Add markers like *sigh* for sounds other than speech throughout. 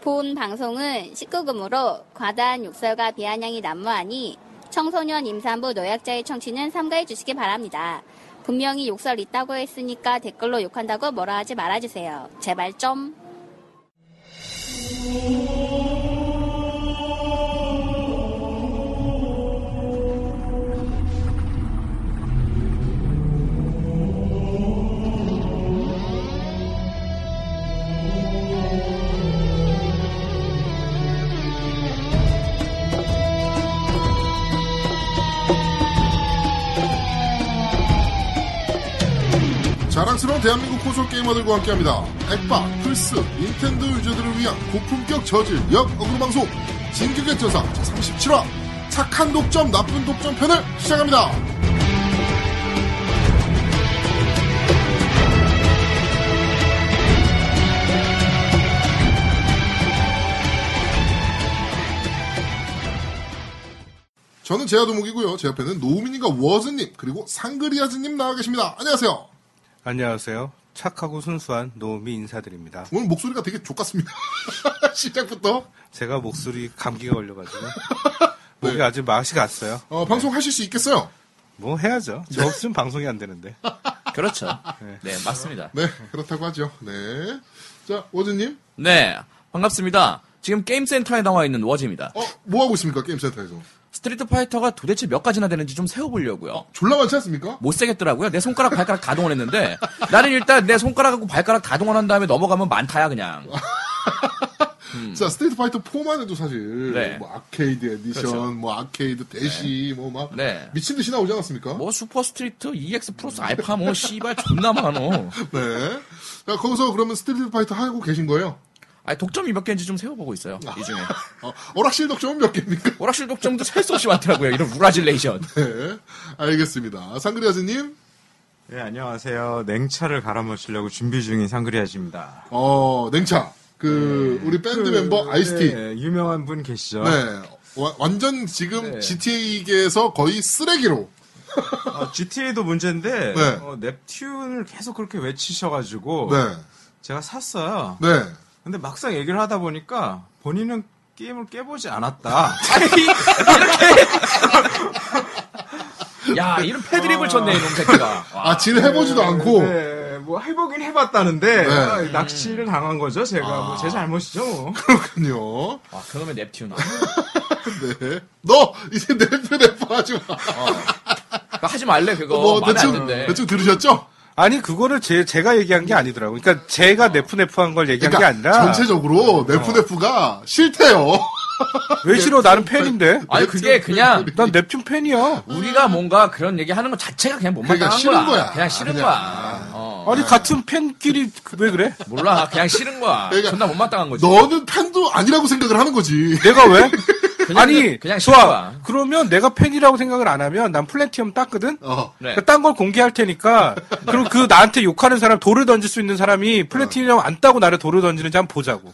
본 방송은 19금으로 과다한 욕설과 비아냥이 난무하니 청소년 임산부 노약자의 청취는 삼가해 주시기 바랍니다. 분명히 욕설 있다고 했으니까 댓글로 욕한다고 뭐라 하지 말아주세요. 제발 좀. 자랑스러운 대한민국 콘솔 게이머들과 함께합니다. 액박, 플스, 닌텐도 유저들을 위한 고품격 저질력 어그로 방송 진격의 전상 제37화 착한 독점 나쁜 독점 편을 시작합니다. 저는 제아도목이고요. 제 옆에는 노우민님과 워즈님 그리고 상그리아즈님 나와 계십니다. 안녕하세요. 안녕하세요. 착하고 순수한 노미 인사드립니다. 오늘 목소리가 되게 족같습니다. *laughs* 시작부터. 제가 목소리 감기가 *laughs* 걸려가지고 네. 목이 아주 맛이 갔어요. 어, 네. 방송 하실 수 있겠어요? 뭐 해야죠. 저 없으면 방송이 안 되는데. 그렇죠. 네, 맞습니다. 네, 그렇다고 하죠. 네. 자, 워즈님. 네, 반갑습니다. 지금 게임센터에 나와 있는 워즈입니다. 어, 뭐 하고 있습니까? 게임센터에서. 스트리트 파이터가 도대체 몇 가지나 되는지 좀 세어보려고요. 졸라 많지 않습니까? 못 세겠더라고요. 내 손가락, 발가락 다 동원했는데 나는 일단 내 손가락하고 발가락 다 동원한 다음에 넘어가면 많다야 그냥. 자, 스트리트 파이터 4만 해도 사실. 음. 네. 뭐, 아케이드 에디션, 그렇죠. 뭐, 아케이드 대시, 뭐, 막. 네. 미친 듯이 나오지 않았습니까? 뭐 슈퍼 스트리트, EX 플러스 알파 뭐 씨발 존나 많어. 네. 자, 거기서 그러면 스트리트 파이터 하고 계신 거예요? 아 독점이 몇 개인지 좀 세어보고 있어요. 이 중에. 어, 오락실 독점은 몇 개입니까? 오락실 독점도 셀 수 없이 많더라고요. 이런 우라질레이션. 네. 알겠습니다. 상그리아즈님. *laughs* 네, 안녕하세요. 냉차를 갈아 마시려고 준비 중인 상그리아지입니다. 어, 냉차. 그, 네. 우리 밴드 멤버 아이스티. 네, 유명한 분 계시죠? 네. 와- 완전 지금 네. GTA계에서 거의 쓰레기로. 어, GTA도 문제인데 네. 어, 넵튠을 계속 그렇게 어. 외치셔가지고 네. 제가 샀어요. 네. 근데 막상 얘기를 하다 보니까 본인은 게임을 깨보지 않았다. 야 이런 패드립을 쳤네 이놈 새끼가. 와. 아, 지는 해보지도 않고. 네, 뭐 해보긴 해봤다는데 네. 아. 아, 낚시를 당한 거죠. 제가 뭐 제 잘못이죠. 뭐. 그럼요. 와 그놈의 넵튠. 네. 너! 이제 낼표 낼표 하지 마. 그거 아, 하지 말래 그거 뭐, 마음에 안 대충, 든대. 대충 들으셨죠? 아니 그거를 제, 제가 얘기한 게 아니더라고요. 그러니까 제가 네프네프한 걸 얘기한 그러니까, 게 아니라 전체적으로 낼표 낼표가 싫대요. 왜 싫어? 나는 팬인데. 네. 아니 그게 그냥 난 넵튠 팬이야. 우리가 뭔가 그런 얘기 하는 것 자체가 그냥 음. 그러니까 못마땅한 싫은 거야. 거야. 그냥 싫은 그냥. 거야. 어. 아니 같은 팬끼리 왜 그래? 몰라. 그냥 싫은 거야. 그러니까 존나 못마땅한 거지. 너는 팬도 아니라고 생각을 하는 거지. 내가 왜? 그냥- 아니 그냥 싫은 좋아. 거야. 그러면 내가 팬이라고 생각을 안 하면 난 플래티엄 땄거든. 그러니까 어. 네. 딴걸 공개할 테니까 그리고 그 나한테 욕하는 사람 돌을 던질 수 있는 사람이 플래티넘 안 따고 나를 돌을 던지는지 한번 보자고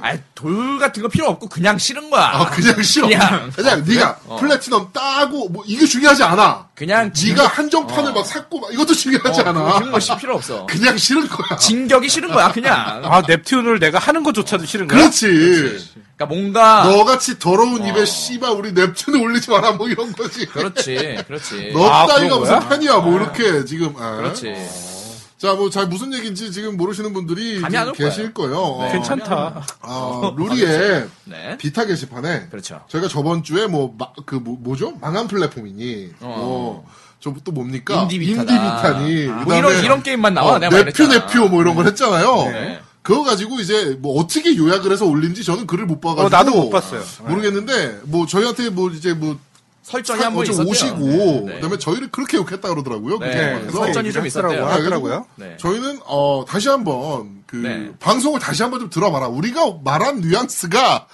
아니 돌 같은 거 필요 없고 그냥 싫은 거야. 아, 그냥 싫어. 그냥. 그냥 네가 플래티넘 따고 뭐 이게 중요하지 않아. 그냥 진- 네가 한정판을 막 샀고 막 이것도 중요하지 어, 않아. 그런 것이 필요 없어. 그냥 싫은 거야. 진격이 싫은 거야 그냥. 아 넵튠을 내가 하는 것조차도 싫은 거야? 그렇지. 그러니까 뭔가 너같이 더러운 입에 씨발 우리 넵튠 올리지 마라 뭐 이런 거지. 그렇지 그렇지 너 아, 따위가 그런 무슨 거야? 팬이야 뭐 이렇게 지금. 아. 그렇지. 자, 뭐 잘 무슨 얘기인지 지금 모르시는 분들이 감이 지금 안올 거예요. 계실 거예요. 네. 어, 괜찮다 아, 루리의 네. 비타 게시판에 그렇죠. 저희가 저번 주에 뭐그 뭐, 죠 망한 플랫폼이니 뭐, 어. 뭐저또 뭡니까 인디 비타다. 니 뭐 이런 이런 게임만 나와 내가 내표 말했잖아. 내표 뭐 이런 걸 했잖아요. 네. 그거 가지고 이제 뭐 어떻게 요약을 해서 올린지 저는 글을 못 봐가지고 어, 나도 못 봤어요. 모르겠는데 뭐 저희한테 뭐 이제 뭐 설정이 사- 한번 좀 있었대요. 오시고 네. 그다음에 저희를 그렇게 욕했다 그러더라고요. 그 네. 게임에서. 설정이 좀 있었대요. 아, 그래가지고 하더라고요 네. 저희는 어 다시 한번 그 네. 방송을 다시 한번 좀 들어봐라. 우리가 말한 뉘앙스가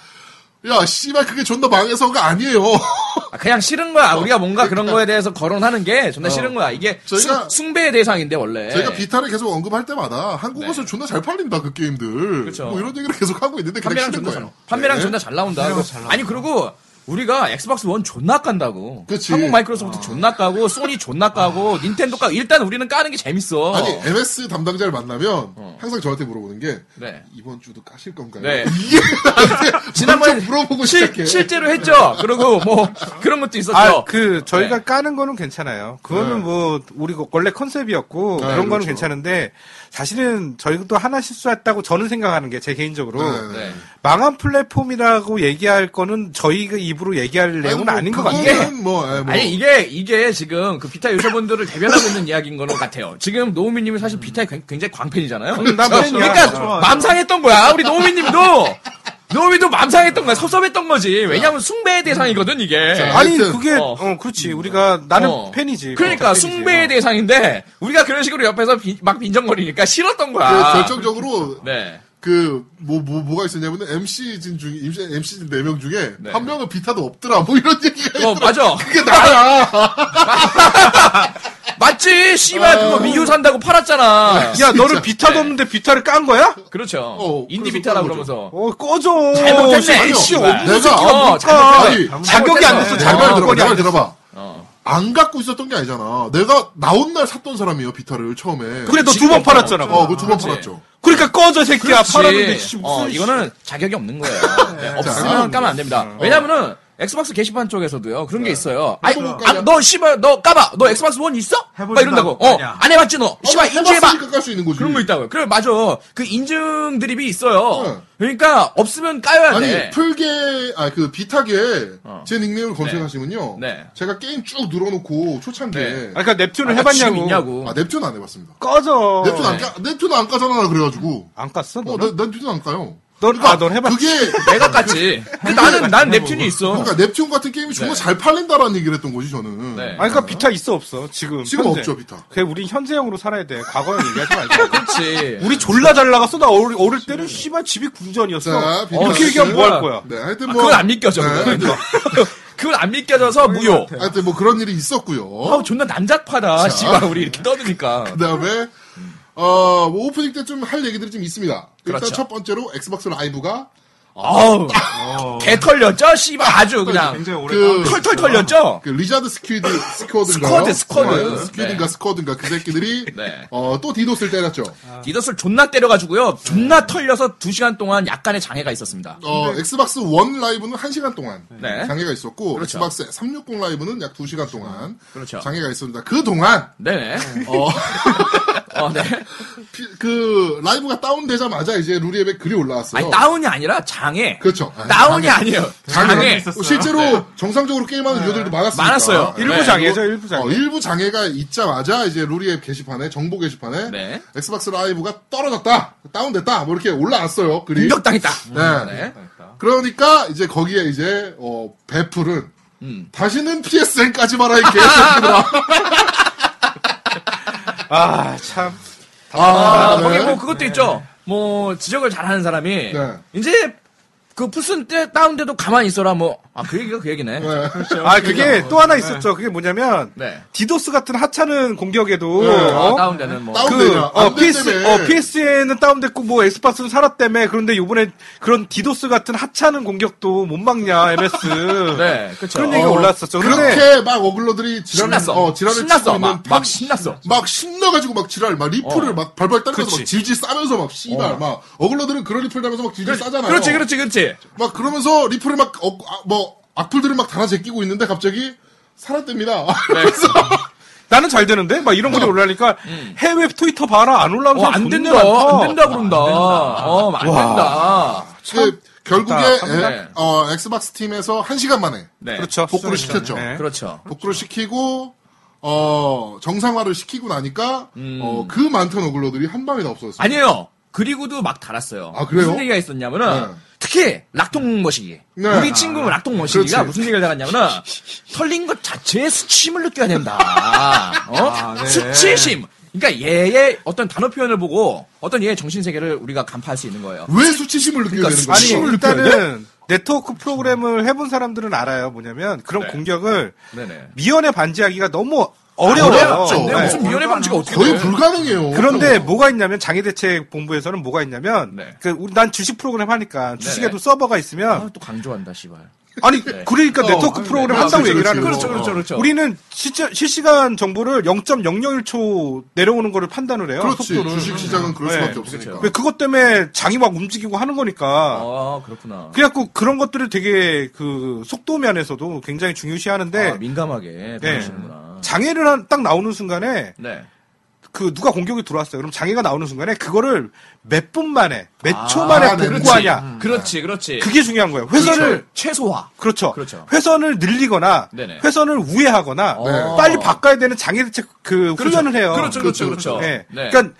야, 씨발, 그게 존나 망해서가 아니에요. 아, 그냥 싫은 거야. 우리가 뭔가 그런 거에 대해서 거론하는 게 존나 싫은 거야. 이게 그러니까. 어. 저희가- 승, 숭배의 대상인데 원래. 저희가 비타를 계속 언급할 때마다 한국에서 존나 잘 팔린다, 그 게임들. 네. 그쵸. 뭐 이런 얘기를 계속 하고 있는데 그냥 싫은 그렇죠. 판매량 존나 잘, 거예요. 판매량 네. 존나 잘 나온다. 판매량 그리고- 잘 나온다. 아니 그리고 우리가 엑스박스 원 존나 깐다고. 그치. 아. 한국 마이크로소프트 존나 까고 소니 존나 까고 니텐도 까고 일단 우리는 까는 게 재밌어. 아니, MS 담당자를 만나면 항상 저한테 물어보는 게 어. 네. 이번 주도 까실 건가요? 네. *laughs* 이게 나한테 지난번에 지난번에 물어보고 시작해. 실, 실제로 했죠. 그리고 뭐 그런 것도 있었죠. 아, 그 저희가 네. 까는 거는 괜찮아요. 그거는 네. 뭐 우리 원래 컨셉이었고 네, 그런 거는 그렇죠. 괜찮은데 사실은 저희도 하나 실수했다고 저는 생각하는 게 제 개인적으로 네. 네. 망한 플랫폼이라고 얘기할 거는 저희가 입으로 얘기할 내용은 아닌 것 같아요. 뭐 *laughs* 그거는- 같아요. 뭐, 예, 뭐. 아니 이게 이게 지금 그 비타 유저분들을 대변하고 있는 이야기인 거는 같아요. 지금 노우미님이 사실 비타의 굉- 굉장히 광팬이잖아요. 음, 나 팬이야. 그러니까 어. 좋아. 맘상했던 거야. 우리 노우미님도 노우미도 맘상했던 거야. 섭섭했던 거지. 왜냐하면 숭배의 대상이거든 이게. 아니 하여튼, 그게 어. 어. 그렇지 우리가 나는 어. 팬이지. 그러니까 어, 숭배의 팬이지. 대상인데 우리가 그런 식으로 옆에서 비- 막 빈정거리니까 싫었던 그 거야. 결정적으로 네. 그, 뭐, 뭐, 뭐가 있었냐면은, MC 진 중, MC 진 4명 중에, 네. 한 명은 비타도 없더라, 뭐 이런 얘기가 어 있더라. 맞아. 그게 나야! *laughs* 맞지. 씨발 그거 미유 산다고 팔았잖아. 야 너는 진짜. 비타도 네. 없는데 비타를 깐 거야? 그렇죠. 어, 인디 그래서 비타라 딴 거죠. 그러면서. 어 꺼져. 씨, 잘못했네, 씨, 씨발. 없는 내가, 새끼가 어, 뭘까? 잘못했어. 아니, 자격이 안 됐어. 네. 잘못했어. 잘 자격이 말 안 들어봐, 거리 잘 안 됐어. 들어봐. 어. 안 갖고 있었던 게 아니잖아. 내가 나온 날 샀던 사람이에요, 비타를, 처음에. 그래 너 두 번 팔았잖아. 어, 그 두 번 그렇지. 팔았죠. 그러니까 꺼져 새끼야 그렇지. 팔았는데 씨, 어, 무슨 이거는 자격이 없는 거예요. 네, 자, 없으면 까면 안 됩니다. 왜냐면은 엑스박스 게시판 쪽에서도요 그런 게 있어요. 아이, 그거 못 아, 까냐? 너 씨발 너 까봐. 너 엑스박스 원 있어? 해보지도 막 이런다고. 않고 어, 까냐. 안 해봤지 너. 씨발 인증해봐. 어, 해봤으니까 깔 수 있는 거지. 그런 거 있다고요. 그래 맞아. 그 인증 드립이 있어요. 네. 그러니까 없으면 까야 아니, 돼. 풀게, 아, 그, 비타게, 네. 어. 제 닉네임을 검색하시면요. 네. 제가 게임 쭉 눌러놓고, 초창기에. 네. 아니, 그러니까 넵튠을 아까 지금 해봤냐고. 있냐고. 어, 네. 아, 넵튠 안 해봤습니다. 꺼져. 넵튠 안, 까, 넵튠 안 까잖아, 나 그래가지고. 안 깠어? 어, 너는? 난, 난 넵튠 안 까요. 그러니까 넌, 아, 넌 해봤지. 그게, 내가 깠지. 근데 나는 난 넵튠이 있어. 그러니까 넵튠 같은 게임이 정말 네. 잘 팔린다라는 얘기를 했던 거지, 저는. 네. 아니, 그러니까 비타 있어, 없어, 지금. 지금 현재. 없죠, 비타. 그게 우린 현재형으로 살아야 돼. 과거형 *laughs* 얘기하지 말고. 네. 그렇지. 우리 졸라 잘 나갔어. 나 어릴, 어릴 때는 씨발 집이 군전이었어. 자, 비타 이렇게 얘기하면 뭐 할 거야? 네, 하여튼 아, 뭐. 그건 안 믿겨져. 네, 그건. 하여튼, *laughs* 그건 안 믿겨져서 무효. 하여튼 뭐 그런 일이 있었고요. 어? 아우 존나 남작파다. 씨발 우리 이렇게 떠드니까. 그 다음에, 어, 뭐 오프닝 때 좀 할 얘기들이 좀 있습니다. 일단 그렇죠. 첫 번째로 엑스박스 라이브가 아우 어. 개 털렸죠? 씨발 아주 그냥 굉장히 오래 그- 털털 털렸죠? 그 리자드 스퀴드, 스쿼드인가? 스쿼드, 스쿼드. 스퀴드인가 네. 스쿼드인가 그 새끼들이, 네. 어, 또 디도스를 때렸죠. 디더스를 존나 때려가지고요 존나 털려서 2시간 동안 약간의 장애가 있었습니다 어, 엑스박스 원 라이브는 1시간 동안 네. 장애가 있었고, 그렇죠. 엑스박스 360 라이브는 약 2시간 동안 그렇죠. 장애가 있었습니다. 그 동안, 네네 어, *laughs* 어, 네. 피- 그 라이브가 다운되자마자 이제 루리앱에 글이 올라왔어요. 아니 다운이 아니라 장애 그렇죠. 아, 다운이 아니에요 장애 네. 어, 실제로 정상적으로 게임하는 유저들도 많았으니까. 많았어요. 일부 네. 장애죠, 일부 장애. 어, 일부 장애가 있자마자 이제 루리앱 게시판에 정보 게시판에 네. 엑스박스 라이브가 떨어졌다, 다운됐다, 뭐 이렇게 올라왔어요. 글이. 공격당했다 네. 네. 그러니까 이제 거기에 이제 어, 베풀은 음. 다시는 PSN까지 말아 이 *laughs* 개새끼들아. 아, 참. 아, 네. 거기 뭐 그것도 있죠 뭐 지적을 잘하는 사람이 네. 이제 그 풀슨 때 다운돼도 가만히 있어라 뭐 아 그 얘기가 그 얘기네 네. 아, 그게 또 하나 있었죠. 그게 뭐냐면, 네. 디도스 같은 하찮은 공격에도, 네. 아, 어? 다운되는 뭐 다운- 그, 다운되냐? 어, 안 PS, 됐다며. 어, PS에는 다운됐고, 뭐, 엑스박스는 살았다며. 그런데 요번에 그런 디도스 같은 하찮은 공격도 못 막냐, MS. 네 그쵸 그런 얘기- 얘기가 올라왔었죠. 근데- 그렇죠. 어, 그렇게 막 어글러들이 지랄을, 신났어 어, 지랄을 치고 신났어 있는 막, 막 신났어 막 신나가지고 막 지랄 막 리플을 어. 막 발발 따면서 그렇지. 막 질질 싸면서 막 씨발 막 어글러들은 그런 리플 달면서 막 질질 싸잖아요. 그렇지 그렇지 그렇지 막 그러면서 리플을 막 어, 아, 뭐 악플들을 막 달아 제끼고 있는데 갑자기 살았답니다. 네. *laughs* 그래서 나는 잘 되는데? 막 이런 글이 올라니까, 해외 트위터 봐라, 안 올라오면서. 어, 안 된다. 안 된다, 그런다. 어, 안 된다. 이제 결국에 답답하네. 에- 어, 엑스박스 팀에서 한 시간 만에 네. 그렇죠. 복구를 수정이죠. 시켰죠. 네. 그렇죠. 복구를 시키고 어, 정상화를 시키고 나니까 어, 그 많던 어글러들이 한 방에 다 없어졌어요. 음. 아니에요. 그리고도 막 달았어요. 아, 그래요? 무슨 얘기가 있었냐면은, 네. 특히, 락통 머시기. 네. 우리 친구 락통 머시기가 그렇지. 무슨 얘기를 달았냐면은, 털린 것 자체에 수치심을 느껴야 된다. 어? 아, 네. 수치심. 그러니까 얘의 어떤 단어 표현을 보고, 어떤 얘의 정신세계를 우리가 간파할 수 있는 거예요. 왜 수치심을 느끼게 그러니까 되는 거예요? 수치심을 아니, 심을 일단은, 네트워크 프로그램을 해본 사람들은 알아요. 뭐냐면 그런 네. 공격을 네네. 미연에 반지하기가 너무 어려워요. 어렵죠. 근데 네. 무슨 미연의 방지가 어떻게 거의 돼? 불가능해요. 그러니까 그런데 뭐가 있냐면 장애대책 본부에서는 뭐가 있냐면 네. 그 우리 난 주식 프로그램 하니까 주식에도 네네. 서버가 있으면 아, 또 강조한다, 씨발. 아니 네. 그러니까 어, 네트워크 네. 프로그램 아, 한다고 그렇죠, 얘기를 하는 그렇죠, 거죠. 그렇죠, 그렇죠, 그렇죠. 우리는 실제 실시간 정보를 0.001초 내려오는 거를 판단을 해요. 그렇지. 속도를. 음. 주식 시장은 그럴 네. 수밖에 없으니까. 그렇죠. 왜 그것 때문에 장이 막 움직이고 하는 거니까. 아, 그렇구나. 그래갖고 그런 것들을 되게 그 속도 면에서도 굉장히 네. 중요시하는데 네. 아, 민감하게 보시는구나. 장애를 한- 딱 나오는 순간에 네. 그 누가 공격이 들어왔어요. 그럼 장애가 나오는 순간에 그거를 몇 분 만에 몇 초 아, 만에 네, 복구하냐. 그렇지, 그렇지. 그게 중요한 거예요. 회선을 최소화. 그렇죠. 그렇죠. 회선을 늘리거나 네네. 회선을 우회하거나 네. 빨리 바꿔야 되는 장애 대책 그 그렇죠. 훈련을 해요. 그렇죠, 그렇죠, 그렇죠. 예. 네. 그러니까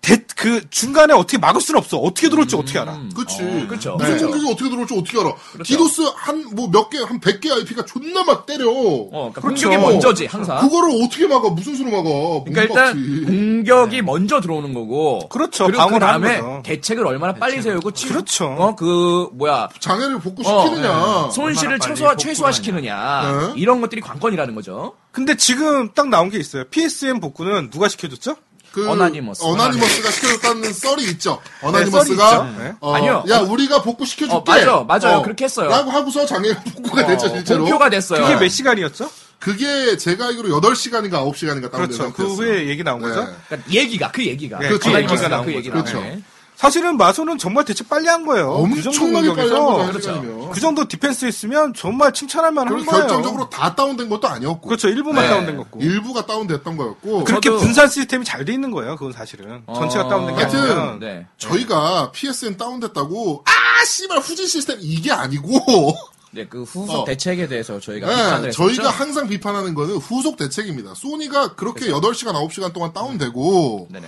대- 그 중간에 어떻게 막을 수는 없어. 어떻게 들어올지 어떻게 알아. 그치. 어, 그렇죠. 무슨 네. 공격이 어떻게 들어올지 어떻게 알아. 그렇죠. 디도스 한 뭐 몇 개 한 100개 IP가 존나 막 때려. 어, 그러니까 그렇죠. 공격이 먼저지, 항상. 그거를 어떻게 막아? 무슨 수로 막아? 못 그러니까 일단 막지. 공격이 먼저 들어오는 거고 그렇죠. 그리고 그 방어를 하는 다음에 거죠. 대책을 얼마나 빨리 세우고 치- 그렇죠. 어, 그 뭐야 장애를 복구시키느냐. 어, 네. 손실을 얼마나 빨리 최소화 복구를 최소화시키느냐 네. 이런 것들이 관건이라는 거죠. 근데 지금 딱 나온 게 있어요. PSM 복구는 누가 시켜줬죠? 그 어나니머스. 어나니머스가 시켜줬다는 썰이 있죠. 썰이 어나니머스가 있죠. 네. 어, 아니요. 야 우리가 복구 시켜줄게. 어, 맞아, 맞아요. 그렇게 했어요. 라고 하고서 장애가 *laughs* 복구가 어, 됐죠 실제로. 공표가 됐어요. 그게 몇 시간이었죠? 그게 제가 알기로 8시간인가 9시간인가 다운된 그렇죠. 그 상태였어요. 후에 얘기 나온 네. 거죠. 그러니까 얘기가 그 얘기가 네, 그렇죠. 그 그렇죠. 얘기가 그 그렇죠. 얘기가 그렇죠. 네. 사실은 마소는 정말 대책 빨리 한 어, 거예요. 엄청나게 그 빨리 한 거죠. 정도 공격에서 한 시간이면. 그 정도 디펜스 있으면 정말 칭찬할 만한 그리고 거예요. 결정적으로 다 다운된 것도 아니었고. 그렇죠. 일부만 네. 다운된 거고. 일부가 다운됐던 거였고. 그렇게 저도- 분산 시스템이 잘 돼 있는 거예요. 그건 사실은 전체가 어, 다운된 게 하여튼 아니면 네. 저희가 PSN 다운됐다고 아 씨발 후진 시스템 이게 아니고 네, 그 후속 어. 대책에 대해서 저희가 네, 비판을 저희가 했었죠. 항상 비판하는 거는 후속 대책입니다. 소니가 그렇게 8시간 9시간 동안 다운되고 네네.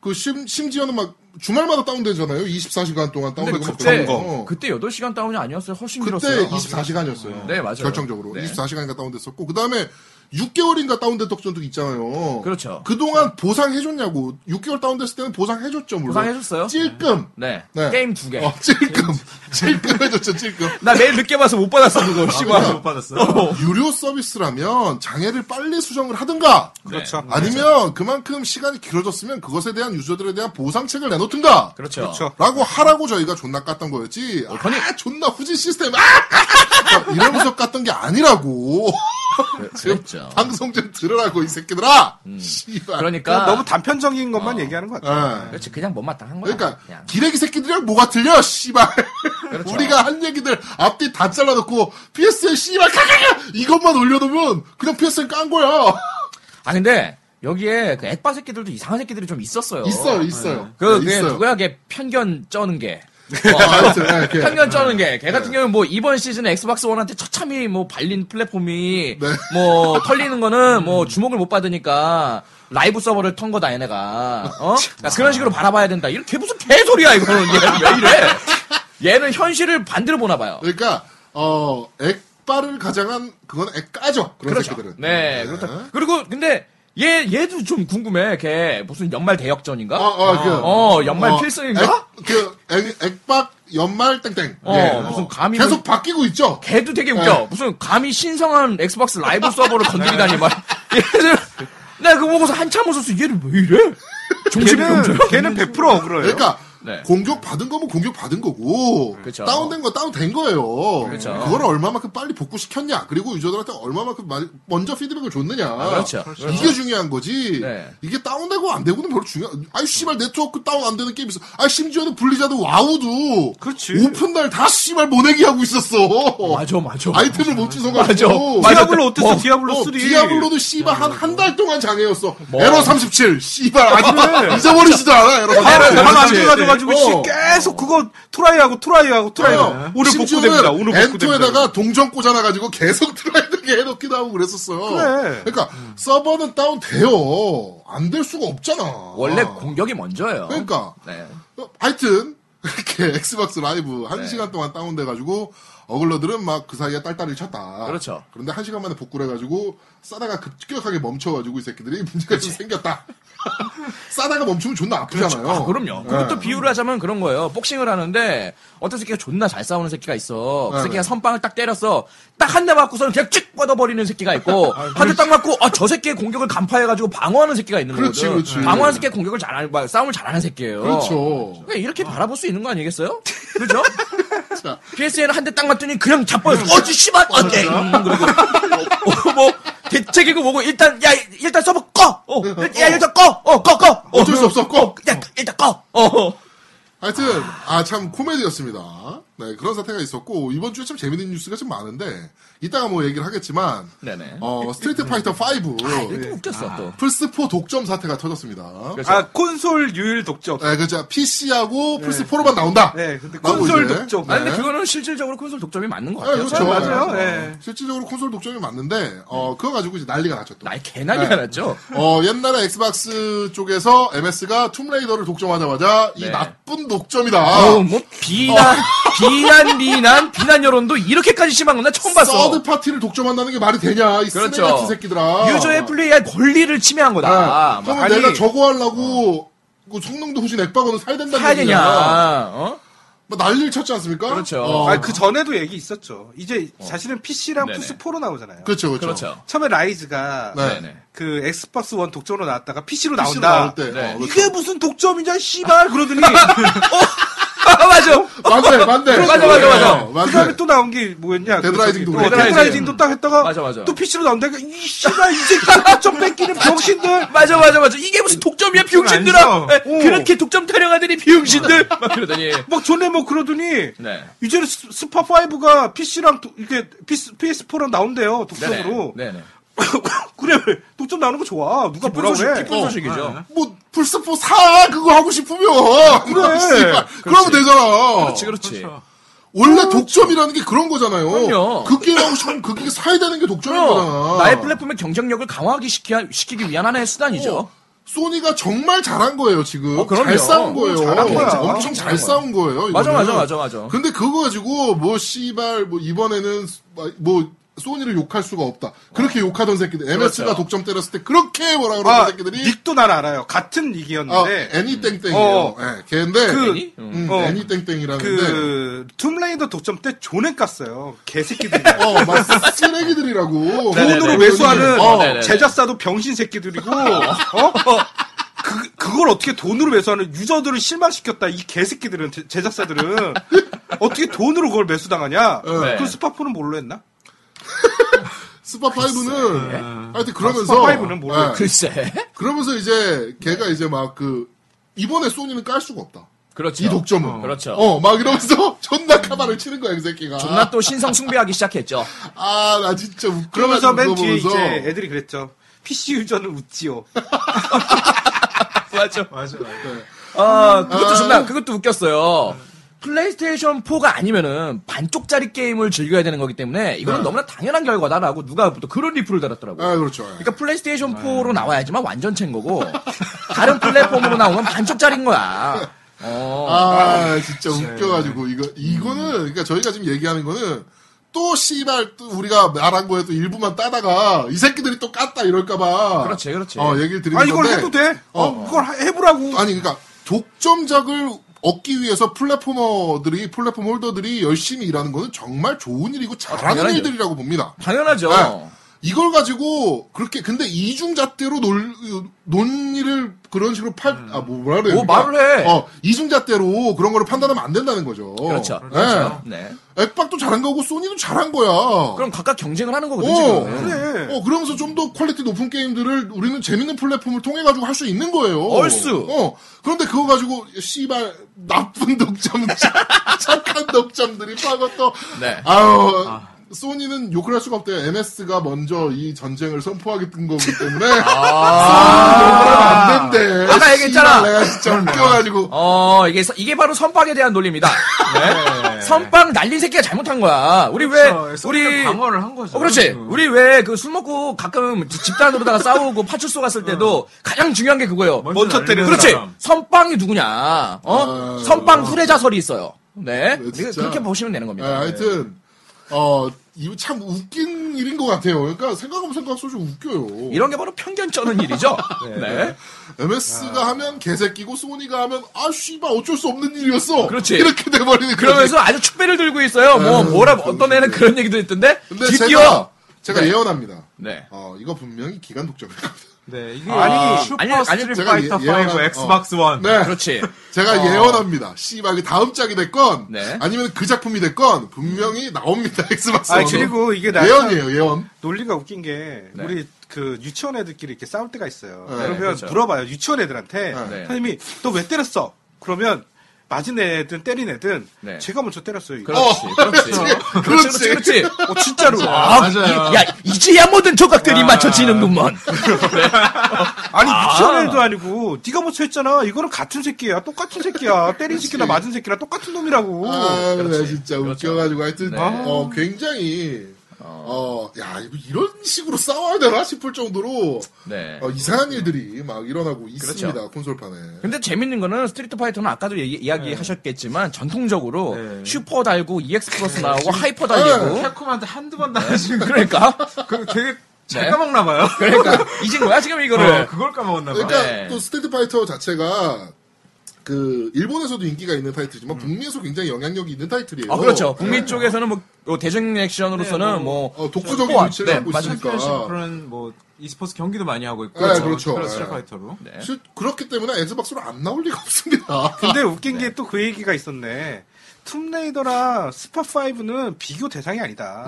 그 심, 심지어는 막 주말마다 다운되잖아요. 24시간 동안 근데 다운되고 막 그때 그런 거. 그때 8시간 다운이 아니었어요. 훨씬 그때 길었어요. 24시간이었어요. 네, 맞아요. 결정적으로 네. 24시간인가 다운됐었고 그다음에 6개월인가 다운됐던 적도 있잖아요. 그렇죠. 그동안 보상해 줬냐고. 6개월 다운됐을 때는 보상해 줬죠, 물론. 보상해줬어요. 찔끔. 네. 네. 게임 두 개. 어, *laughs* 찔끔. 찔끔 해 줬죠, 찔끔. 나 매일 늦게 봐서 못 받았어 아, 그거. 씨발. 못 받았어. 유료 서비스라면 장애를 빨리 수정을 하든가 그렇죠. 아니면 그만큼 시간이 길어졌으면 그것에 대한 유저들에 대한 보상책을 내놓든가 그렇죠. 그렇죠. 라고 하라고 저희가 존나 깠던 거였지 아니- 아 존나 후진 시스템 아! *laughs* 이러면서 깠던 게 아니라고 *laughs* 지금 그랬죠. 방송 좀 들으라고 이 새끼들아 씨발 음. 그러니까 어. 너무 단편적인 것만 얘기하는 것 같아요. 예. 그렇지 그냥 못마땅 한 거야. 그러니까 뭐, 그냥. 그렇죠. 기레기 새끼들이랑 뭐가 들려 씨발 우리가 한 얘기들 앞뒤 다 잘라놓고 PSN 씨발 카카카 이것만 올려놓으면 그냥 PSN 깐 거야 아 근데 여기에 그 액바 새끼들도 이상한 새끼들이 좀 있었어요. 있어요 있어요 그, 네, 그 있어요. 누구야 걔 편견 쩌는 게. 어, 아무튼 예, 이렇게. 편견 쩌는 게. 걔 같은 경우는 뭐 이번 시즌에 엑스박스 원한테 처참히 뭐 발린 플랫폼이 네. 뭐 털리는 거는 뭐 주목을 못 받으니까 라이브 서버를 턴 거다 얘네가. *laughs* 어? 그러니까 그런 식으로 바라봐야 된다. 이런 걔 무슨 개소리야 이거는 얘 왜 이래? 얘는 현실을 반대로 보나 봐요. 그러니까 어 액바를 가장한 그건 액까죠 그런 그렇죠. 새끼들은 네, 그렇다. 그리고 근데 얘 얘도 좀 궁금해. 걔 무슨 연말 대역전인가? 어어그 어, 연말 필승인가? 그 액, 액박 연말 땡땡 어, 예, 무슨 감이 계속 뭐- 바뀌고 있죠 걔도 되게 웃겨. 네. 무슨 감히 신성한 엑스박스 라이브 서버를 건드리다니 말. 네. 얘들 나 그거 보고서 한참 웃었어. 얘를 왜 이래? 정신이 걔는 없어요. 걔는 100% 억울해요. 그러니까 네. 공격 받은 거면 공격 받은 거고 그쵸. 다운된 거 다운된 거예요. 그쵸. 걸 얼마만큼 빨리 복구 시켰냐 그리고 유저들한테 얼마만큼 말- 먼저 피드백을 줬느냐 그렇죠. 이게 중요한 거지 네. 이게 다운되고 안 되고는 별로 중요. 아이 씨발 네트워크 다운 안 되는 게임 있어. 아 심지어는 블리자드 와우도 그렇지. 오픈 날 다 씨발 모내기 하고 있었어. 그- 맞아, 맞아. 아이템을 못 맞아. 주소가지고. 맞아. 디아블로 어땠어? 뭐, 디아블로 3. 디아블로도 씨발 한 한 달 동안 장애였어. 에러 37 씨발 아직 *laughs* 그래. 잊어버리지도 않아 에러 37. 밤안 들어가져가지고 어. 씨 계속 그거 트라이하고 트라이하고 트라이하고 오늘 복구됩니다. 오늘 복구됩니다. 엔토에다가 동전 꽂아놔가지고 계속 *laughs* 들어있게 해놓기도 하고 그랬었어요. 그래. 러니까 서버는 다운돼요. 안 될 수가 없잖아. 원래 공격이 먼저예요. 그러니까 네. *laughs* 하여튼 이렇게 엑스박스 라이브 한 시간 동안 다운돼가지고 어글러들은 막 그 사이에 딸딸이를 쳤다. 그렇죠. 그런데 한 시간 만에 복구를 해가지고 싸다가 급격하게 멈춰가지고 이 새끼들이 *laughs* 문제가 좀 생겼다. *laughs* 싸다가 멈추면 존나 아프잖아요. 네. 아, 그럼요. 그것도 비유를 하자면 그런 거예요. 복싱을 하는데 어떤 새끼가 존나 잘 싸우는 새끼가 있어. 그 네, 네. 새끼가 선빵을 딱 때렸어. 딱 한 대 맞고서는 그냥 찍 뻗어버리는 새끼가 *laughs* 있고 한 대 딱 맞고 아, 저 새끼의 공격을 간파해가지고 방어하는 새끼가 있는 그렇지, 거거든. 그렇지. 방어하는 새끼의 공격을 잘하는 거야. 싸움을 잘하는 새끼예요. 그렇죠. 그러니까 이렇게 바라볼 수 있는 거 아니겠어요? 그죠? *laughs* 자, 네. 아, PSN 한 대 딱 맞더니 그냥 자빠졌어. 어지 씨발 어때? 음, 그리고 어, 뭐 대책이고 뭐고 일단 야 일단 서버 꺼. 어, 야 일단 꺼. 어 꺼 꺼. 어, 네. 어쩔 수 없어, 꺼. 어, 야 일단 꺼. 어. 하여튼 아 참 코미디였습니다. 네 그런 사태가 있었고 이번 주에 참 재밌는 뉴스가 좀 많은데 이따가 뭐 얘기를 하겠지만 네네. 어 스트리트 파이터 5 아, 이것도 웃겼어 또. 플스 4 독점 사태가 터졌습니다. 그래서 아, 콘솔 유일 독점. 네, 그죠. PC하고 플스 4로만 나온다. 네, 근데 나고 콘솔 이제. 독점. 아니, 근데 네. 그거는 실질적으로 콘솔 독점이 맞는 것 아, 같아요. 뭐, 그렇죠. 맞아요. 어, 예. 실질적으로 콘솔 독점이 맞는데 네. 어 그거 가지고 이제 난리가 났죠 또. 나이 개나게 알았죠. 어 옛날에 엑스박스 쪽에서 MS가 툼레이더를 독점하자마자 이 네. 나쁜 독점이다. 어우 뭐 비난 비난 비난 비난 여론도 이렇게까지 심한 건나 처음 봤어. 서드 파티를 독점한다는 게 말이 되냐 이 쓰레기 그렇죠. 같은 새끼들아. 유저의 플레이할 권리를 침해한 거다. 아, 막 어. 그러면 아니, 뭐 내가 저거 하려고 그 성능도 후진 액박원을 사야 된다는 사야 되냐? 얘기야. 어? 뭐 난리를 쳤지 않습니까? 그렇죠. 어. 아, 그 전에도 얘기 있었죠. 이제 자신은 PC랑 네네. 플스4로 나오잖아요. 그렇죠, 그렇죠. 그렇죠. 처음에 라이즈가 네. 네네. 그 엑스박스 원 독점으로 나왔다가 PC로 PC로 나온다. 나올 때. 네. 어, 그렇죠. 이게 무슨 독점이냐, *laughs* 씨발! 그러더니. 어, 맞아. 맞네, 맞네. *laughs* 맞아, 맞아, 맞아. 어, 그 다음에 또 나온 게 뭐였냐? 데드라이징도 그 저기, 어, 그랬죠. 데드라이징도 딱 했다가 맞아, 맞아. 또 PC로 나온다니까 그러니까 이 씨발 이 새끼 좀 *laughs* 뺏기는 병신들 맞아 맞아 맞아 이게 무슨 독점이야 비용신들아 안 써. 에, 그렇게 독점 타령하더니 비용신들 막 그러더니 막 전에 뭐 그러더니 네 이제는 스파 5가 PC랑 이게 PS4랑 나온대요 독점으로 네네 *laughs* 그래 독점 나오는 거 어. 좋아 누가 기쁜 뭐라 소식 그래 기쁜 소식이죠 뭐, 플스4 사! 그거 하고 싶으면! 그래. *laughs* 씨발, 그러면 되잖아. 그렇지 그렇지 원래 독점이라는 게 그런 거잖아요. 그럼요. 그 게임 하고 싶으면 그 게임 사야 되는 게 독점인 거잖아. 그럼 나의 플랫폼의 경쟁력을 강화하기 시키야, 시키기 위한 하나의 어. 수단이죠 소니가 정말 잘한 거예요, 지금. 어, 그럼요. 잘 싸운 거예요. 잘한 거야. 엄청 잘 싸운 거예요. 맞아 이거는. 맞아 맞아 맞아 근데 그거 가지고 뭐 씨발 뭐 이번에는 뭐 소니를 욕할 수가 없다. 그렇게 욕하던 새끼들 MS가 그렇죠. 독점 때렸을 때 그렇게 뭐라 그러던 아 새끼들이 닉도 날 알아요 아, 같은 네. 닉이었는데 애니땡땡이에요. 어. 예, 걔인데 그- 음, 어. 애니땡땡이라는데 그 툼레이더 독점 때 존에 깠어요 개새끼들 어, 막 쓰레기들이라고 돈으로 네네네. 그 매수하는 어, 네네. 제작사도 병신 새끼들이고 어? 그, 그걸 어떻게 돈으로 매수하는 유저들을 실망시켰다 이 개새끼들은 제- 제작사들은 어떻게 돈으로 그걸 매수당하냐 네. 그 스파프는 뭘로 했나? 스파 파이브는 예. 하여튼 그러면서 아, 스파 파이브는 모르겠- 예, 글쎄 그러면서 이제 걔가 이제 막 그 이번에 소니는 깔 수가 없다. 그렇죠 이 독점은 어, 그렇죠 어, 막 이러면서 *laughs* 존나 카바를 치는 거야, 그 새끼가. 존나 또 신성 숭배하기 시작했죠 아, 나 진짜 웃겨. 그러면서 맨 뒤에 이제 애들이 그랬죠 PC 유저는 웃지요 *laughs* 맞아 맞아. 아, 그것도 아. 존나, 그것도 웃겼어요. 플레이스테이션 4가 아니면은 반쪽짜리 게임을 즐겨야 되는 거기 때문에 이거는 너무나 당연한 결과다라고 누가 또 그런 리플을 달았더라고. 요 네. 아, 그렇죠. 예. 그러니까 플레이스테이션 4로 나와야지만 완전체인 거고 다른 플랫폼으로 나오면 반쪽짜리인 거야. 어. 아, 진짜 네. 웃겨가지고 이거 음. 이거는 그러니까 저희가 지금 얘기하는 거는 또 씨발 또 우리가 말한 거에 또 일부만 따다가 이 새끼들이 또 깠다 이럴까봐. 그렇지, 그렇지. 어, 얘기를 드리는 아 이걸 건데. 해도 돼? 어, 그걸 하- 해보라고 아니 그러니까 독점작을 얻기 위해서 플랫포머들이 플랫폼 홀더들이 열심히 일하는 거는 정말 좋은 일이고 잘하는 당연하죠. 일들이라고 봅니다. 당연하죠. 네. 이걸 가지고 그렇게 근데 이중잣대로 논 논의를 그런 식으로 팔 아 뭐라 그래요? 뭐 말을 해. 어 이중잣대로 그런 거를 판단하면 안 된다는 거죠. 그렇죠. 예. 그렇죠. 네. 액박도 잘한 거고 소니도 잘한 거야. 그럼 각각 경쟁을 하는 거거든, 어, 지금. 그래. 어, 그러면서 좀 더 퀄리티 높은 게임들을 우리는 재밌는 플랫폼을 통해가지고 할 수 있는 거예요. 얼쑤. 어. 그런데 그거 가지고, 씨발, 나쁜 독점, *laughs* 착한 독점들이 파고 또, 네. 아유, 소니는 욕을 할 수가 없대요. MS가 먼저 이 전쟁을 선포하겠던 거기 때문에. *laughs* 아, 안 된대. 아까 얘기했잖아. 씨발, 내가 진짜 웃겨가지고. 어, 이게, 서- 이게 바로 선빵에 대한 논리입니다. 네. 선빵 날린 새끼가 잘못한 거야. 우리 그렇죠. 어, 예, 왜, 우리. 우리 방어를 한 거죠. 어, 그렇지. 음. 우리 왜 그 술 먹고 가끔 지- 집단으로다가 싸우고 파출소 갔을 때도 가장 중요한 게 그거예요. 먼저 먼저 날리는 때리는 그렇지. 사람. 선빵이 누구냐. 어? 아, 선빵 후레자설이 있어요. 네. 네, 진짜. 그렇게 보시면 되는 예, 겁니다. 하여튼 어, 이거 참 웃긴 일인 것 같아요. 그러니까 생각하면 생각할수록 좀 웃겨요. 이런 게 바로 편견 쩌는 일이죠. 네. MS가 아. 하면 개새끼고 소니가 하면 아 씨발 어쩔 수 없는 일이었어. 그렇지. 이렇게 돼버리는 그러면서 아주 축배를 들고 있어요. 뭐 뭐라 어떤 애는 그런 얘기도 했던데 그런 얘기. 근데 제가 드디어 제가 네. 예언합니다. 네. 어 이거 분명히 기간 독점일 겁니다. 네, 이게 아, 슈퍼 아니, 아니, 스트릿 제가 파이터 예- 예언한- 어. 5 엑스박스 원. 네. 그렇지. 어. 제가 예언합니다. 씨발 그 다음 작이 됐건 네. 음. 아니면 그 작품이 됐건 분명히 나옵니다. *laughs* 엑스박스. 아 그리고 이게 나 예언이에요 예언. 논리가 웃긴 게 네. 우리 그 유치원 애들끼리 이렇게 싸울 때가 있어요. 네, 그러면 그렇죠. 물어봐요 유치원 애들한테 네. 선생님이 너 왜 때렸어? 그러면 맞은 애든 때린 애든 네. 제가 먼저 때렸어요. 이거. 그렇지. *laughs* 그렇지. 그렇지. 그렇지. 그렇지. 어, 진짜로. 아, 맞아요. 이- 야, 이제야 모든 조각들이 맞춰지는구먼. 아니 유치원 애도 아니고 네가 먼저 했잖아. 이거는 같은 새끼야. 똑같은 새끼야. 때린 새끼나 맞은 새끼나 똑같은 놈이라고. 아, 나 그렇지. 진짜 그렇죠. 웃겨가지고 하여튼 네. 어 굉장히 어, 야, 이거 이런 식으로 싸워야 되나 싶을 정도로 네. 어, 이상한 일들이 막 일어나고 있습니다, 그렇죠. 콘솔판에. 근데 재밌는 거는 스트리트 파이터는 아까도 얘기, 이야기하셨겠지만 전통적으로 네. 슈퍼 달고 EX 플러스 나오고 하이퍼 어? 네. 달리고 캡콤한테 한두 번 나가지고 그러니까 그 되게 잘 까먹나 봐요. 그러니까 잊은 거야 지금 어, 이거를. *laughs* 그걸 까먹었나 봐. 그러니까 네. 또 스트리트 파이터 자체가 그 일본에서도 인기가 있는 타이틀이지만 북미에서 굉장히 영향력이 있는 타이틀이에요. 음. 아 그렇죠. 북미 쪽에서는 뭐 어, 대중 액션으로서는 뭐 어, 독보적인 또한, 위치를 네, 하고 맞아요. 있으니까. 챔피언십 프로는 뭐 e스포츠 경기도 많이 하고 있고 네, 그렇죠. 그런 네. 스트릿 파이터로. 네. 실- 그렇기 때문에 엑스박스로 안 나올 리가 없습니다. 근데 웃긴 게 또 그 얘기가 있었네. 툼레이더랑 스파 5는 비교 대상이 아니다.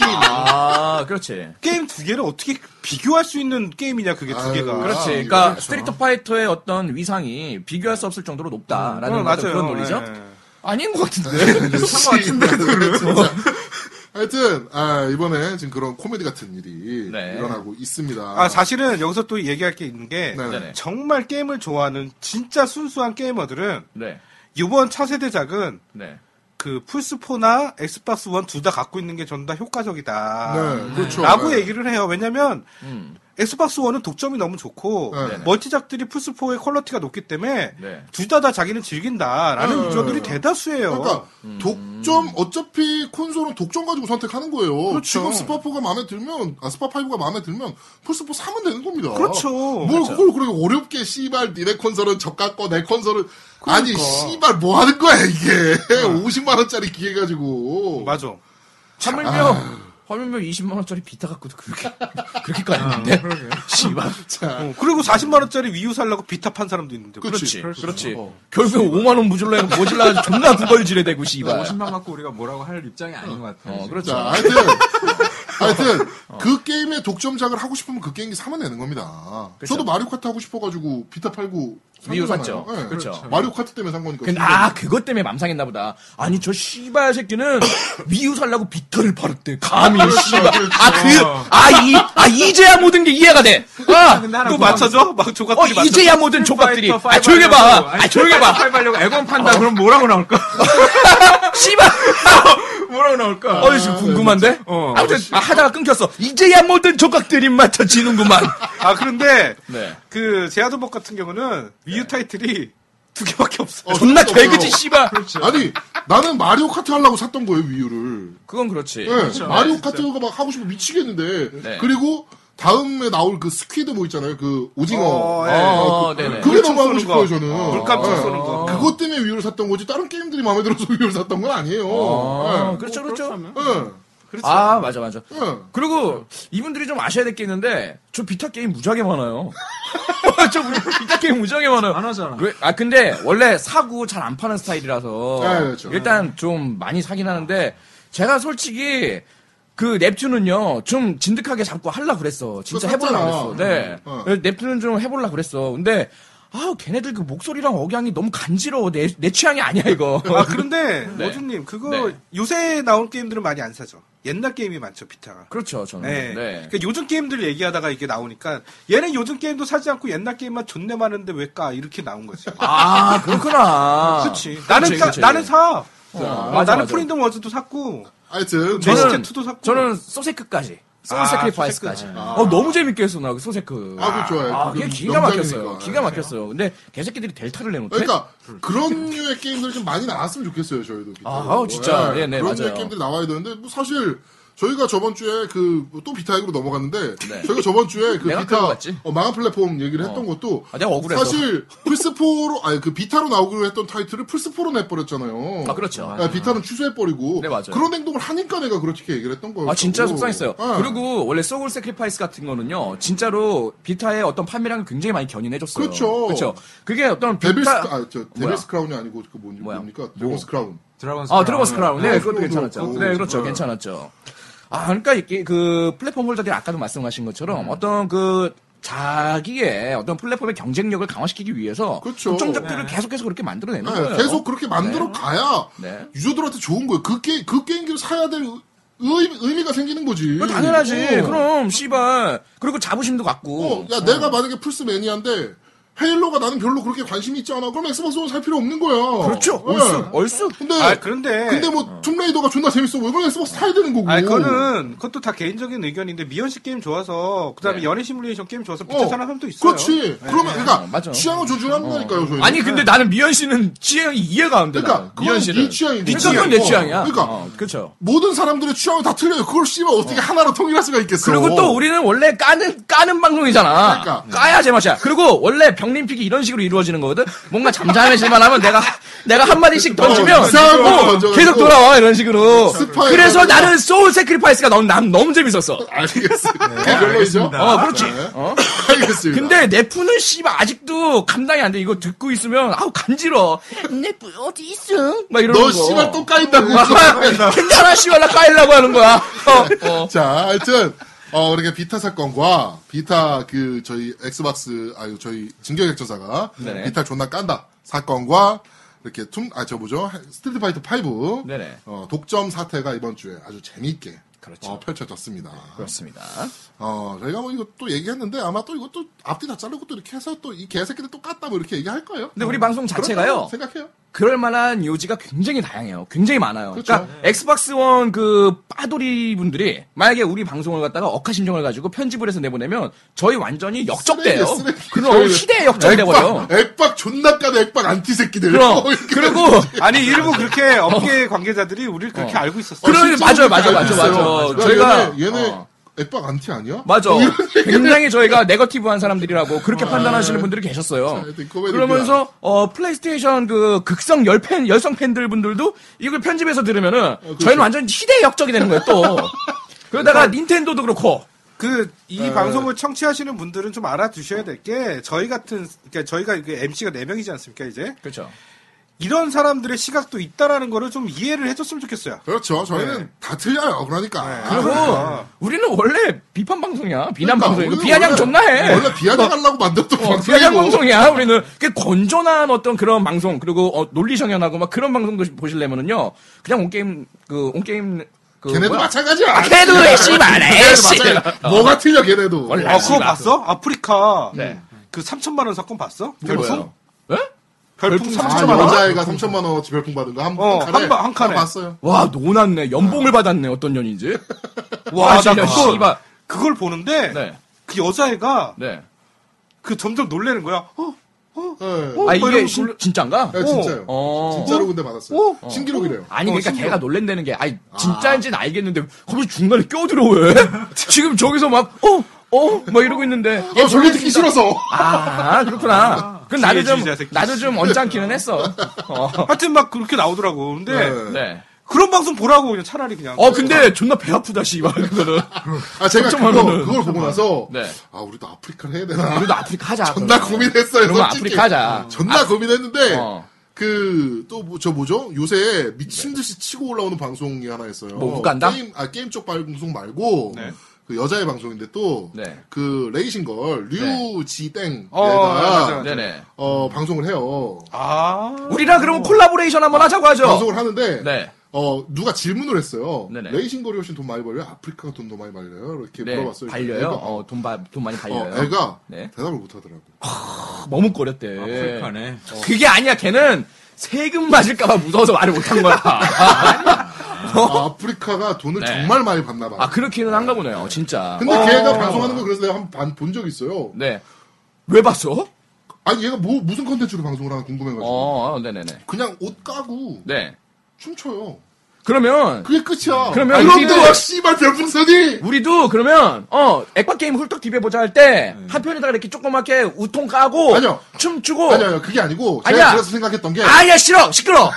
아 그렇지. 게임 두 개를 어떻게 비교할 수 있는 게임이냐 그게 두 아유, 개가. 그렇지. 그렇지. 아, 그러니까 그렇죠. 스트리트 파이터의 어떤 위상이 비교할 수 없을 정도로 높다라는 어, 어떤 음, 그런 논리죠. 예. 아닌 것 *laughs* 같은데. 같은데 네. *laughs* 그렇죠. 하여튼 아, 이번에 지금 그런 코미디 같은 일이 네. 일어나고 있습니다. 아 사실은 여기서 또 얘기할 게 있는 게 네. 네네. 정말 게임을 좋아하는 진짜 순수한 게이머들은 네. 이번 차세대작은 네. 그 플스4나 엑스박스 1 둘 다 갖고 있는 게 전 다 효과적이다. 네, 그렇죠. 라고 네. 얘기를 해요. 왜냐면 음. 엑스박스 1은 독점이 너무 좋고 네. 멀티작들이 플스4의 퀄러티가 높기 때문에 네. 둘 다 다 자기는 즐긴다라는 네. 유저들이 대다수예요. 그러니까 독점 어차피 콘솔은 독점 가지고 선택하는 거예요. 지금 그렇죠. 스파4가 마음에 들면 아 스파5가 마음에 들면 플스4 사면 되는 겁니다. 그렇죠. 뭘 그걸 그렇게 어렵게 씨발 니네 콘솔은 저가 거내 콘솔은 아니 씨발 뭐 하는 거야 이게 *laughs* 50만 원짜리 기계 가지고 맞아. 하물며 하물며 20만 원짜리 비타 갖고도 그렇게 *laughs* 아, 그렇게 까는데. 씨발. 네. 어, 그리고 40만 원짜리 위유 살라고 비타 판 사람도 있는데. 그렇죠. 그렇죠. 그렇지. 그렇지. 결국에 5만 원 모질라 모질라 가지고 존나 구걸질에 대고 씨발. 50만 받고 우리가 뭐라고 할 입장이 아닌 것 같아요. 어, 지금. 그렇죠. 자, 하여튼 하여튼 그 게임의 독점작을 하고 싶으면 그 게임기 사면 되는 겁니다. 그렇죠. 저도 마리오 카트 하고 싶어가지고 비타 팔고 산 미우 거잖아요. 샀죠. 예. 그렇죠. 마리오 카트 때문에 산 거니까. 근데 아 그것 때문에 맘상했나 보다. 아니 저 씨발 새끼는 *coughs* 미우 살라고 비터를 팔았대. 감히 아, 씨발. 그렇죠. 아, 그, 아그아이아 이제야 모든 게 이해가 돼. 아, 아, 근데 하나 또 궁금한 맞춰줘? 막 어 조각들이 맞춰줘. 이제야 모든 조각들이. 파이터 아 조용히 파이브 하려고. 봐. 아 조용히 *laughs* 봐. 파이브 하려고 애건 판다. 어. 그럼 뭐라고 나올까? 씨발. *laughs* 뭐라고 나올까? 어이 지금 궁금한데. 어. 아무튼 아, 하다가 끊겼어. 이제야 모든 조각들이 맞춰지는구만. *laughs* 아 그런데 네. 그 제아도복 같은 경우는 네. 위유 타이틀이 두 개밖에 없어. 요 존나 그렇죠. 개그지 씨발. *laughs* 아니 나는 마리오 카트 하려고 샀던 거예요 위유를. 그건 네, 그렇지. 네. 예, 마리오 카트가 막 하고 싶어 미치겠는데 그렇죠. 네. 그리고 다음에 나올 그 스퀴드 뭐 있잖아요 그 오징어. 어, 예. 어, 그, 네네. 게 너무 하고 쏘는 싶어요 거. 어. 저는. 물감촉 예. 쏘는 거. 그것 때문에 위유를 샀던 거지 다른 게임들이 마음에 들어서 *laughs* 위유를 샀던 건 아니에요. 아, 어, 예. 그렇죠 그렇죠. 예. 아 맞아 맞아. 예. 그리고 이분들이 좀 아셔야 될 게 있는데 저 비타 게임 무지하게 많아요. *laughs* 저 무- 비타 게임 무지하게 많아요. 안 하잖아. 왜- 아 근데 원래 사고 잘 안 파는 스타일이라서 네, 그렇죠. 일단 좀 많이 사긴 하는데 제가 솔직히 그 넵튠은요 좀 진득하게 잡고 할라 그랬어. 진짜 그거 해보려 샀잖아. 그랬어. 네. 어. 넵튠은 좀 해볼라 그랬어. 근데 아 걔네들 그 목소리랑 억양이 너무 간지러워. 내, 내 취향이 아니야 이거. 아 그런데 네. 어준님 그거 네. 요새 나온 게임들은 많이 안 사죠. 옛날 게임이 많죠 비타가. 그렇죠 저는. 네. 네. 그러니까 요즘 게임들 얘기하다가 이게 나오니까 얘는 요즘 게임도 사지 않고 옛날 게임만 존내 많은데 왜 까? 이렇게 나온 거지. 아 그렇구나. 그렇지. 나는 사, 그치. 나는 사. 어, 아, 맞아, 나는 맞아. 프린덤 워즈도 샀고 하여튼 네. 저는- 저는 투도 샀고. 저는 소세크까지. 소울 세크리파이스까지. 어, 너무 재밌게 했어, 나, 그 소세크. 아, 그거 좋아요. 아, 그거 그게 기가 막혔어요. 명작이니까. 네. 기가 막혔어요. 근데 개새끼들이 델타를 내놓대. 그러니까 그런 류의 게임들이 좀 많이 나왔으면 좋겠어요 저희도. 아, 비타로. 아우, 진짜. 예, 예, 네, 그런 류의 맞아요. 게임들이 나와야 되는데 뭐 사실 저희가 저번 주에 그 또 비타액으로 넘어갔는데 네. 저희가 저번 주에 그 내가 끌고 비타 갔지. 어, 망한 플랫폼 얘기를 했던 것도 아, 내가 억울해서. 사실 플스4로 *laughs* 아니 그 비타로 나오기로 했던 타이틀을 플스4로 내버렸잖아요. 아, 그렇죠. 아, 비타는 취소해버리고 네, 맞아요. 그런 행동을 하니까 내가 그렇게 얘기를 했던 거예요. 아 진짜 속상했어요. 예. 그리고 원래 소울 세크리파이스 같은 거는요, 진짜로 비타의 어떤 판매량을 굉장히 많이 견인해줬어요. 그렇죠. 그렇죠. 그게 어떤 데빌스 비타 아, 저 뭐야? 데빌스 크라운이 아니고 그 뭔지 뭐야? 뭡니까? 데빌스 크라운. 드래곤 아, 드래곤 스크라운. 네, 네, 그것도 그것도 괜찮았죠. 그렇고. 네, 그렇죠. 네. 괜찮았죠. 아, 그러니까 이게 그 플랫폼 홀더들이 아까도 말씀하신 네. 것처럼 어떤 그 자기의 어떤 플랫폼의 경쟁력을 강화시키기 위해서 그렇죠. 독점작들을 계속해서 그렇게 만들어내는 네, 거예요. 계속 그렇게 만들어 가야 네. 유저들한테 좋은 거예요. 그, 게, 그 게임기를 사야 될 의, 의미가 생기는 거지. 그거 당연하지. 어. 그럼 네. 씨발. 그리고 자부심도 어, 갖고. 야, 내가 만약에 플스 매니아인데 헤일로가 나는 별로 그렇게 관심이 있지 않아. 그럼 엑스박스 원살 필요 없는 거야. 그렇죠. 예. 얼쑤. 얼쑤. 근데, 아 그런데 근데 뭐 툼레이더가 존나 재밌어. 왜 그럼 엑스박스 사야 되는 거고. 아, 그거는 그것도 다 개인적인 의견인데 미연 씨 게임 좋아서 그다음에 네. 연애 시뮬레이션 게임 좋아서 어, 비슷한 사람 한도 있어요. 그렇지. 그러면 그러니까 어, 맞아. 취향을 존중하는 거니까요, 저희. 아니 근데 나는 미연 씨는 취향이 이해가 안 돼. 네. 그러니까 나는. 그건 미연 씨는 네 취향이고. 네 취향이 그건 내 취향이야. 그러니까. 어, 그렇죠. 모든 사람들의 취향은 다 틀려요. 그걸 씨발 어떻게 하나로 통일할 수가 있겠어. 그리고 또 우리는 원래 까는 까는 방송이잖아. 음. 그러니까. 까야 제맛이야. 그리고 원래 병림픽이 이런 식으로 이루어지는 거거든. 뭔가 잠잠해질만 하면 내가 내가 한 마디씩 던지면 어, 이상한 거 어, 던져가지고. 그렇죠. 계속 돌아와 이런 식으로. 스파이 그래서 가지고. 아. 나는 소울 세크리파이스가 너무 난 너무 재밌었어. 알겠어요. 네, 별로이죠? 알겠습니다. 어, 그렇지. 네. 어? *laughs* 알겠습니다. 근데 내 푸는 씨발 아직도 감당이 안 돼. 이거 듣고 있으면 아우 간지러. 내푸 어디 있음? 막 이러는 거. 너 씨발 또 까인다고. 괜찮아 씨발 나 까일라고 하는 거야. 어, 어. 자, 하여튼 어, 우리가 비타 사건과 비타 그 저희 엑스박스 아유 저희 진격역전사가 네네. 비타 존나 깐다 사건과 이렇게 툼 아 저 뭐죠 스트리트 파이터 5 네네. 어, 독점 사태가 이번 주에 아주 재미있게 그렇죠. 어, 펼쳐졌습니다. 그렇습니다. 어 저희가 뭐 이거 또 얘기했는데 아마 또 이것도 앞뒤 다 자르고 또 이렇게 해서 또 이 개새끼들 또 깠다 뭐 이렇게 얘기할 거예요. 근데 우리 방송 자체가요. 그렇다고 생각해요. 그럴 만한 요지가 굉장히 다양해요. 굉장히 많아요. 그러니 그렇죠. 까 엑스박스 원 그 빠돌이 분들이 만약에 우리 방송을 갖다가 억하심정을 가지고 편집을 해서 내보내면 저희 완전히 역적돼요. 쓰레기야, 쓰레기. 그럼 시대에 역적이 돼버려. 액박, 액박 존나 까다 액박 안티 새끼들. 그럼 어, 이렇게 그리고 아니 일부 그렇게 *laughs* 업계 관계자들이 우리를 그렇게 알고 있었어. 어. 그런 요 맞아요, 맞아요, 맞아요, 있어요. 맞아요. 야, 저희가 얘네, 얘네 어. 액박 안티 아니야? 맞아. 굉장히 저희가 네거티브한 사람들이라고 그렇게 판단하시는 분들이 계셨어요. 하여튼 코미디입니다. 그러면서 어 플레이스테이션 그 극성 열팬 열성 팬들 분들도 이걸 편집해서 들으면은 어, 그렇죠. 저희는 완전 시대의 역적이 되는 거예요 또. 그러니까 그러다가 닌텐도도 그렇고. 그 이 방송을 청취하시는 분들은 좀 알아두셔야 될 게 저희 같은 그러니까 저희가 그 MC가 4 명이지 않습니까 이제 그렇죠. 이런 사람들의 시각도 있다라는 거를 좀 이해를 해줬으면 좋겠어요. 그렇죠. 저희는 다 틀려요. 그러니까. 네. 그리고 그러니까. 우리는 원래 비판 방송이야. 비난 그러니까 방송이고 우리는 비아냥 원래- 존나 해. 원래 어, 비아냥하려고 뭐. 만들었던 어, 방송이고. 비아냥 방송이야. 우리는 그 건전한 어떤 그런 방송 그리고 어, 논리 정연하고 막 그런 방송도 보시려면은요 그냥 온 게임 그온 게임 그 걔네도 뭐야? 마찬가지야. 아, 걔네도 걔네도 애씨 말해. 씨. 마찬가지야. 뭐가 틀려 걔네도. 원래 아 그거 맞습니다. 봤어? 아프리카 네. 그 3천만 원 사건 봤어? 그게 뭐예요? 예? 별풍 별풍 3천만 아, 원. 여자애가 3천만 원어치 별풍 받은 거한 어, 칸에 한 번, 한 칸에. 다 봤어요. 와 노났네. 연봉을 받았네. 어떤 년인지. 와, 나 진짜 그거 씨발. 아, 그걸 보는데 네. 그 여자애가 네. 그 점점 놀래는 거야. 어, 예. 어, 뭐아 이게 이러고 진- 놀래- 진짜인가? 예, 진짜요. 어. 진짜로 근데 받았어요. 어? 신기록이래요. 아니 그러니까 어, 신기해. 걔가 놀랜다는 게 아니 진짜인지는 알겠는데 갑자기 중간에 껴들어 왜? *laughs* 지금 저기서 막 어? 어? 막 이러고 있는데 어, 저게 듣기 싫어서. 아 그렇구나. 그건 나도 좀 피해주의자 새끼. 나도 좀 언짢기는 했어. 어. 하여튼 막 그렇게 나오더라고. 근데 네. 네. 그런 방송 보라고 그냥 차라리 그냥. 어 근데 존나 배 아프다 씨발 그거는. 아, 제가 그거, 걱정하면은. 그걸 보고 나서. 네. 아, 우리도 아프리카를 해야 되나. 우리도 아프리카 하자. 존나 그러면. 고민했어요. 그러면 솔직히. 아프리카 하자. 존나 고민했는데 어. 그 또 저 뭐죠? 요새 미친 듯이 치고 올라오는 방송이 하나 있어요. 네. 뭐, 우간다? 게임 아 게임 쪽 방송 말고 네. 그 여자의 방송인데 또 네. 그 레이싱 걸 류지땡 어, 맞아, 가 맞아. 네네. 어 방송을 해요. 아. 우리랑 그러면 콜라보레이션 한번 하자고 하죠. 방송을 하는데 네. 어 누가 질문을 했어요. 네네. 레이싱 걸이 훨씬 돈 많이 벌려요? 아프리카가 돈 더 많이 벌려요? 이렇게 네. 물어봤어요. 발려요. 애가- 어, 돈, 바, 돈 많이 발려요. 어, 애가 아, 네. 대답을 못 하더라고. *laughs* 머뭇거렸대. 예. 어. 아프리카네. *laughs* 그게 아니야. 걔는 세금 맞을까봐 무서워서 말을 못한 거야. 아, 아프리카가 돈을 네. 정말 많이 받나 봐. 아 그렇기는 한가 보네요, 진짜. 근데 어. 걔가 방송하는 거 그래서 내가 한번 본 적 있어요. 네. 왜 그렇죠. 봤어? 아니 얘가 뭐 무슨 컨텐츠로 방송을 하나 궁금해가지고 어, 어, 네네네. 그냥 옷 까고 네. 춤춰요. 그러면 그게 끝이야. 그러면 그런데 우리는- 와 씨발 별풍선이 우리도 그러면 어 액박 게임 훌떡 디벼 보자 할 때 한편에다가 이렇게 조그맣게 우통 까고 네. 아니요. 춤추고 아니야 아니야 그게 아니고 제가 어. 아니야. 그래서 생각했던 게 아니야 싫어 *laughs* 시끄러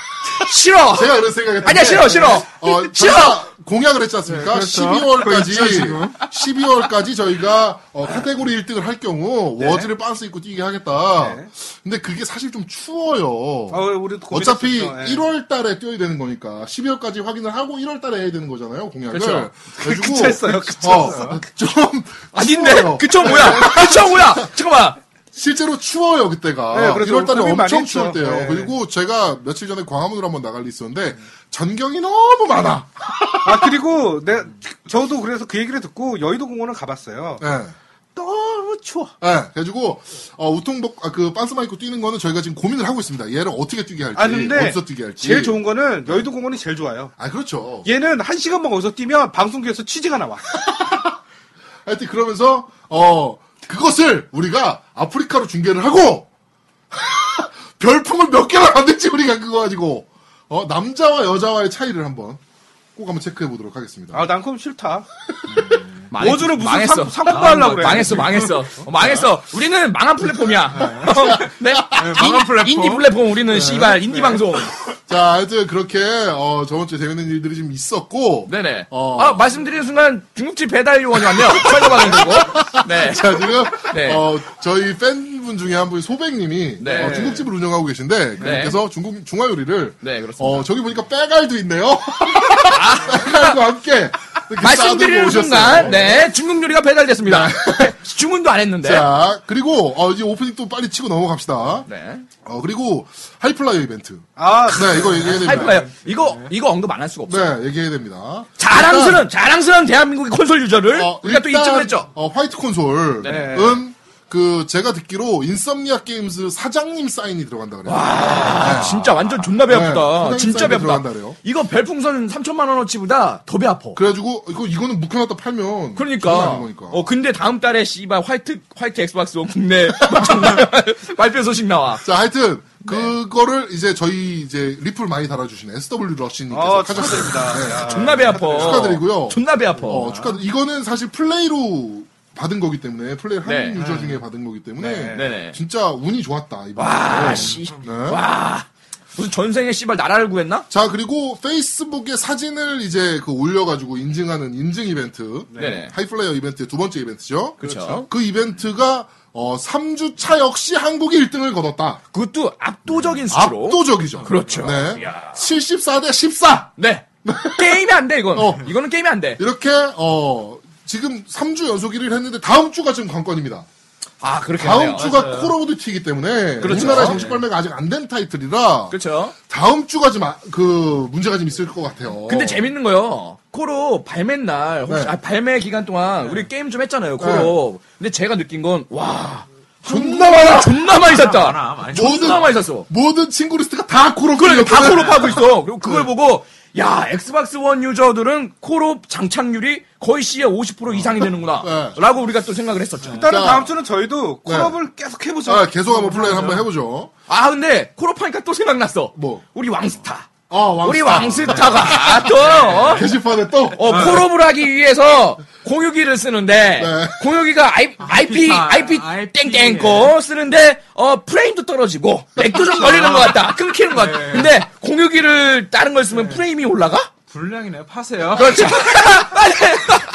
싫어 제가 그래서 생각했던 아니야 게 싫어 싫어 어, 싫어 저희가 공약을 했지 네, 않습니까? 그렇죠. 거의 있죠, 12월까지 지금. 12월까지 저희가 어, 카테고리 1등을 할 경우 워즈를 빤스 입고 뛰게 하겠다. 네. 근데 그게 사실 좀 추워요. 아, 우리도 고민했었죠. 어차피 예. 1월 달에 뛰어야 되는 거니까 12월까지 확인을 하고 1월 달에 해야 되는 거잖아요 공약을. 그렇죠. 그래가지고 그쳤어요, 그쳤어요. 어, *laughs* 좀 아닌데 추워요. 그쵸 뭐야 그쵸 뭐야 잠깐만 실제로 추워요 그때가 네, 그래서 1월 달에 고민 많이 엄청 했죠. 추울 때요. 네. 그리고 제가 며칠 전에 광화문으로 한번 나갈 일 있었는데 전경이 너무 많아. 아 그리고 내 저도 그래서 그 얘기를 듣고 여의도 공원을 가봤어요. 예. 너무 추워. 예, 그래가지고 어, 우통복 아, 그 반스만 입고 뛰는 거는 저희가 지금 고민을 하고 있습니다. 얘를 어떻게 뛰게 할지, 아 근데 어디서 뛰게 할지. 제일 좋은 거는 여의도 공원이 제일 좋아요. 아 그렇죠. 얘는 한 시간만 어디서 뛰면 방송국에서 취재가 나와. 하여튼 그러면서 어 그것을 우리가 아프리카로 중계를 하고 *laughs* 별풍을 몇 개나 만들지 우리가 그거 가지고 어 남자와 여자와의 차이를 한번 꼭 한번 체크해 보도록 하겠습니다. 아난 그럼 싫다. 망했- 워즈로 무슨 상- 상품도 아, 하려고 그래. 망했어 망했어 어, 망했어 우리는 망한 플랫폼이야 *laughs* 네 망한 인- 플랫폼. 인디 플랫폼 우리는 씨발 인디 방송 자, 하여튼 그렇게 어 저번 주에 재밌는 일들이 좀 있었고 네네 어. 아 말씀드리는 순간 중국집 배달 요원이 왔네요 설거방인 거고 네 자, 지금, *laughs* 네. 어, 저희 팬분 중에 한 분이 소백님이 네. 어, 중국집을 운영하고 계신데, 그분께서 중국, 중화요리를, 네, 그렇습니다. 아. 어, 저기 보니까 빼갈도 있네요. *laughs* 빼갈과 *laughs* 함께. 이렇게 그 싸들고 말씀드리는 오셨어요. 순간 네 중국 요리가 배달됐습니다 *laughs* 주문도 안 했는데 자, 그리고, 어, 이제 오프닝 또 빨리 치고 넘어갑시다. 네 어, 그리고, 하이플라이어 이벤트. 아 네, 이거 얘기해야 됩니다. 하이플라이어 이거 이거 언급 안 할 수가 없어 요 네, 얘기해야 됩니다. 자랑스러운 자랑스러운 대한민국의 콘솔 유저를 어, 네. 우리가 또 일단, 입증을 했죠 어, 화이트 콘솔은 네. 그 제가 듣기로 인썸니아 게임즈 사장님 사인이 들어간다 그래요. 아, 진짜 완전 존나 배 네, 아프다. 사장님 진짜 사인이 배 아프다. 들어간다래요. 이거 별풍선 3천만 원어치보다 더 배 아파. 그래가지고 이거 이거는 묵혀놨다 팔면 장난 그러니까. 아닌 거니까. 어 근데 다음 달에 씨발 화이트 화이트 엑스박스 원 국내 *laughs* 정말 발표 소식 나와. 자 하여튼 네. 그거를 이제 저희 이제 리플 많이 달아주신 SW 러시님께서 아, 어, 하셨습니다. 네, 축하드립니다. 존나 배 아파. 축하드리고요. 존나 배 아파. 어 축하. 이거는 사실 플레이로 받은 거기 때문에 플레이 한 네. 유저 중에 받은 거기 때문에 네. 네네. 진짜 운이 좋았다 이번. 와 씨. 네. 무슨 전생에 씨발 나라를 구했나? 자 그리고 페이스북에 사진을 이제 그 올려가지고 인증하는 인증 이벤트 네네. 하이플레이어 이벤트 두 번째 이벤트죠. 그렇죠. 그 이벤트가 어 3주 차 역시 한국이 1등을 거뒀다. 그것도 압도적인 수로. 압도적이죠. 그렇죠. 네. 74대 14. *laughs* 네. 게임이 안 돼 이건. 어. 이거는 게임이 안 돼. 이렇게 어 지금 3주 연속 1위를 했는데 다음 주가 지금 관건입니다. 아 그렇게 다음 하네요. 주가 콜 오브 듀티이기 때문에 그렇죠. 우리나라 정식 발매가 아직 안 된 타이틀이라 그렇죠. 다음 주가 좀 그 문제가 좀 있을 것 같아요. 근데 재밌는 거요. 코로 발매 날, 혹시, 어. 네. 아, 발매 기간 동안 우리 게임 좀 했잖아요. 코로. 근데 제가 느낀 건, 와. 존나 많아. 존나 많이 샀다. 많아, 많이 모든 존나 많이 샀어. 모든 친구 리스트가 다 코로 그래, 다 코로 파고 있어. 네. 그리고 그걸 보고, 야, 엑스박스 원 유저들은 코로 장착률이 거의 씨의 50% 이상이 되는구나. 어. *laughs* 네. 라고 우리가 또 생각을 했었죠. 일단은 자. 다음 주는 저희도 콜업을 계속 해보죠. 아, 계속 한번 플레이 를 한번 해보죠. 아, 근데 코로 파니까 또 생각났어. 뭐? 우리 어, 왕스타. 아, 왕스타. *laughs* 우리 왕스타가 또, 어? 게시판에 또 어, 콜업을 하기 위해서 공유기를 쓰는데, 네. 공유기가 아이, IP, IP, IP, IP, 땡땡 거 쓰는데, 어, 프레임도 떨어지고, 맥도 좀 걸리는 것 같다. 끊기는 것 같다. 근데 공유기를 다른 걸 쓰면 프레임이 올라가? 불량이네요. 파세요. *laughs* 그렇죠. *laughs*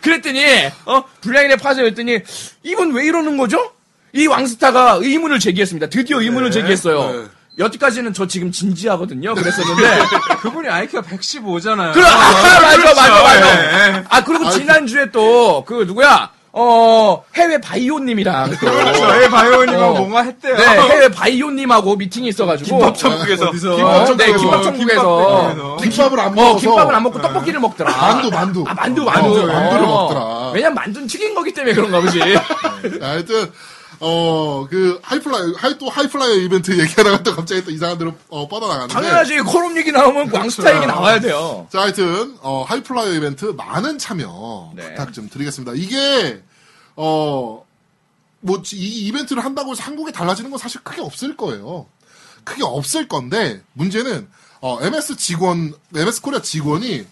그랬더니, 어, 불량이네 파세요 했더니, 이분 왜 이러는 거죠? 이 왕스타가 의문을 제기했습니다. 드디어 의문을 제기했어요. 네. 여태까지는 저 지금 진지하거든요. 그랬었는데, 그분이 아이큐가 115잖아요. 그럼 아, 맞아 맞아 맞아. 예, 예. 아 그리고 지난 주에 또 그 누구야? 어 해외 바이오님이랑 또. 그렇죠. 예, 저의 바이오님은 어. 뭔가 했대요. 네 해외 바이오님하고 미팅이 있어가지고. 천국에서. 어디서? 어, 김밥천국에서. 네, 김밥천국에서. 김밥천국에서. 네. 김밥을 안 어, 먹어서 네. 김밥을 안 먹고 떡볶이를 먹더라. 만두, 만두. 아, 만두, 어, 만두. 만두를 어. 먹더라. 네. 왜냐면 만두는 튀긴 거기 때문에 그런가 보지. 하여튼 어, 그, 하이플라이, 하이, 또 하이플라이어 이벤트 얘기하다가 또 갑자기 또 이상한 데로 어, 뻗어나가는데. 당연하지 코롬 얘기 나오면 그렇죠. 광스타 얘기 나와야 돼요. 자, 하여튼, 어, 하이플라이어 이벤트 많은 참여 네. 부탁 좀 드리겠습니다. 이게, 어, 뭐, 이 이벤트를 한다고 해서 한국이 달라지는 건 사실 크게 없을 거예요. 크게 없을 건데, 문제는, 어, MS 직원, MS 코리아 직원이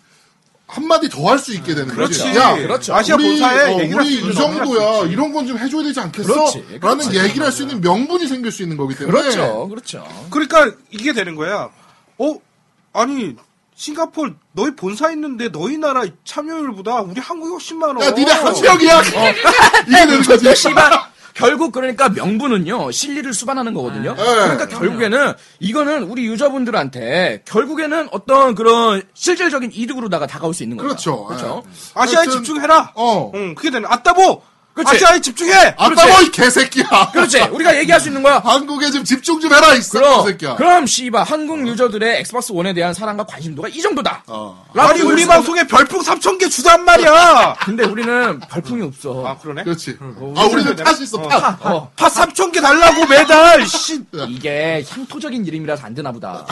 한마디 더 할 수 있게 되는 거지. 그렇지. 야, 그렇죠. 아시아 우리, 본사에 어, 얘기를 할수 우리 있는 이 거야. 정도야. 이런 건 좀 해줘야 되지 않겠어? 그렇지. 그렇지. 라는 얘기를 할 수 있는 명분이 생길 수 있는 거기 때문에. 그렇죠, 그렇죠. 그러니까 이게 되는 거야. 어? 아니 싱가폴 너희 본사 있는데 너희 나라 참여율보다 우리 한국이 훨씬 많아. 야, 니네 한 지역이야. *laughs* 이게 되는 거지. 네. *laughs* 씨발. 결국 그러니까 명분은요 실리를 수반하는 거거든요. 네. 그러니까 결국에는 이거는 우리 유저분들한테 결국에는 어떤 그런 실질적인 이득으로다가 다가올 수 있는 그렇죠. 거죠. 그렇죠. 아시아에 하여튼, 집중해라. 어. 응, 그게 되는. 아따보. 뭐! 그렇지. 아시아에 집중해. 아따 뭐, 네. 이 개새끼야. 그렇지. 우리가 얘기할 수 있는 아, 거야. *laughs* 한국에 좀 집중 좀 해라, 이 그럼 새끼야. 그럼 씨바 어. 한국 유저들의 엑스박스 원에 대한 사랑과 관심도가 이 정도다. 어. 라고 아니 우리 보여주는- 방송에 별풍 3천 개 주단 말이야. 근데 우리는 별풍이 없어. 아 그러네. 그렇지. 아, 우리는 그래. 팥이 있어, 팥. 어. 파 3천 개 달라고 매달. 씨. 이게 향토적인 이름이라서 안 *laughs* 되나 보다.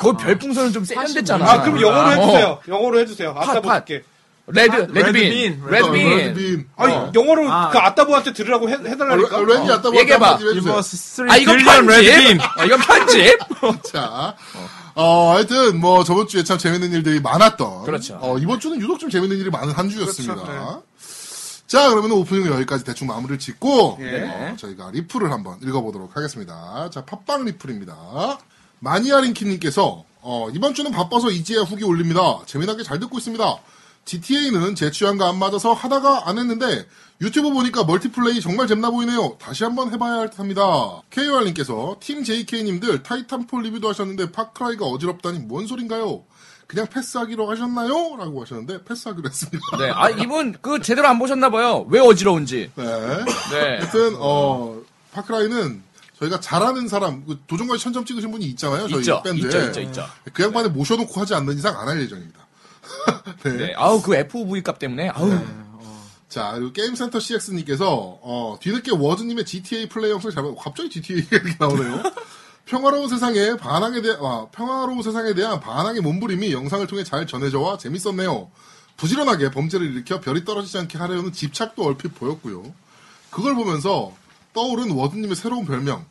그 별풍선은 좀 세련됐잖아. 아 그럼 영어로 아, 해주세요. 어. 영어로 해주세요. 아따보 팟. 줄게. 레드 레드빈, 레드빈 어, 레드빈. 레드빈. 아니 영어로 아. 그 아따보한테 들으라고 해, 어, 해달라니까. 렌지 아따 뭐, 얘기해봐. 한마디 해주세요. 이거 쓰리 아 이거 빌리언 편집. 레드빔. 아 이거 편집. 자. 어, 하여튼, 뭐, 저번 주에 참 재밌는 일들이 많았던. 그렇죠. 어, 이번 주는 유독 좀 재밌는 일이 많은 한 주였습니다. 그렇죠, 네. 자, 그러면 오프닝 여기까지 대충 마무리를 짓고, 예. 네. 어, 저희가 리플을 한번 읽어보도록 하겠습니다. 자, 팟빵 리플입니다. 마니아링키님께서, 어, 이번 주는 바빠서 이제야 후기 올립니다. 재미나게 잘 듣고 있습니다. GTA는 제 취향과 안 맞아서 하다가 안 했는데, 유튜브 보니까 멀티플레이 정말 잼나 보이네요. 다시 한번 해봐야 할 듯 합니다. KOR님께서, 팀 JK님들 타이탄폴 리뷰도 하셨는데, 파크라이가 어지럽다니 뭔 소린가요? 그냥 패스하기로 하셨나요? 라고 하셨는데, 패스하기로 했습니다. *laughs* 네. 아 이분 그 제대로 안 보셨나 봐요. 왜 어지러운지. 네. 네. 하여튼 어 파크라이는 저희가 잘하는 사람 그 도전과의 천점 찍으신 분이 있잖아요. 저희 있죠. 밴드에. 있죠. 있죠. 있죠. 그 양반을 모셔놓고 하지 않는 이상 안 할 예정입니다. *laughs* 네. 네. 아우 그 FOV 값 때문에 아우 자 그리고 게임센터 CX님께서 어, 뒤늦게 워즈님의 GTA 플레이 영상 잘 봐. 갑자기 GTA 가 *laughs* 이렇게 나오네요. 평화로운 세상에 반항에 대한 아, 평화로운 세상에 대한 반항의 몸부림이 영상을 통해 잘 전해져와 재밌었네요. 부지런하게 범죄를 일으켜 별이 떨어지지 않게 하려는 집착도 얼핏 보였고요. 그걸 보면서 떠오른 워즈님의 새로운 별명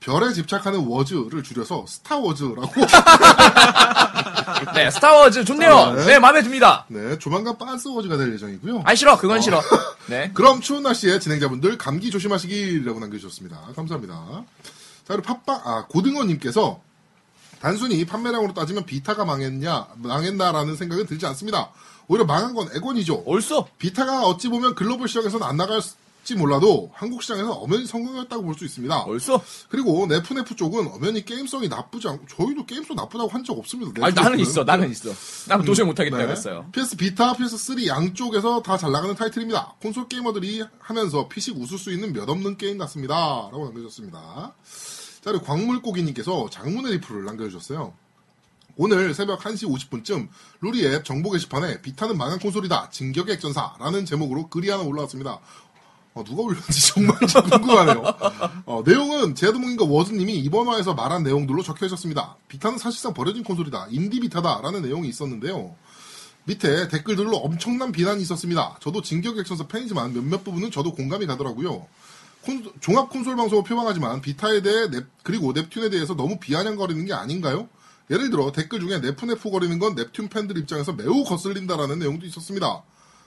별에 집착하는 워즈를 줄여서 스타워즈라고 *laughs* 네. 스타워즈 좋네요. 네 마음에 듭니다. 네 조만간 빤스워즈가 될 예정이고요. 안 싫어. 그건 싫어. 네. 그럼 추운 날씨에 진행자분들 감기 조심하시기라고 남겨주셨습니다. 감사합니다. 자, 그리고 팟빵, 아, 고등어님께서 단순히 판매량으로 따지면 비타가 망했냐, 망했나라는 생각은 들지 않습니다. 오히려 망한 건 액원이죠. 올쏘. 비타가 어찌 보면 글로벌 시장에서는 안 나갈지 몰라도 한국 시장에서 엄연히 성공했다고 볼 수 있습니다. 올쏘. 그리고 네프네프 쪽은 엄연히 게임성이 나쁘지 않고 저희도 게임성 나쁘다고 한 적 없습니다. 아니 나는 네프네프는. 그 있어. 나는 있어. 나는 도저히 못하겠다 네. 그랬어요. PS 비타, PS3 양쪽에서 다 잘 나가는 타이틀입니다. 콘솔 게이머들이 하면서 피식 웃을 수 있는 몇 없는 게임 같습니다. 라고 남겨주셨습니다. 자, 그리고 광물고기님께서 장문의 리플을 남겨주셨어요. 오늘 새벽 1시 50분쯤 루리 앱 정보 게시판에 비타는 망한 콘솔이다. 진격의 액전사라는 제목으로 글이 하나 올라왔습니다. 어, 누가 올렸는지 정말 *laughs* 궁금하네요. 어, 내용은 제드몽인가 워즈님이 이번 화에서 말한 내용들로 적혀 있었습니다. 비타는 사실상 버려진 콘솔이다. 인디 비타다라는 내용이 있었는데요. 밑에 댓글들로 엄청난 비난이 있었습니다. 저도 진격 액션서 팬이지만 몇몇 부분은 저도 공감이 가더라고요. 콘- 종합 콘솔 방송을 표방하지만 비타에 대해 넵- 그리고 넵튠에 대해서 너무 비아냥거리는 게 아닌가요? 예를 들어 댓글 중에 네프네프 거리는 건 넵튠 팬들 입장에서 매우 거슬린다라는 내용도 있었습니다.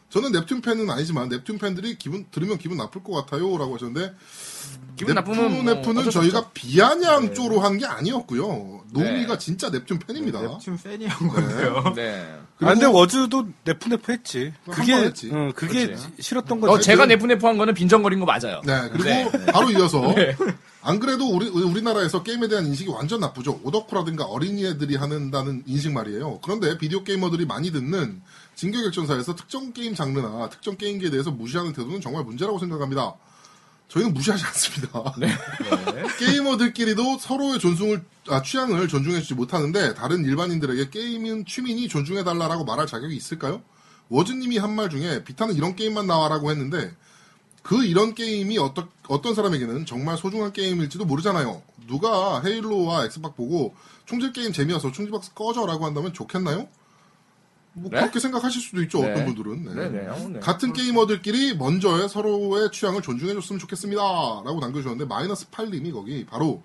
저는 넵튠 팬은 아니지만 넵튠 팬들이 기분 들으면 기분 나쁠 것 같아요라고 하셨는데 기분 나쁘면 뭐 넵튠네프는 어쩔 수 없죠. 네. 저희가 비아냥 쪽으로 한 게 아니었고요. 노미가 진짜 넵튠 팬입니다. 넵튠 팬이한 건데요. 네. 아, 근데 워즈도 네프네프 했지. 그게 번 했지. 응, 그게 그렇지. 싫었던 어, 거지. 제가 내푸내푸한 거는 빈정거린 거 맞아요. 네, 그리고 *laughs* 네. 바로 이어서 안 그래도 우리 우리나라에서 게임에 대한 인식이 완전 나쁘죠. 오덕후라든가 어린이애들이 하는다는 인식 말이에요. 그런데 비디오 게이머들이 많이 듣는 진격액션사에서 특정 게임 장르나 특정 게임기에 대해서 무시하는 태도는 정말 문제라고 생각합니다. 저희는 무시하지 않습니다. 네. 게이머들끼리도 서로의 존중을 아, 취향을 존중해주지 못하는데 다른 일반인들에게 게임인 취미니 존중해달라라고 말할 자격이 있을까요? 워즈님이 한 말 중에 비타는 이런 게임만 나와라고 했는데 그 이런 게임이 어떤 어떤 사람에게는 정말 소중한 게임일지도 모르잖아요. 누가 헤일로와 엑스박 보고 총질 게임 재미없어 총질박스 꺼져라고 한다면 좋겠나요? 뭐 네? 그렇게 생각하실 수도 있죠. 네. 어떤 분들은. 네. 네, 어, 네. 같은 게이머들끼리 먼저의 서로의 취향을 존중해줬으면 좋겠습니다. 라고 남겨주셨는데, 마이너스 8님이 거기 바로,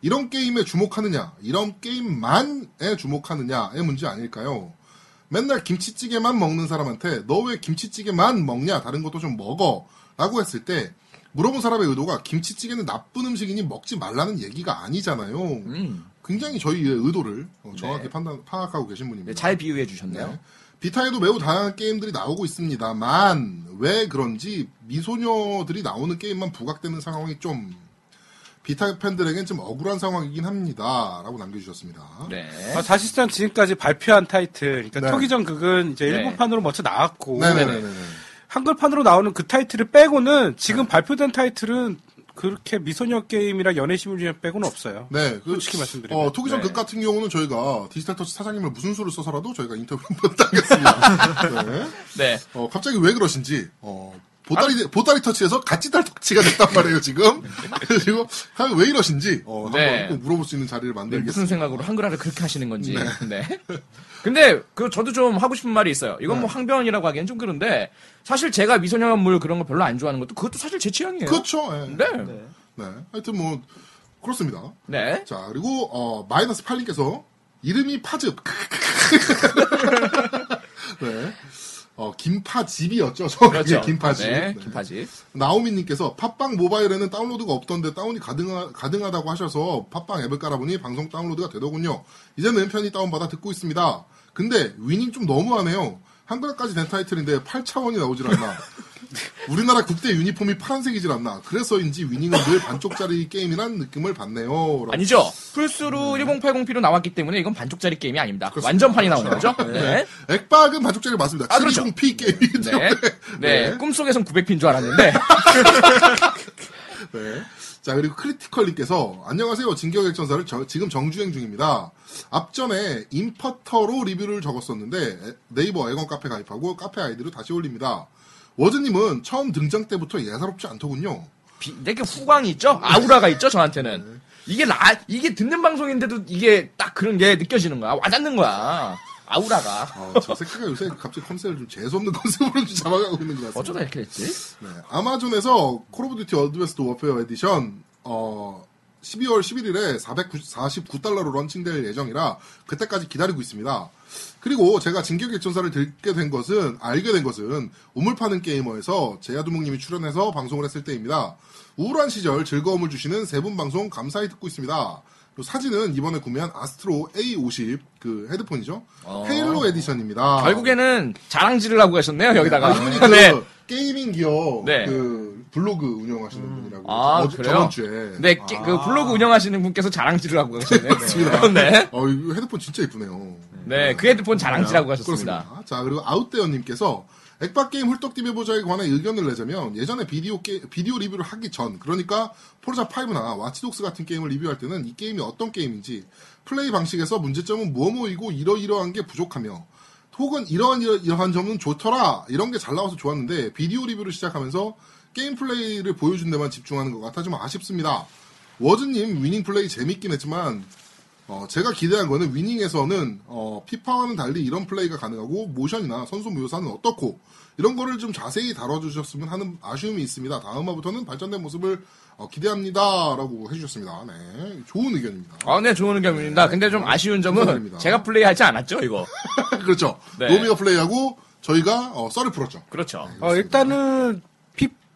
이런 게임에 주목하느냐, 이런 게임만에 주목하느냐의 문제 아닐까요? 맨날 김치찌개만 먹는 사람한테, 너 왜 김치찌개만 먹냐? 다른 것도 좀 먹어. 라고 했을 때, 물어본 사람의 의도가 김치찌개는 나쁜 음식이니 먹지 말라는 얘기가 아니잖아요. 음. 굉장히 저희의 의도를 어, 정확히 네. 판단, 파악하고 계신 분입니다. 네, 잘 비유해 주셨네요. 네. 비타에도 매우 다양한 게임들이 나오고 있습니다만 왜 그런지 미소녀들이 나오는 게임만 부각되는 상황이 좀 비타 팬들에겐 좀 억울한 상황이긴 합니다라고 남겨주셨습니다. 네. 아, 사실상 지금까지 발표한 타이틀, 그러니까 예? 네. 토기전 극은 이제 네. 일본판으로 먼저 나왔고 네네네. 한글판으로 나오는 그 타이틀을 빼고는 네. 지금 발표된 타이틀은 그렇게 미소녀 게임이나 연애 시뮬레이션 빼고는 없어요. 네, 그, 솔직히 말씀드리면. 어, 토기전 네. 극 같은 경우는 저희가 디지털 터치 사장님을 무슨 수를 써서라도 저희가 인터뷰 한번 *laughs* 따겠습니다. 네. 네. 어, 갑자기 왜 그러신지, 어, 보따리, 보따리 터치에서 같이딸 터치가 됐단 말이에요, 지금. *laughs* 그리고, 하여간 왜 이러신지, 어, 한번 네. 꼭 물어볼 수 있는 자리를 네, 만들겠습니다. 무슨 생각으로 한글화를 그렇게 하시는 건지. 네. *laughs* 근데 그 저도 좀 하고 싶은 말이 있어요. 이건 네. 뭐 항변이라고 하기엔 좀 그런데 사실 제가 미소녀물 그런 거 별로 안 좋아하는 것도 그것도 사실 제 취향이에요. 그렇죠. 예. 네. 네. 하여튼 뭐 그렇습니다. 네. 자 그리고 어, 마이너스 8님께서 이름이 파즙. *laughs* 네. 어, 김파집이었죠. *laughs* 저 그렇죠. 예, 김파집. 네, 네. 김파집. 나오미님께서 팟빵 모바일에는 다운로드가 없던데 다운이 가등하, 가등하다고 하셔서 팟빵 앱을 깔아보니 방송 다운로드가 되더군요. 이제는 편히 다운받아 듣고 있습니다. 근데 위닝 좀 너무하네요. 한글화까지 된 타이틀인데 8차원이 나오질 *laughs* 않나. 우리나라 국대 유니폼이 파란색이질 않나. 그래서인지 위닝은 늘 반쪽짜리 게임이란 느낌을 받네요. 라고. 아니죠. 플스로 1080p로 나왔기 때문에 이건 반쪽짜리 게임이 아닙니다. 네. 그렇습니다. 완전판이 나오는 거죠. *laughs* 네. 액박은 반쪽짜리 맞습니다. 아, 그렇죠. 70p 게임이기 네. 때문에. 네. 꿈속에선 900p인 줄 알았는데. 네. 자, 그리고 크리티컬님께서, 안녕하세요. 진격액전사를 저- 지금 정주행 중입니다. 앞전에 임퍼터로 리뷰를 적었었는데, 에- 네이버 애건 카페 가입하고 카페 아이디로 다시 올립니다. 워즈님은 처음 등장 때부터 예사롭지 않더군요. 비, 내게 후광이 있죠? 아우라가 있죠? 저한테는. 이게 나, 이게 듣는 방송인데도 이게 딱 그런 게 느껴지는 거야. 와닿는 거야. 아우라가. 아, 저 새끼가 요새 갑자기 컨셉을 좀 재수없는 *laughs* 컨셉으로 좀 잡아가고 있는 것 같습니다. 어쩌다 이렇게 됐지? 네, 아마존에서 콜 오브 듀티 어드밴스드 워페어 에디션 어 12월 11일에 449달러로 런칭될 예정이라 그때까지 기다리고 있습니다. 그리고 제가 진격의 전사를 듣게 된 것은 알게 된 것은 우물 파는 게이머에서 제야두목님이 출연해서 방송을 했을 때입니다. 우울한 시절 즐거움을 주시는 세 분 방송 감사히 듣고 있습니다. 그리고 사진은 이번에 구매한 아스트로 A50 그 헤드폰이죠. 어. 헤일로 에디션입니다. 결국에는 자랑질을 하고 계셨네요, 여기다가. 아, 이분이 그 *laughs* 네. 게이밍 기어 네. 그 블로그 운영하시는 분이라고 아, 어, 그래요? 저번 주에 아. 네, 게- 그 블로그 운영하시는 분께서 자랑질을 하고 계셨네요. 맞습니다. *laughs* 네. 어, 이거 헤드폰 진짜 이쁘네요. 네, 그 헤드폰 자랑질하고 가셨습니다. 아, 그렇습니다. 자 그리고 아웃데어님께서 액박 게임 훌떡 디벼보자에 관해 의견을 내자면 예전에 비디오 게 비디오 리뷰를 하기 전 그러니까 포르자 5나 와치독스 같은 게임을 리뷰할 때는 이 게임이 어떤 게임인지 플레이 방식에서 문제점은 뭐뭐이고 이러이러한 게 부족하며 혹은 이러한 이러- 이러한 점은 좋더라 이런 게 잘 나와서 좋았는데 비디오 리뷰를 시작하면서 게임 플레이를 보여준 데만 집중하는 것 같아 좀 아쉽습니다. 워즈님 위닝 플레이 재밌긴 했지만 어, 제가 기대한 거는 위닝에서는 어, 피파와는 달리 이런 플레이가 가능하고 모션이나 선수 묘사는 어떻고 이런 거를 좀 자세히 다뤄주셨으면 하는 아쉬움이 있습니다. 다음 화부터는 발전된 모습을 어, 기대합니다라고 해주셨습니다. 네, 좋은 의견입니다. *laughs* 아, 네, 좋은 의견입니다. 근데 좀 아쉬운 점은 죄송합니다. 제가 플레이하지 않았죠, 이거. 그렇죠. 네. 노미가 플레이하고 저희가 어, 썰을 풀었죠. 그렇죠. 아, 어, 예. 일단은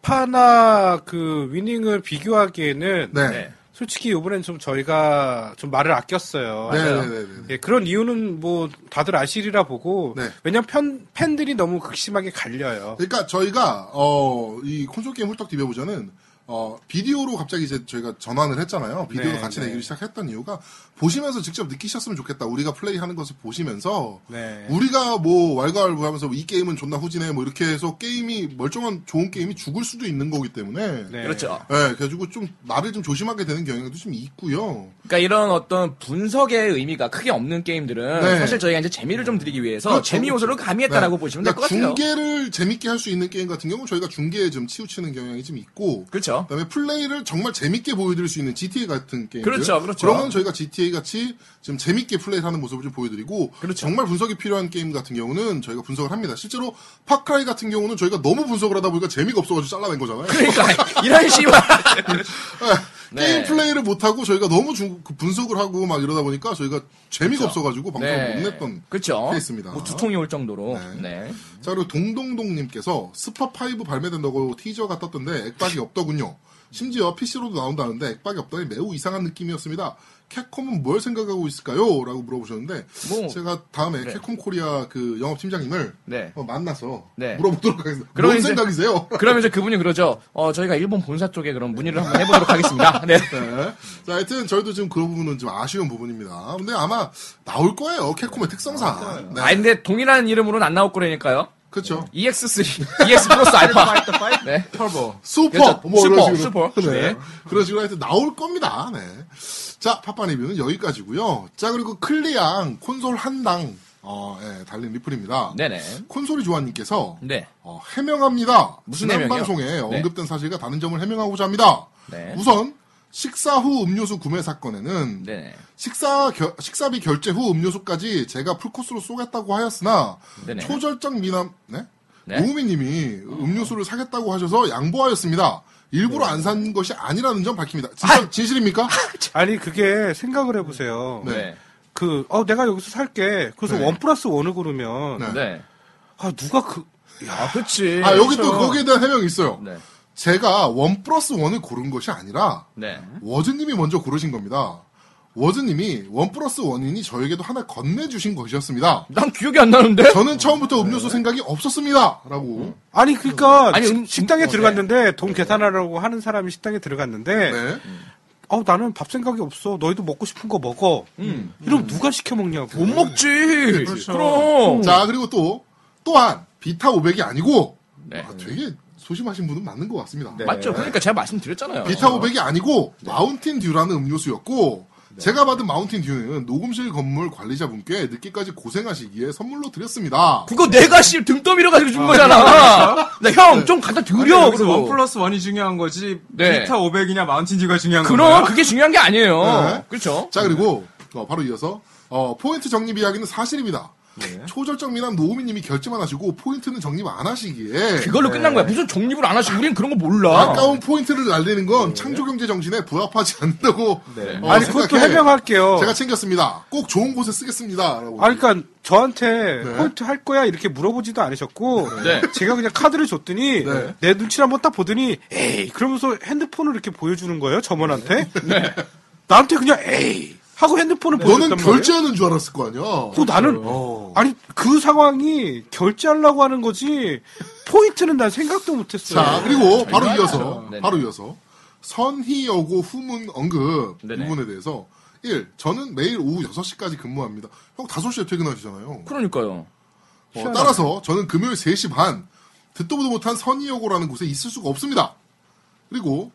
피파나 그 위닝을 비교하기에는 네, 네. 네, 솔직히 이번엔 좀 저희가 좀 말을 아꼈어요. 네, 맞아요. 네, 네, 네. 예, 그런 이유는 뭐 다들 아시리라 보고 네. 왜냐면 편- 팬들이 너무 극심하게 갈려요. 그러니까 저희가 어, 이 콘솔 게임 훌떡 디벼보자는 어, 비디오로 갑자기 이제 저희가 전환을 했잖아요. 비디오로 네, 같이 네. 내기를 시작했던 이유가 보시면서 직접 느끼셨으면 좋겠다. 우리가 플레이하는 것을 보시면서 네. 우리가 뭐 왈가왈부하면서 이 게임은 존나 후진해 뭐 이렇게 해서 게임이 멀쩡한 좋은 게임이 죽을 수도 있는 거기 때문에 네. 그렇죠. 네, 그래가지고 좀 말을 좀 조심하게 되는 경향도 좀 있고요. 그러니까 이런 어떤 분석의 의미가 크게 없는 게임들은 네. 사실 저희가 이제 재미를 좀 드리기 위해서 그렇죠. 재미 요소를 가미했다라고 네. 보시면 될 것 같아요. 그러니까 중계를 재밌게 할 수 있는 게임 같은 경우는 저희가 중계에 좀 치우치는 경향이 좀 있고 그렇죠. 그다음에 플레이를 정말 재밌게 보여드릴 수 있는 GTA 같은 게임 그렇죠, 그렇죠. 그런 건 저희가 GTA 같이 좀 재밌게 플레이하는 모습을 좀 보여드리고 그렇죠. 정말 분석이 필요한 게임 같은 경우는 저희가 분석을 합니다. 실제로 파크라이 같은 경우는 저희가 너무 분석을 하다 보니까 재미가 없어가지고 잘라낸 거잖아요. 그러니까 *laughs* 이런 씨발 네. 게임 *laughs* 네. 플레이를 못하고 저희가 너무 중- 그 분석을 하고 막 이러다 보니까 저희가 재미가 없어가지고 방송을 못 냈던 네. 그렇죠. 케이스입니다. 뭐 두통이 올 정도로. 네. 자, 그리고 동동동님께서 스파5 발매된다고 티저가 떴던데 액박이 없더군요. 심지어 PC로도 나온다는데 액박이 없다니 매우 이상한 느낌이었습니다. 캡콤은 뭘 생각하고 있을까요? 라고 물어보셨는데 뭐. 제가 다음에 네. 캡콤 코리아 그 영업팀장님을 네. 한번 만나서 네. 물어보도록 하겠습니다. 그럼 뭔 이제- 생각이세요? *laughs* 그러면서 그분이 그러죠. 어, 저희가 일본 본사 쪽에 그럼 문의를 한번 해보도록 *laughs* 하겠습니다. 네. 네. 자, 하여튼 저희도 지금 그런 부분은 좀 아쉬운 부분입니다. 근데 아마 나올 거예요. 캡콤의 특성상. 아, 네. 근데 동일한 이름으로는 안 나올 거라니까요. E 그렇죠. *laughs* EX3, EX *laughs* 플러스 알파. 네. 터보. 슈퍼, 그렇죠. 뭐 이런 식으로. 슈퍼, 슈퍼. 네. 네. 그런 식으로 하여튼 나올 겁니다. 네. 자, 팟빵 리뷰는 여기까지고요. 자, 그리고 클리앙 콘솔 한당 어, 예, 달린 리플입니다. 네네. 콘솔이 조아님께서 네. 어, 해명합니다. 무슨 지난 해명이요? 방송에 네. 언급된 사실과 다른 점을 해명하고자 합니다. 네. 우선 식사 후 음료수 구매 사건에는 네네. 식사 결- 식사비 결제 후 음료수까지 제가 풀코스로 쏘겠다고 하였으나 네네. 초절정 미남 네? 네. 노우미님이 음료수를 사겠다고 하셔서 양보하였습니다. 일부러 네. 안 산 것이 아니라는 점 밝힙니다. 진짜, 진실입니까? 네. 아니 그게 생각을 해보세요. 네. 그 어 내가 여기서 살게. 그래서 네. 원 플러스 원을 고르면 네. 네. 아 누가 그 아, 그치. 아 여기 또 그렇죠. 거기에 대한 해명이 있어요. 네. 제가 원 플러스 원을 고른 것이 아니라 네. 워즈님이 먼저 고르신 겁니다. 워즈님이 원 플러스 원이니 저에게도 하나 건네주신 것이었습니다. 난 기억이 안 나는데? 저는 처음부터 네. 음료수 생각이 없었습니다라고 음. 아니 그러니까 아니, 식- 음, 식당에 어, 네. 들어갔는데 돈 계산하라고 하는 사람이 식당에 들어갔는데 네. 어 나는 밥 생각이 없어. 너희도 먹고 싶은 거 먹어. 이러면 누가 시켜 먹냐고. 음. 네. 못 먹지. 그럼. 네. 그렇죠. 자, 그리고 또, 또한, 비타 500이 아니고, 네. 아, 되게 소심하신 분은 맞는 것 같습니다. 네. 맞죠. 그러니까 제가 말씀드렸잖아요. 네. 비타 500이 아니고, 마운틴 듀라는 음료수였고, 네. 제가 받은 마운틴 듀는 녹음실 건물 관리자분께 늦게까지 고생하시기에 선물로 드렸습니다. 그거 내가 씨 등 떠밀어 가지고 아, 준 거잖아. 네. 나 형, 좀 갖다 드려. 여기서 원 그리고. 플러스 원이 중요한 거지 네. 비타 500이냐 마운틴즈가 중요한 거 그럼 그게 중요한 게 아니에요. 네. 그렇죠. 자, 그리고, 어, 바로 이어서, 어, 포인트 정립 이야기는 사실입니다. 네. 초절정 미남 노우미님이 결제만 하시고, 포인트는 정립 안 하시기에, 그걸로 끝난 거야. 무슨 정립을 안 하시고 우린 그런 거 몰라. 네. 아까운 포인트를 날리는 건 창조경제 정신에 부합하지 않는다고. 어, 네. 아니 그것도 생각해. 해명할게요. 제가 챙겼습니다. 꼭 좋은 곳에 쓰겠습니다. 라고. 아, 그러니까 저한테 네. 포인트 할 거야 이렇게 물어보지도 않으셨고 네. 제가 그냥 카드를 줬더니 네. 내 눈치를 한번 딱 보더니 에이 그러면서 핸드폰을 이렇게 보여주는 거예요 점원한테 네. 나한테 그냥 에이 하고 핸드폰을 보여줬단 네. 너는 말이에요 결제하는 어. 줄 알았을 거 아니야. 그 나는 아니 그 상황이 결제하려고 하는 거지 포인트는 난 생각도 못했어요 자, 그리고 바로 알죠. 이어서, 네. 네네. 바로 이어서, 선희여고 후문 언급 네네. 부분에 대해서, 1. 저는 매일 오후 6시까지 근무합니다. 형 5시에 퇴근하시잖아요. 그러니까요. 어, 따라서 저는 금요일 3시 반, 듣도 보도 못한 선희여고라는 곳에 있을 수가 없습니다. 그리고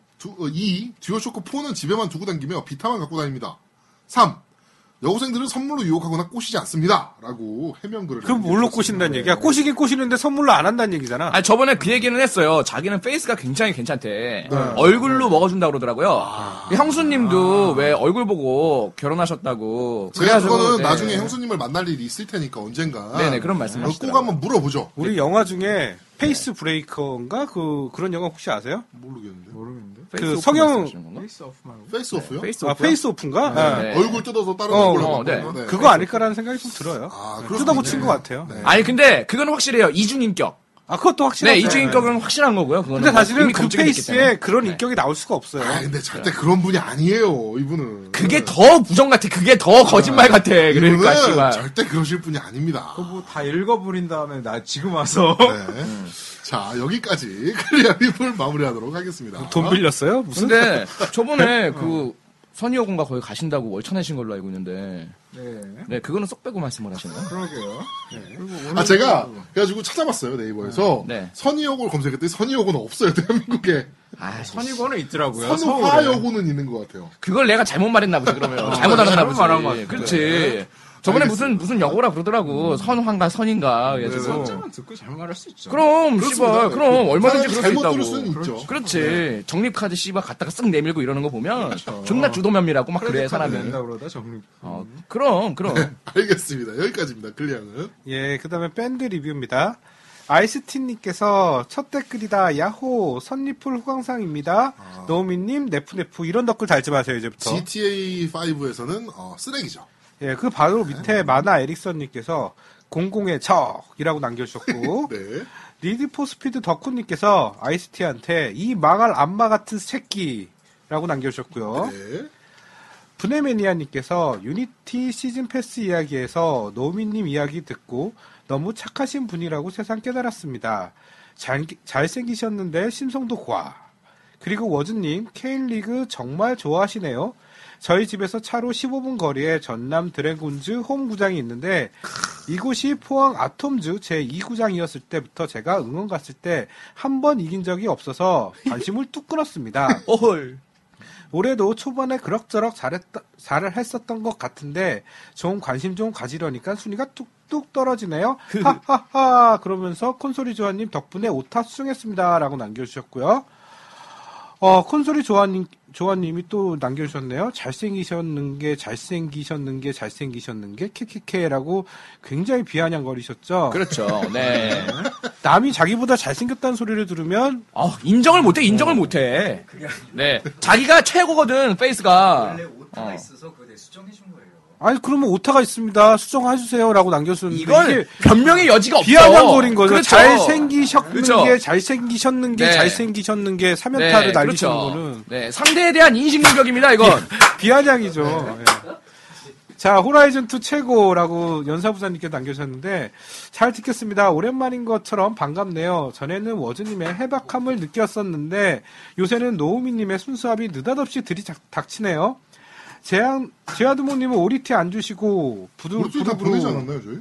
2. 듀얼쇼크 4는 집에만 두고 다니며 비타만 갖고 다닙니다. 3. 여고생들은 선물로 유혹하거나 꼬시지 않습니다. 라고 해명글을. 그럼 뭘로 꼬신다는 네. 얘기야 꼬시긴 꼬시는데 선물로 안 한다는 얘기잖아 아 저번에 그 얘기는 했어요. 자기는 페이스가 굉장히 괜찮대. 네. 얼굴로 먹어준다 고 그러더라고요. 아. 형수님도 왜 얼굴 보고 결혼하셨다고. 제가 그거는 네. 나중에 형수님을 만날 일이 있을 테니까 언젠가. 네네 그런 그거 꼭 말씀하시더라고요. 한번 물어보죠. 우리 영화 중에 페이스 브레이커인가 그 그런 영화 혹시 아세요? 모르겠는데. 페이스 오픈 성형- 말씀하시는 건가? 페이스 오프 말고 페이스 오프요? 그 페이스 아, 오프요? 페이스 오프인가? 네. 네. 얼굴 뜯어서 다른 어, 얼굴로 어, 바꾸는 네. 거? 그렇죠. 그거 아닐까라는 생각이 좀 들어요. 아, 그럴 수도 뜯어고친 있네. 것 같아요. 네. 아니 근데 그건 확실해요. 이중인격. 아 그것도 확실하죠. 네 이중인격은 확실한 거고요. 그거는 근데 뭐 사실은 이미 그 검증이 됐기 페이스에 때문에. 그런 네. 인격이 나올 수가 없어요. 아, 근데 절대 그런 분이 아니에요, 이분은. 그게 더 부정 같아. 그게 더 거짓말 같아. 그러니까 이분은 씨발. 어? 절대 그러실 분이 아닙니다. *laughs* 그거 뭐 다 읽어버린 다음에 나 지금 와서 네. 자, 여기까지 클리어 립을 마무리하도록 아, 하겠습니다. 돈 빌렸어요? 무슨? 근데 저번에 그 선희호 군가 거기 가신다고 월차 내신 걸로 알고 있는데 네. 네 그거는 쏙 빼고 말씀을 하시네요. 그러게요. 네. 그리고 오늘 아, 제가, 그래가지고 찾아봤어요, 네이버에서. 네. 선의여고를 검색했더니 선의여고는 없어요, 대한민국에. 아 선이고는 있더라고요. 서울에. 네. 선화여고는 있는 것 같아요. 그걸 내가 잘못 말했나 보지 그러면 잘못 잘못 알았나 보지. 말한 것 같은데. 그렇지. 저번에 무슨 무슨 여고라 그러더라고 선환가 선인가 네, 그래서 선점은 듣고 잘 말할 수 있죠. 그럼 그렇습니다. 네. 씨발 그럼 사람이 얼마든지 그럴 수 잘못 있다고. 들을 수는 있죠. 그렇지. 적립 카드 씨발 갖다가 쓱 내밀고 이러는 거 보면 그렇죠. 존나 주도면밀하고 막 그래 크레딧 카드 네. 사람이. 낸다 그러다 정립. 어, 그럼 그럼. 알겠습니다. 여기까지입니다, 클리어는. 예, 그 다음에 밴드 리뷰입니다. 아이스틴님께서 첫 댓글이다. 야호! 선리풀 후광상입니다. 아. 노우미님, 네프네프. 이런 댓글 달지 마세요, 이제부터. GTA5에서는, 어, 쓰레기죠. 예, 그 바로 아. 밑에 마나 에릭선님께서 공공의 적이라고 남겨주셨고, *laughs* 네. 리드포스피드 덕후님께서 아이스티한테 이 망할 안마 같은 새끼라고 남겨주셨고요. 네. 분해매니아님께서 유니티 시즌 패스 이야기에서 노미님 이야기 듣고 너무 착하신 분이라고 세상 깨달았습니다. 잘, 잘생기셨는데 심성도 고와. 그리고 워즈님, 케인리그 정말 좋아하시네요. 저희 집에서 차로 15분 거리에 전남 드래곤즈 홈구장이 있는데 이곳이 포항 아톰즈 제2구장이었을 때부터 제가 응원 갔을 때 한 번 이긴 적이 없어서 관심을 뚝 끊었습니다. *laughs* 어헐. 올해도 초반에 그럭저럭 잘했다, 잘 했었던 것 같은데 좀 관심 좀 가지려니까 순위가 뚝뚝 떨어지네요. 하하하 그러면서 콘솔이 조아님 덕분에 오타 수승했습니다라고 남겨주셨고요. 어 콘솔이 조아님 조아님이 또 남겨주셨네요. 잘생기셨는 게 잘생기셨는 게 잘생기셨는 게 캐캐캐라고 굉장히 비아냥거리셨죠. 그렇죠. 네. 남이 자기보다 잘생겼다는 소리를 들으면 아, 인정을 못해, 인정을 못해. 네. 자기가 최고거든, 페이스가. 어. 아니 그러면 오타가 있습니다. 수정해 주세요라고 남겨주셨는데 이게 이건 변명의 여지가 없어. 비아냥거린 거죠. 그렇죠. 잘생기셨는 그렇죠. 게, 잘생기셨는 게, 네. 잘생기셨는 게, 사면타를 날리시는 그렇죠. 거는 네, 상대에 대한 인식 공격입니다, 이건. 비아냥이죠. 예. 자, 호라이즌2 최고라고 연사부사님께 남겨주셨는데, 잘 듣겠습니다. 오랜만인 것처럼 반갑네요. 전에는 워즈님의 해박함을 느꼈었는데, 요새는 노우미님의 순수함이 느닷없이 들이닥치네요. 제안, 제아드모님은 오리티 안 주시고, 부두, 우리 다 뭐. 부두, 보내지 부두, 않았나요, 저희?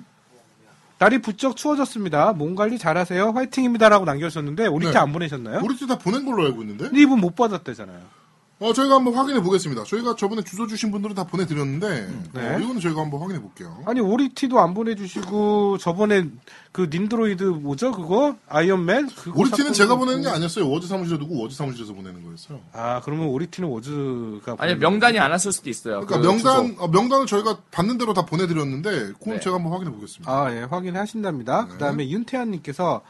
날이 부쩍 추워졌습니다. 몸 관리 잘하세요. 화이팅입니다라고 남겨주셨는데 우리 네. 때 안 보내셨나요? 우리 팀다 보낸 걸로 알고 있는데? 근데 이분 못 받았대잖아요. 어, 저희가 한번 확인해 보겠습니다. 저희가 저번에 주소 주신 분들은 다 보내드렸는데, 네. 어, 이거는 저희가 한번 확인해 볼게요. 아니 오리티도 안 보내주시고 저번에 그 닌드로이드 뭐죠 그거 아이언맨 그거 음. 오리티는 사건도 제가 있고. 보내는 게 아니었어요. 워즈 사무실에 두고 워즈 사무실에서 보내는 거였어요. 아 그러면 오리티는 워즈가 아니, 보내는 명단이 안 왔을 수도 있어요. 그러니까 그 명단 주소. 어, 명단을 저희가 받는 대로 다 보내드렸는데, 그건 네. 제가 한번 확인해 보겠습니다. 네. 아, 예, 확인하신답니다. 그 다음에 윤태환님께서,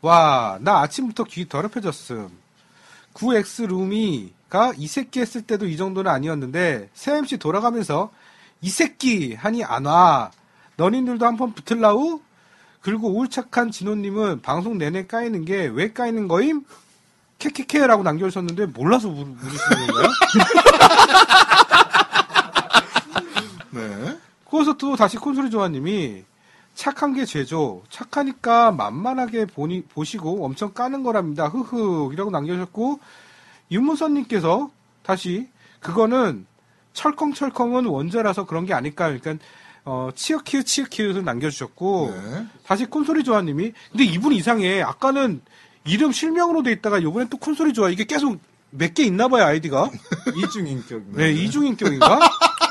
와, 나 아침부터 귀 더럽혀졌음. 9X 루미가 이 새끼 했을 때도 이 정도는 아니었는데, 새MC 돌아가면서, 이 새끼! 하니 안 와. 너님들도 한번 붙을라우? 그리고 울착한 진호님은 방송 내내 까이는 게 왜 까이는 거임? 캐캐캐라고 남겨주셨는데, 몰라서 물, 물으시는 건가요? 네. 거기서 또 다시 콘솔이 조아님이 착한 게 죄죠. 착하니까 만만하게 보니, 보시고 엄청 까는 거랍니다. 흐흐. 이라고 남겨주셨고, 윤문선님께서 다시 그거는 철컹철컹은 원죄라서 그런 게 아닐까. 그러니까, 어, 치어키우 치어키우를 남겨주셨고, 네. 다시 콘솔이 조아님이 근데 이분 이상해. 아까는 이름 실명으로 돼 있다가 요번엔 또 콘솔이 조아. 이게 계속 몇 개 있나 봐요, 아이디가. *laughs* 이중인격입니다. 네, 이중인격인가?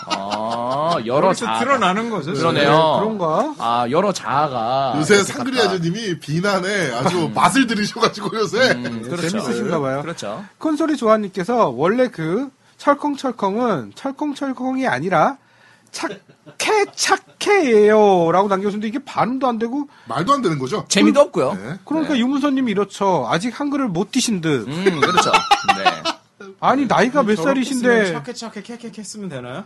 아, 여러 그래서 자아. 드러나는 *laughs* 거죠. 그러네요. 그런가? 아, 여러 자아가. 요새 이렇게 상그리 각각- 아저님이 비난에 아주 맛을 들이셔가지고 요새. 음, 그렇죠. 재밌으신가 봐요. 그렇죠. 콘솔이 조아님께서 원래 그 철컹철컹은 철컹철컹이 아니라 착해 착해예요 라고 남겨주는데 이게 발음도 안 되고 말도 안 되는 거죠? 재미도 없고요. 네. 그러니까 유문서님이 이렇죠 아직 한글을 못 뛰신 듯 음, 그렇죠. 네. 아니 나이가 몇 저렇게 쓰면 살이신데 착해 착해 캐캐캐 쓰면 되나요?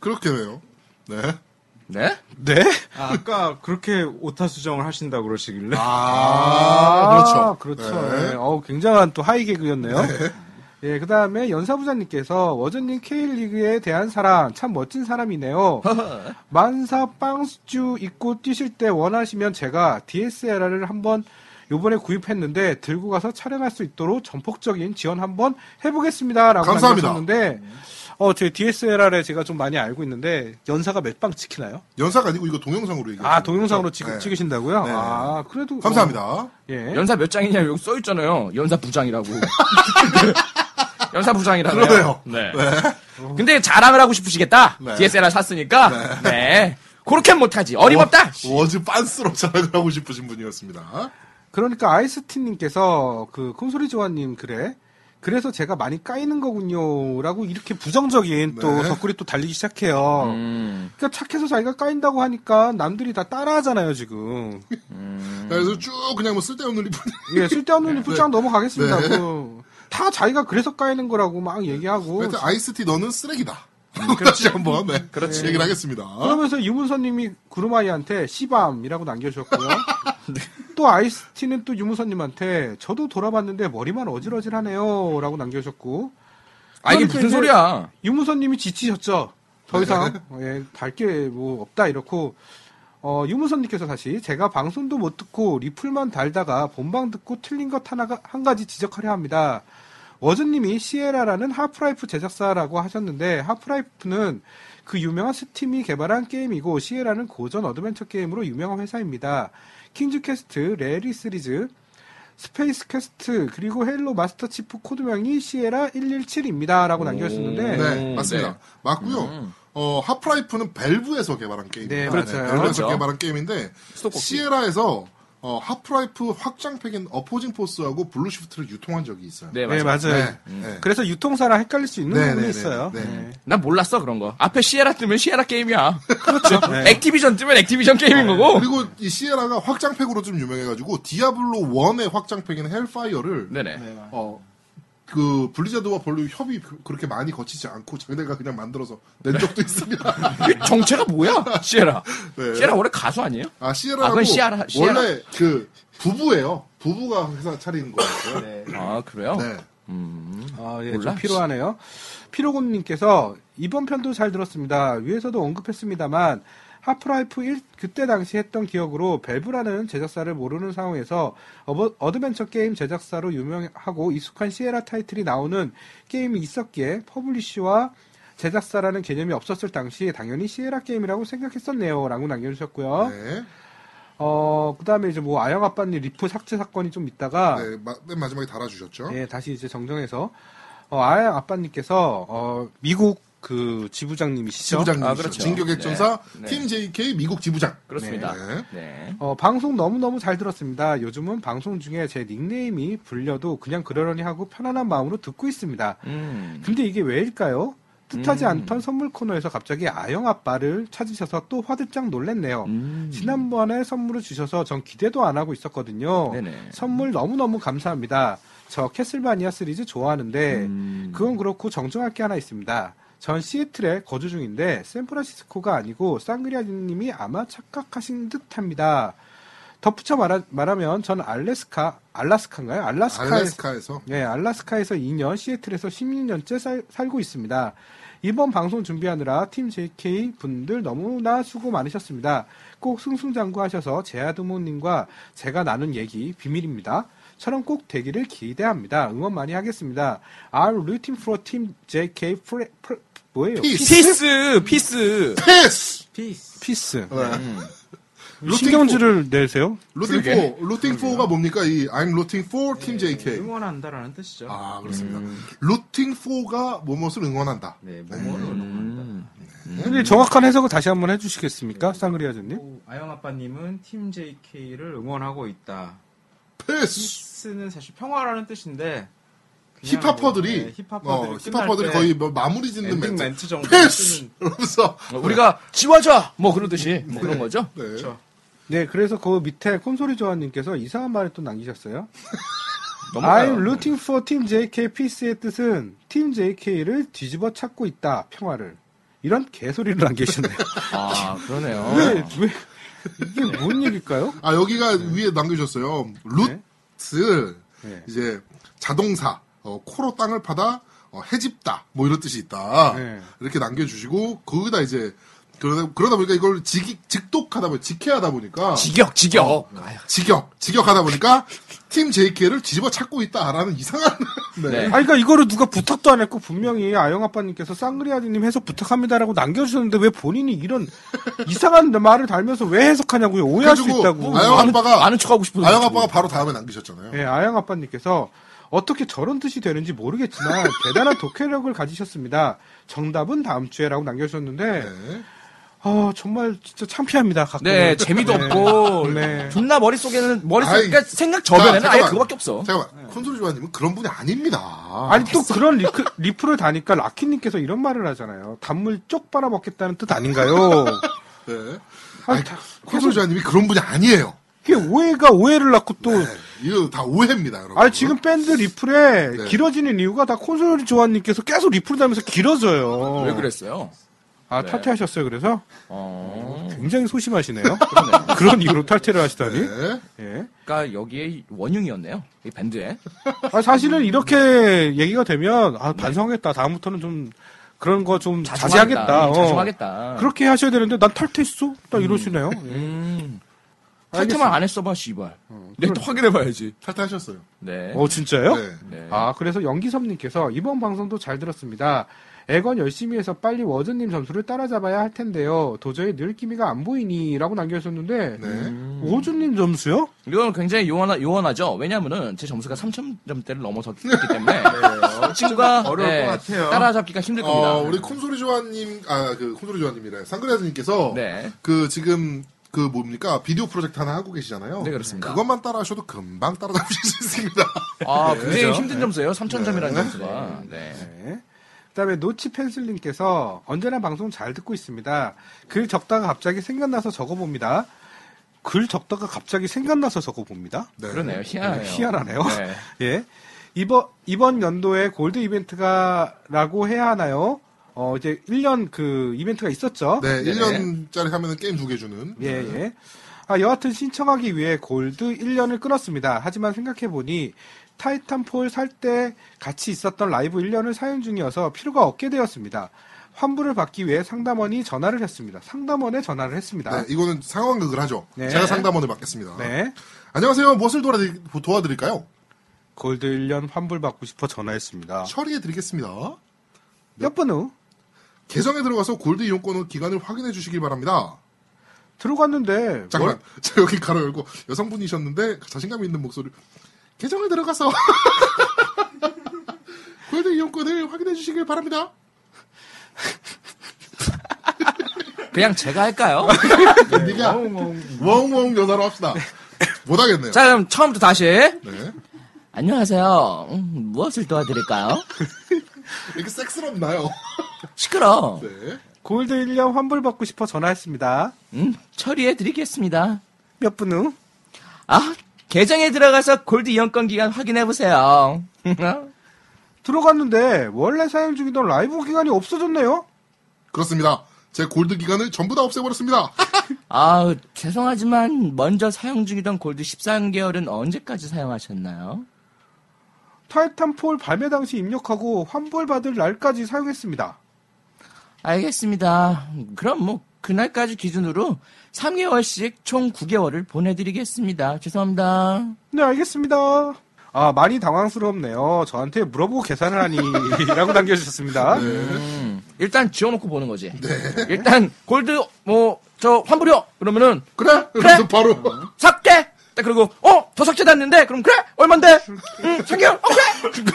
그렇겠네요. 네. 네? 네? 아, 아까 그렇게 오타 수정을 하신다 그러시길래. 아, 그렇죠. 그렇죠. 네. 네. 어우, 굉장한 또 하이 개그였네요. 예, 그 다음에 연사부장님께서 워저님 K리그에 대한 사랑, 참 *laughs* 멋진 사람이네요. 만사 빵스주 입고 뛰실 때 원하시면 제가 DSLR을 한번 요번에 구입했는데 들고 가서 촬영할 수 있도록 전폭적인 지원 한번 해보겠습니다라고 감사합니다. 남겼었는데 어, 제 DSLR에 제가 좀 많이 알고 있는데 연사가 몇 방 찍히나요? 연사가 아니고 이거 동영상으로 얘기해요. 아, 동영상으로 찍, 네. 찍으신다고요? 네. 아, 그래도 감사합니다. 어, 예. 연사 몇 장이냐 여기 써 있잖아요. 연사 부장이라고. 연사 부장이라고. 그러네요. 네. 근데 자랑을 하고 싶으시겠다. 네. DSLR 샀으니까. 네. 그렇게는 못하지. 어림없다. 워즈 빤스로 자랑을 하고 싶으신 분이었습니다. 그러니까 아이스티님께서 그 콘솔이 조아님 그래 그래서 제가 많이 까이는 거군요라고 이렇게 부정적인 또 네. 댓글이 또 달리기 시작해요. 음. 그러니까 착해서 자기가 까인다고 하니까 남들이 다 따라하잖아요 지금. 그래서 쭉 그냥 뭐 쓸데없는 리포트. *laughs* 예, 쓸데없는 부장 넘어가겠습니다. 네. 그, 다 자기가 그래서 까이는 거라고 막 얘기하고 하여튼 아이스티 너는 *laughs* 쓰레기다. 다시 한번 네. 그렇지. 얘기를 하겠습니다. 음, 그렇죠. 어? 그러면서 유문선님이 구루마이한테 씨밤이라고 *laughs* 남겨주셨고요. 네. 또 아이스티는 또 유문선님한테 저도 돌아봤는데 머리만 어질어질하네요라고 남겨주셨고 아 그러니까 이게 무슨 이제 소리야? 네. 유문선님이 지치셨죠. 더 이상 예, 달게 뭐 없다 이렇고 어, 유문선님께서 다시 제가 방송도 못 듣고 리플만 달다가 본방 듣고 틀린 것 하나가 한 가지 지적하려 합니다. 워즈님이 시에라라는 하프라이프 제작사라고 하셨는데 하프라이프는 그 유명한 스팀이 개발한 게임이고 시에라는 고전 어드벤처 게임으로 유명한 회사입니다. 킹즈 퀘스트, 레리 시리즈, 스페이스 퀘스트 그리고 헬로 마스터 치프 코드명이 시에라 117입니다. 라고 남겨주셨는데 음. 네, 맞습니다. 맞고요. 어, 하프라이프는 벨브에서 개발한 게임. 음. 네, 그렇죠. 벨브에서 그렇죠. 개발한 게임인데 시에라에서 어, 하프라이프 확장팩인 어포징 포스하고 블루시프트를 유통한 적이 있어요. 네, 네, 맞아. 맞아요. 네, 네. 그래서 유통사랑 헷갈릴 수 있는 네, 부분이 네, 네, 있어요. 네. 네. 난 몰랐어 그런 거. 앞에 시에라 뜨면 시에라 게임이야. 그렇죠. 네. *laughs* 액티비전 뜨면 액티비전 게임인 거고. 그리고 이 시에라가 확장팩으로 좀 유명해가지고 디아블로 1의 확장팩인 헬파이어를 네네. 어, 그 블리자드와 별로 협의 그- 그렇게 많이 거치지 않고 자기네가 그냥 만들어서 낸 적도 있습니다. 이 정체가 뭐야? 시에라. 네. 시에라 원래 가수 아니에요? 아 아, 시에라라고 그건 시아라- 시아라. 원래 그 부부예요. 부부가 회사 차린 거였어요. 네. 아 그래요? 아, 예, 몰라? 좀 피로하네요. 피로곰님께서 이번 편도 잘 들었습니다. 위에서도 언급했습니다만 하프라이프 1 그때 당시 했던 기억으로 벨브라는 제작사를 모르는 상황에서 어버- 어드벤처 게임 제작사로 유명하고 익숙한 시에라 타이틀이 나오는 게임이 있었기에 퍼블리쉬와 제작사라는 개념이 없었을 당시 당연히 시에라 게임이라고 생각했었네요. 라고 남겨주셨고요. 네. 어, 그 다음에 이제 뭐 아영 아빠님 리프 삭제 사건이 좀 있다가 네, 마- 맨 마지막에 달아주셨죠. 예, 다시 이제 정정해서 어, 아양 아빠님께서 어, 미국 그 지부장님이시죠? 지부장님, 아, 그렇죠. 진격액전사 네. 팀 JK 미국 지부장. 그렇습니다. 네. 네. 어, 방송 너무너무 잘 들었습니다. 요즘은 방송 중에 제 닉네임이 불려도 그냥 그러려니 하고 편안한 마음으로 듣고 있습니다. 음. 근데 이게 왜일까요? 뜻하지 음. 않던 선물 코너에서 갑자기 아영 아빠를 찾으셔서 또 화들짝 놀랬네요. 뭐, 음. 지난번에 선물을 주셔서 전 기대도 안 하고 있었거든요. 네네. 선물 너무너무 감사합니다. 저 캐슬바니아 시리즈 네. 좋아하는데 음. 그건 그렇고 정정할 게 하나 있습니다. 전 시애틀에 거주 중인데 샌프란시스코가 아니고 쌍그리아님이 아마 착각하신 듯합니다. 덧붙여 말하, 말하면 전 알래스카 알라스카인가요? 알라스카에서 알래스카에서 예, 알라스카에서 2년, 시애틀에서 16년째 살, 고 있습니다. 이번 방송 준비하느라 팀 JK 분들 너무나 수고 많으셨습니다. 꼭 승승장구하셔서 제아드모님과 제가 나눈 얘기 비밀입니다. 처럼 꼭 되기를 기대합니다. 응원 많이 하겠습니다. I'm rooting for Team JK 프레, 프레, 뭐예요? 피스 피스 피스. 피스. 피스. 네. 신경질을 내세요? 루팅 포 루팅 포가 뭡니까? 이 I'm rooting for 팀 음. JK. 응원한다라는 뜻이죠. 아 그렇습니다. 루팅 포가 뭐뭇을 응원한다. 네, 뭐뭐를 응원한다. 근데 정확한 해석을 다시 한번 해주시겠습니까? 쌍그리아저님? 또 아영 아빠님은 팀 JK를 응원하고 있다. 피스. 피스는 사실 평화라는 뜻인데 그냥 힙합퍼들이 뭐, 네, 어, 힙합퍼들이 끝날 힙합퍼들이 때 거의 뭐 마무리 짓는 엔딩 멘트. 멘트 정도 피스. 쓰는 그러면서 음. 우리가 지워줘 뭐 그러듯이 뭐 그런 거죠. 네. 그렇죠. 네, 그래서 그 밑에 콘솔이 조아님께서 이상한 말을 또 남기셨어요. 넘어가요. I'm rooting for Team JK Peace의 뜻은 팀 JK를 뒤집어 찾고 있다 평화를 이런 *laughs* 개소리를 남기셨네요. 아 그러네요. 왜, 왜 이게 뭔 얘기일까요? 아 여기가 위에 남겨주셨어요. 루트를 네. 이제 자동사 어, 코로 땅을 파다 어, 해집다 뭐 이런 뜻이 있다 네. 이렇게 남겨주시고 거기다 이제 그러다, 그러다 보니까 이걸 직, 직독하다 보니, 직해하다 보니까. 직역, 직역. 어. 아유, 직역, 직역하다 보니까 팀 JK를 뒤집어 찾고 있다라는 이상한. *laughs* 네. 네. 아니, 그러니까 이거를 누가 부탁도 안 했고 분명히 아영 아빠님께서 쌍그리 아드님 해석 부탁합니다라고 남겨주셨는데 왜 본인이 이런 이상한 말을 달면서 왜 해석하냐고요 오해할 수 그래가지고 뭐, 있다고. 아영 아빠가 아는 척하고 싶어서. 아영 아빠가 바로 다음에 남기셨잖아요. 예, 아영 아빠님께서 어떻게 저런 뜻이 되는지 모르겠지만 대단한 독해력을 가지셨습니다. 정답은 다음 주에라고 남겨주셨는데 네. 아 정말 진짜 창피합니다. 가끔. 네, 재미도 없고. 네. 존나 머릿속에는, 머릿속, 아이. 그러니까 생각 저변에는 자, 아예 잠깐만. 그거밖에 없어. 잠깐만, 콘솔 조아님은 그런 분이 아닙니다. 아니 또 그런 리크, 리플을 다니까 라키님께서 이런 말을 하잖아요. 단물 쪽 빨아먹겠다는 뜻 아닌가요? 네. 아니, 다- 콘솔 조아님이 그런 분이 아니에요. 이게 오해가 오해를 낳고 또 네. 이거 다 오해입니다, 여러분. 아니 지금 밴드 리플에 네. 길어지는 이유가 다 콘솔 조아님께서 계속 리플 달면서 길어져요. 왜 그랬어요? 아 네. 탈퇴하셨어요. 그래서 어. 굉장히 소심하시네요. 그런 이유로 탈퇴를 하시다니. 네. 예. 그러니까 여기에 원흉이었네요. 이 밴드에. 아, 사실은 이렇게 얘기가 되면 아, 반성하겠다. 다음부터는 좀 그런 거 좀 자제하겠다. 음, 어. 자중하겠다. 그렇게 하셔야 되는데 난 탈퇴했어? 딱 *laughs* 이러시네요. 예. 음. 알겠습니다. 탈퇴만 안 했어봐, 씨발. 내가 또 확인해봐야지. 탈퇴하셨어요. 네. 어 진짜요? 네. 네. 아 그래서 연기섭님께서 이번 방송도 잘 들었습니다. 애건 열심히 해서 빨리 워즈님 점수를 따라잡아야 할 텐데요. 도저히 늘 기미가 안 보이니라고 남겨주셨는데 음. 네. 음, 워즈님 점수요? 이건 굉장히 요원하, 요원하죠. 왜냐면은 제 점수가 3,000점대를 넘어섰기 때문에 이 친구가 네, 어려울 것 같아요. 따라잡기가 힘들 겁니다. 어, 우리 콘솔이 조아님, 아, 그, 콘솔이 조아님이래. 상그레아즈님께서 네. 그 지금 그 뭡니까 비디오 프로젝트 하나 하고 계시잖아요. 네, 그렇습니다. 그것만 따라하셔도 금방 따라잡으실 수 있습니다. *laughs* 아, 굉장히 힘든 점수예요. 3,000점이라는 점수가. 네. 네. 그다음에 노치 펜슬님께서 언제나 방송 잘 듣고 있습니다. 글 적다가 갑자기 생각나서 적어봅니다. 글 적다가 갑자기 생각나서 적어봅니다. 네. 그러네요. 희한해요. 네, 희한하네요. 네. 예. 이번, 이번 연도에 골드 이벤트가, 라고 해야 하나요? 어, 이제 1년 그 이벤트가 있었죠? 네, 네네. 네. 1년짜리 하면은 게임 두 개 주는. 예, 예. 아, 여하튼 신청하기 위해 골드 1년을 끊었습니다. 하지만 생각해보니 타이탄폴 살 때 같이 있었던 라이브 1년을 사용 중이어서 필요가 없게 되었습니다. 환불을 받기 위해 상담원이 전화를 했습니다. 상담원에 전화를 했습니다. 네, 네. 이거는 상황극을 하죠. 네. 제가 상담원을 맡겠습니다. 네. 안녕하세요. 무엇을 도와드리, 도와드릴까요? 골드 1년 환불 받고 싶어 전화했습니다. 처리해드리겠습니다. 몇 번 후? 계정에 들어가서 골드 이용권의 기간을 확인해 주시길 바랍니다. 들어갔는데 잠깐만, *laughs* 제가 여기 가로 열고 여성분이셨는데 자신감 있는 목소리. 계정에 들어가서 *laughs* 골드 이용권을 확인해 주시길 바랍니다. 그냥 제가 할까요? 네가 웡웡 여사로 합시다. 못하겠네요. 자, 그럼 처음부터 다시. 네. 안녕하세요. 음, 무엇을 도와드릴까요? 이렇게 섹스럽나요? *laughs* 시끄러. 네. 골드 1년 환불 받고 싶어 전화했습니다. 음, 처리해드리겠습니다. 몇 분 후? 아, 계정에 들어가서 골드 이용권 기간 확인해보세요. *laughs* 들어갔는데 원래 사용 중이던 라이브 기간이 없어졌네요. 그렇습니다. 제 골드 기간을 전부 다 없애버렸습니다. 아, 죄송하지만 먼저 사용 중이던 골드 13개월은 언제까지 사용하셨나요? 타이탄폴 발매 당시 입력하고 환불 받을 날까지 사용했습니다. 알겠습니다. 그럼 뭐 그날까지 기준으로 3개월씩 총 9개월을 보내드리겠습니다. 죄송합니다. 네, 알겠습니다. 아, 많이 당황스럽네요. 저한테 물어보고 계산을 하니. *laughs* 라고 남겨주셨습니다. 네. 음, 일단 지워놓고 보는 거지. 일단 골드 뭐 저 환불요 그러면은 그래? 그래서 네, 바로 삭제. 딱 그리고 어더 삭제됐는데 그럼 그래 얼마인데? 응 3개월. 어 그래.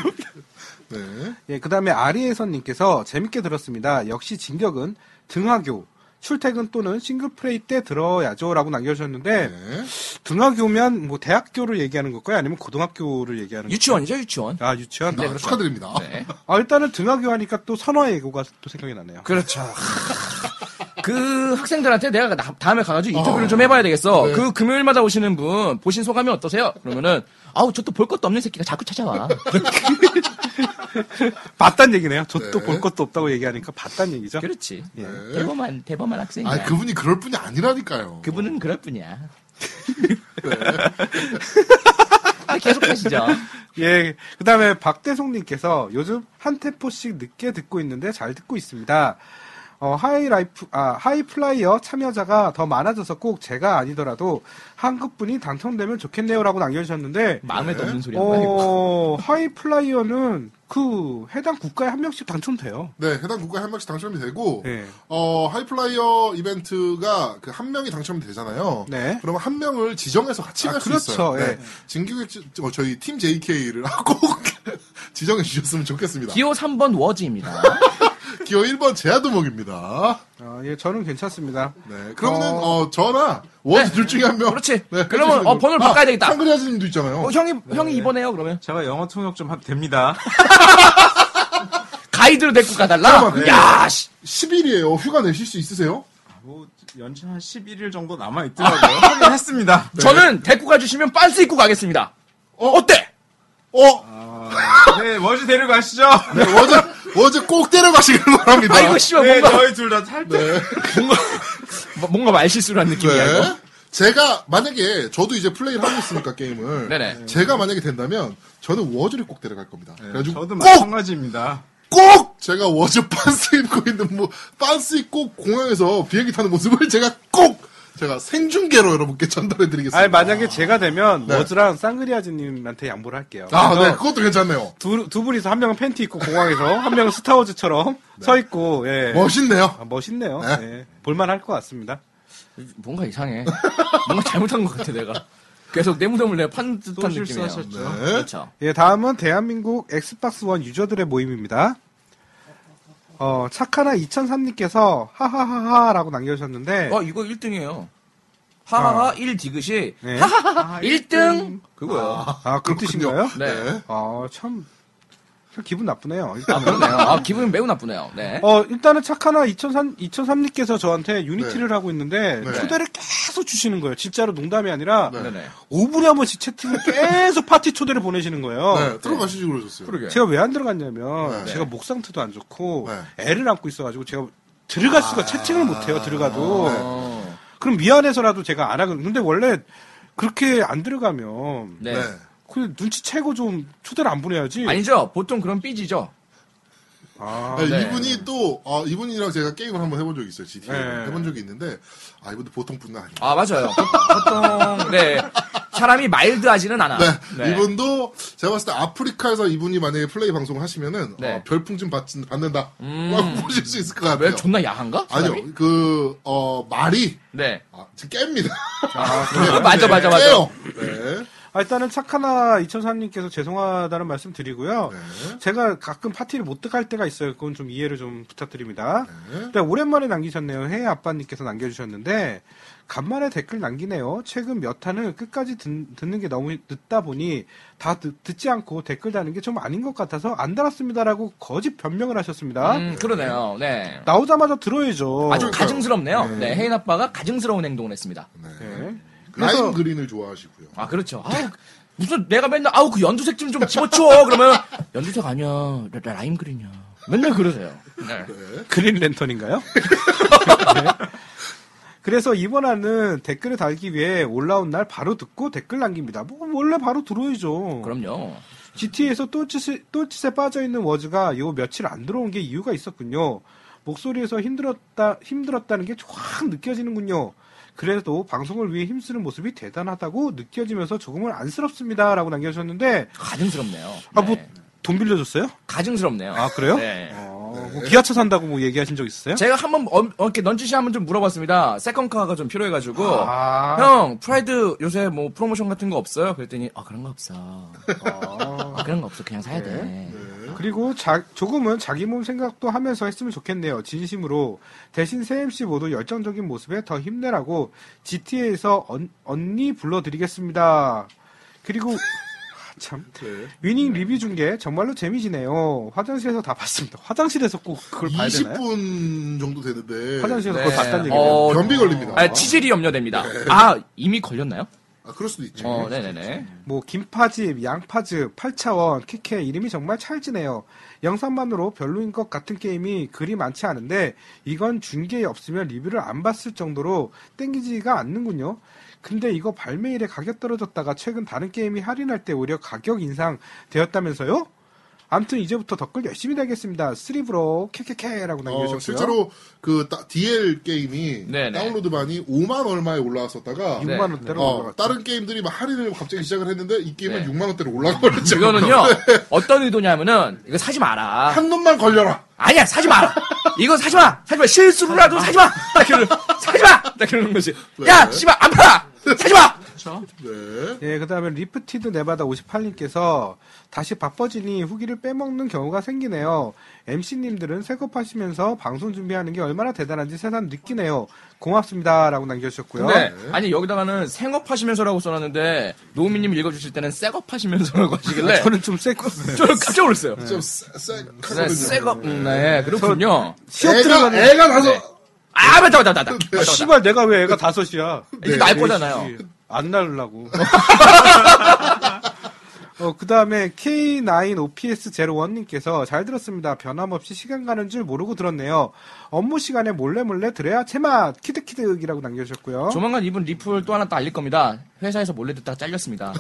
네. 예, 그 다음에 아리에선님께서 재밌게 들었습니다. 역시 진격은 등하교, 출퇴근 또는 싱글플레이 때 들어야죠. 라고 남겨주셨는데, 네. 등하교면 뭐 대학교를 얘기하는 걸까요? 아니면 고등학교를 얘기하는 걸까요? 유치원이죠 유치원. 아, 유치원? 아, 축하드립니다. 네. 아, 일단은 등하교 하니까 또 선화의 예고가 또 생각이 나네요. 그렇죠. 그 학생들한테 내가 나- 다음에 가가지고 인터뷰를 좀 해봐야 되겠어. 네. 그 금요일마다 오시는 분 보신 소감이 어떠세요? 그러면은 아우 저 또 볼 것도 없는 새끼가 자꾸 *laughs* 찾아와. 봤단 얘기네요. 저 또 네. 볼 것도 없다고 얘기하니까 봤단 얘기죠. 그렇지. 예. 대범한 대범한 학생이야. 아, 그분이 그럴 분이 아니라니까요. 분은 그럴 뿐이야. 네. 아, 계속하시죠. 예. 그 다음에 박대송님께서 요즘 한 템포씩 늦게 듣고 있는데 잘 듣고 있습니다. 어, 하이라이프 아 하이플라이어 참여자가 더 많아져서 꼭 제가 아니더라도 한국분이 당첨되면 좋겠네요라고 남겨주셨는데 마음에 도 없는 소리 한 거야 이거. 어 하이플라이어는 그 해당 국가에 한 명씩 당첨돼요. 네, 해당 국가에 한 명씩 당첨이 되고, 네. 어, 하이플라이어 이벤트가 그 한 명이 당첨이 되잖아요. 네. 그러면 한 명을 지정해서 같이 아, 갈 수 그렇죠. 있어요. 네. 예. 진규객, 어, 저희 팀 JK를 꼭 *laughs* 지정해 주셨으면 좋겠습니다. 기호 3번 워즈입니다. 기호 1번 제아두목입니다. 아, 예, 저는 괜찮습니다. 네. 그러면은, 어, 저나, 워드 둘 중에 한 명. 그렇지. 네, 그러면, 해주시는 어, 번호를 걸로. 바꿔야 되겠다. 상그리 아저님도 있잖아요. 어, 형이 형이 이번에요 그러면 제가 영어 통역 좀 하면 됩니다. 가이드로 데리고 가달라. 잠깐만, 야, 씨. 10일이에요. 휴가 내실 수 있으세요? 뭐 연차 한 11일 정도 남아 있더라고요. 확인했습니다. 저는 데리고 가주시면 빤스 입고 가겠습니다. 어? 때 어? 네, 워즈 데리고 가시죠. 네, 워즈, 워즈 꼭 데려가시길 바랍니다. 아이고 씨발 네, 뭔가 저희 둘 다 살 때. *laughs* 뭐- 뭔가 말실수를 한 느낌이야 네. 이거. 제가 만약에 저도 이제 플레이를 하고 있으니까 게임을 네네. 네. 제가 만약에 된다면 저는 워즈를 꼭 데려갈 겁니다. 그래가지고 저도 꼭 마찬가지입니다. 꼭 제가 워즈 *laughs* 빤스 입고 있는 뭐 빤스 입고 공항에서 비행기 타는 모습을 제가 꼭 제가 생중계로 여러분께 전달해드리겠습니다. 아니 만약에 제가 되면 네. 워즈랑 쌍그리아즈님한테 양보를 할게요. 아, 그래서 네, 그것도 괜찮네요. 두, 두 분이서 한 명은 팬티 입고 공항에서 한 명은 스타워즈처럼 서 있고 예. 멋있네요. 아, 멋있네요. 네. 예. 볼만할 것 같습니다. 뭔가 이상해. 뭔가 잘못한 것 같아 내가. 계속 내 무덤을 내가 판 또 듯한 느낌이에요. 실수하셨죠. 그렇죠. 예, 다음은 대한민국 엑스박스 원 유저들의 모임입니다. 어, 착하나 2003님께서 하하하하라고 남겨주셨는데 어 이거 1등이에요. 하하하 1 디귿이 네. 하하하 아, 1등 그거요. 아, 그 뜻인가요? 네. 어, 참, 참 기분 나쁘네요. 아 일단은. 그러네요. 아 기분 매우 나쁘네요. 네. 어, 일단은 착하나 2003, 2003님께서 저한테 유니티를 하고 있는데 네. 초대를 계속 주시는 거예요. 진짜로 농담이 아니라 네네. 5분에 한 *laughs* 번씩 채팅을 계속 파티 초대를 보내시는 거예요. 네, 들어가시지 그러셨어요. 그러게. 제가 왜 안 들어갔냐면 네. 제가 목 상태도 안 좋고 네. 아. 애를 안고 있어가지고 제가 들어갈 수가 채팅을 못해요. 들어가도 네. 어, 그럼 미안해서라도 제가 안 하거든요. 근데 원래 그렇게 안 들어가면 네. 네. 그 눈치채고 좀 초대를 안 보내야지. 아니죠. 보통 그런 삐지죠. 아, 네, 네. 이분이 또, 아, 이분이랑 제가 게임을 한번 해본 적이 있어요, GTA. 네. 해본 적이 있는데, 아, 이분도 보통 분은 아니에요. 아 맞아요. 보통 네 사람이 마일드하지는 않아. 네, 이분도 제가 봤을 때 아프리카에서 이분이 만약에 플레이 방송을 하시면은 네. 어, 별풍 좀 받, 받는다 음. 라고 *laughs* 보실 수 있을 것 같아요. 왜 존나 야한가? 사람이? 아니요, 그, 어, 말이, 네. 아, 지금 깹니다. 아, 맞아 *laughs* 맞아 맞아. 깨요. 네. 아, 일단은 착하나 2003님께서 죄송하다는 말씀 드리고요. 네. 제가 가끔 파티를 못 들어갈 때가 있어요. 그건 좀 이해를 좀 부탁드립니다. 근데 오랜만에 남기셨네요. 해외 아빠님께서 남겨주셨는데 간만에 댓글 남기네요. 최근 몇 탄을 끝까지 듣, 는게 너무 늦다 보니 다 듣, 지 않고 댓글 다는 게 좀 아닌 것 같아서 안 달았습니다라고 거짓 변명을 하셨습니다. 음 그러네요. 네. 나오자마자 들어야죠. 아주 그러니까요. 가증스럽네요. 네. 혜인 아빠가 가증스러운 행동을 했습니다. 네. 라임 그린을 좋아하시고요. 아 그렇죠. 아우 무슨 내가 맨날 아우 그 연두색 좀 좀 집어치워 그러면 연두색 아니야 라- 라- 라임 그린이야 맨날 그러세요. 네. 그린 랜턴인가요? *laughs* 네. 그래서 이번화는 댓글을 달기 위해 올라온 날 바로 듣고 댓글 남깁니다. 뭐 원래 바로 들어오죠. 그럼요. GT에서 똘짓에, 똘짓에 빠져있는 워즈가 요 며칠 안 들어온 게 이유가 있었군요. 목소리에서 힘들었다, 힘들었다는 게 확 느껴지는군요. 그래도 방송을 위해 힘쓰는 모습이 대단하다고 느껴지면서 조금은 안쓰럽습니다. 라고 남겨주셨는데, 가증스럽네요. 아, 네. 뭐, 돈 빌려줬어요? 가증스럽네요. 아, 그래요? 네. 어, 뭐 기아차 산다고 뭐 얘기하신 적 있으세요? 제가 한번 어, 어, 이렇게 넌지시 한번 좀 물어봤습니다. 세컨카가 좀 필요해가지고 아. 형 프라이드 요새 뭐 프로모션 같은 거 없어요? 그랬더니 아 그런 거 없어. 아, 네. 그런 거 없어. 그냥 사야 돼. 그리고 자- 조금은 자기 몸 생각도 하면서 했으면 좋겠네요. 진심으로. 대신 세임씨 모두 열정적인 모습에 더 힘내라고 GTA에서 언니 불러드리겠습니다. 그리고 아, 참 위닝 리뷰 중계 정말로 재미지네요. 화장실에서 다 봤습니다. 화장실에서 꼭 그걸 봐야 되나요? 20분 정도 되는데, 화장실에서 네. 그걸 봤다는 얘기예요. 어, 변비 걸립니다. 아, 치질이 염려됩니다. 아 이미 걸렸나요? 아, 그럴 수도 있죠. 어, 네네네. 뭐 김파집, 양파즙, 8차원, 키케 이름이 정말 찰지네요. 영상만으로 별로인 것 같은 게임이 그리 많지 않은데 이건 중계에 없으면 리뷰를 안 봤을 정도로 땡기지가 않는군요. 근데 이거 발매일에 가격 떨어졌다가 최근 다른 게임이 할인할 때 오히려 가격 인상 되었다면서요? 암튼 이제부터 댓글 열심히 달겠습니다. 쓰리브로 캐캐캐라고 남겨주셨고요. 어, 실제로 그 따- DL 게임이 네네. 다운로드반이 5만 얼마에 올라왔었다가 6만 원대로 어, 올라갔죠. 다른 게임들이 막 할인을 갑자기 시작을 했는데 이 게임은 네. 6만 원대로 올라가버렸죠. 이거는요 어떤 의도냐면은 이거 사지 마라. 한 놈만 걸려라. 아니야 사지 마라. 이거 사지 마. 사지 마. 실수로라도 사지 마. 딱 그런 사지 마. 딱 그러는 거지. 야 네. 씨발 안 팔아. 사지 마. 네. 예, 그 다음에 리프티드 네바다 58님께서 다시 바빠지니 후기를 빼먹는 경우가 생기네요. MC님들은 새겁하시면서 방송 준비하는 게 얼마나 대단한지 새삼 느끼네요. 고맙습니다. 라고 남겨주셨고요. 근데 아니 여기다가는 생업하시면서라고 써놨는데 노우미님 읽어주실 때는 셋업하시면서라고 하시길래 아, 저는 저는 좀 세고, 네. 깜짝 놀랐어요. 좀 쎄- 쎄- 네, 셋업. 음, 네 그렇군요. 시험 애가 들어가는. 애가 다섯 아 맞다 맞다 그, 맞다. 맞다, 맞다. 씨발, 내가 왜 애가 다섯이야. 네, 이게 날 씨, 거잖아요. 안 날라고. *laughs* 어, 그 다음에 K9OPS01님께서 잘 들었습니다. 변함없이 시간 가는 줄 모르고 들었네요. 업무 시간에 몰래몰래 들어야 제맛! 키득키득이라고 남겨주셨고요. 조만간 이분 리플 또 하나 또 알릴 겁니다. 회사에서 몰래 *laughs* 듣다가 잘렸습니다.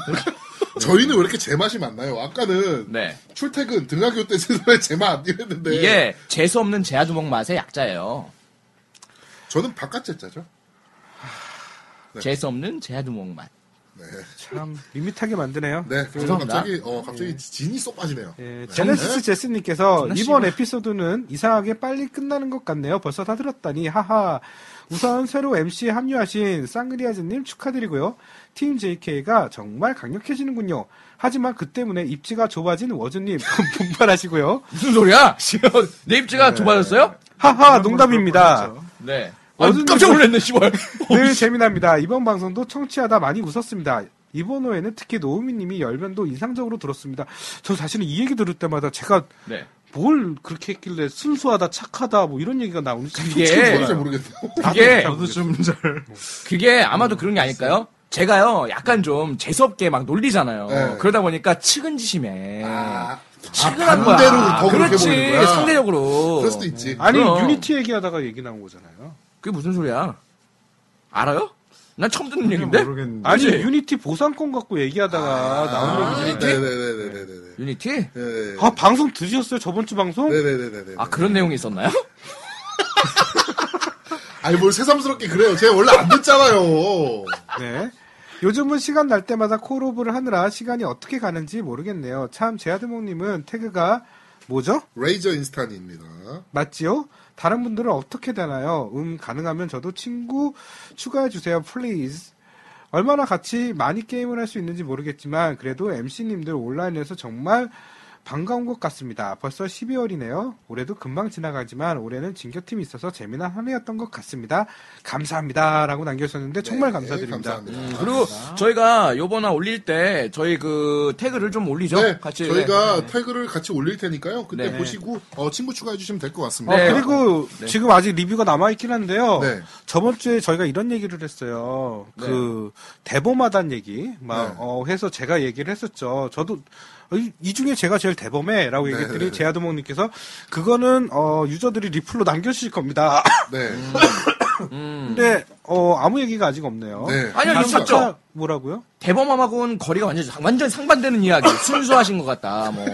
저희는 왜 이렇게 제맛이 많나요? 아까는 네. 출퇴근 등하교 때 세상에 제맛 안 이랬는데 이게 재수 없는 제아주먹 맛의 약자예요. 저는 바깥 제자죠. 네. 재수 없는 제아주먹 맛. 참, 밋밋하게 만드네요. 네. 그래서 죄송합니다. 예. 갑자기 어 갑자기 진이 쏙 빠지네요. 예, 네. 제네시스 제스님께서 존나 이번 씨발. 에피소드는 이상하게 빨리 끝나는 것 같네요. 벌써 다 들었다니 하하. 우선 새로 MC에 합류하신 쌍그리아즈님 축하드리고요. 팀 JK가 정말 강력해지는군요. 하지만 그 때문에 입지가 좁아진 워즈님 *laughs* 분발하시고요. 무슨 소리야? *laughs* 내 네. 입지가 좁아졌어요? 하하 농담입니다. 네. 아, 완전 깜짝 놀랐네, 씨발. 늘 재미납니다. 이번 방송도 청취하다 많이 웃었습니다. 이번 호에는 특히 노우미님이 열변도 인상적으로 들었습니다. 저 사실은 이 얘기 들을 때마다 제가 네. 뭘 그렇게 했길래 순수하다 착하다 뭐 이런 얘기가 나오는지 참 그게- 솔직히 뭔지 몰라요. 모르겠네요. 그게, 저도 좀 잘. 그게 아마도 그런 게 아닐까요? 제가요, 약간 좀 재수없게 막 놀리잖아요. 네. 그러다 보니까 측은지심해. 아, 아 측은한 거야. 반대로 더 그렇게 그렇지, 보이는 거야. 상대적으로. 그럴 수도 있지. 아니 그럼. 유니티 얘기하다가 얘기 나온 거잖아요. 그게 무슨 소리야? 알아요? 난 처음 듣는 얘기인데? 모르겠는데. 아니 그치? 유니티 보상권 갖고 얘기하다가 아, 나온 얘기. 네네네네네네. 유니티? 네. 아 방송 들으셨어요 저번 주 방송? 네네네네. 아, 그런 내용이 있었나요? 아니 뭘 새삼스럽게 그래요. 제가 원래 안 듣잖아요. 네. 요즘은 시간 날 때마다 콜오브를 하느라 시간이 어떻게 가는지 모르겠네요. 참 제아드몽님은 태그가 뭐죠? 레이저 인스탄입니다. 맞지요? 다른 분들은 어떻게 되나요? 음 가능하면 저도 친구 추가해 주세요, 플리즈. 얼마나 같이 많이 게임을 할 수 있는지 모르겠지만 그래도 MC님들 온라인에서 정말 반가운 것 같습니다. 벌써 12월이네요. 올해도 금방 지나가지만 올해는 진격팀이 있어서 재미난 한 해였던 것 같습니다. 감사합니다라고 남겨주셨는데 정말 네, 감사드립니다. 감사합니다. 음, 그리고 저희가 요번에 올릴 때 저희 그 태그를 좀 올리죠? 네, 같이. 저희가 태그를 같이 올릴 테니까요. 그때 네. 보시고 어, 친구 추가해 주시면 될 것 같습니다. 어, 네. 그리고 지금 아직 리뷰가 남아있긴 한데요. 네. 저번 주에 저희가 이런 얘기를 했어요. 그 대범하단 얘기 막 네. 어, 해서 제가 얘기를 했었죠. 저도 어, 이, 이 중에 제가 제일 대범해라고 네. 얘기했더니 제아도몽님께서 그거는 어, 유저들이 리플로 남겨주실 겁니다. *laughs* 네. 음. 근데 어, 아무 얘기가 아직 없네요. 네. 아니요, 감사합니다. 있었죠. 아, 뭐라고요? 대범함하고는 거리가 완전 완전 상반되는 이야기. 순수하신 것 같다. 뭐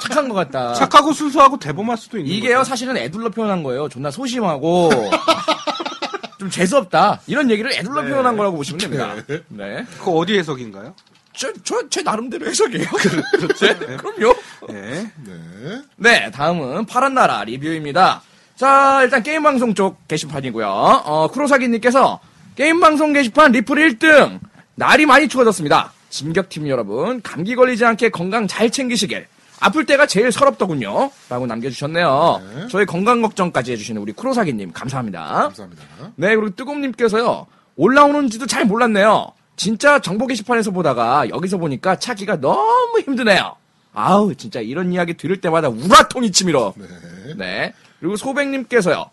착한 것 같다. 착하고 순수하고 대범할 수도 있는 아. 이게요 사실은 애둘러 표현한 거예요. 존나 소심하고 *laughs* 좀 재수 없다 이런 얘기를 애둘러 표현한 거라고 보시면 됩니다. 네. 거죠. 그거 어디 해석인가요? 저저제 나름대로 해석이에요. 네? 그럼요. 네. 네. 네, 다음은 파란 나라 리뷰입니다. 자, 일단 게임 방송 쪽 게시판이고요. 어, 쿠로사기님께서 게임 방송 게시판 리플 1등 날이 많이 추워졌습니다. 진격팀 여러분 감기 걸리지 않게 건강 잘 챙기시길. 아플 때가 제일 서럽더군요. 라고 남겨주셨네요. 저희 건강 걱정까지 해주시는 우리 쿠로사기님 감사합니다. 감사합니다. 네, 그리고 뜨곰님께서요, 올라오는지도 잘 몰랐네요. 진짜 정보 게시판에서 보다가 여기서 보니까 찾기가 너무 힘드네요. 아우, 진짜 이런 이야기 들을 때마다 우라통이 치밀어. 네. 네. 그리고 소백님께서요,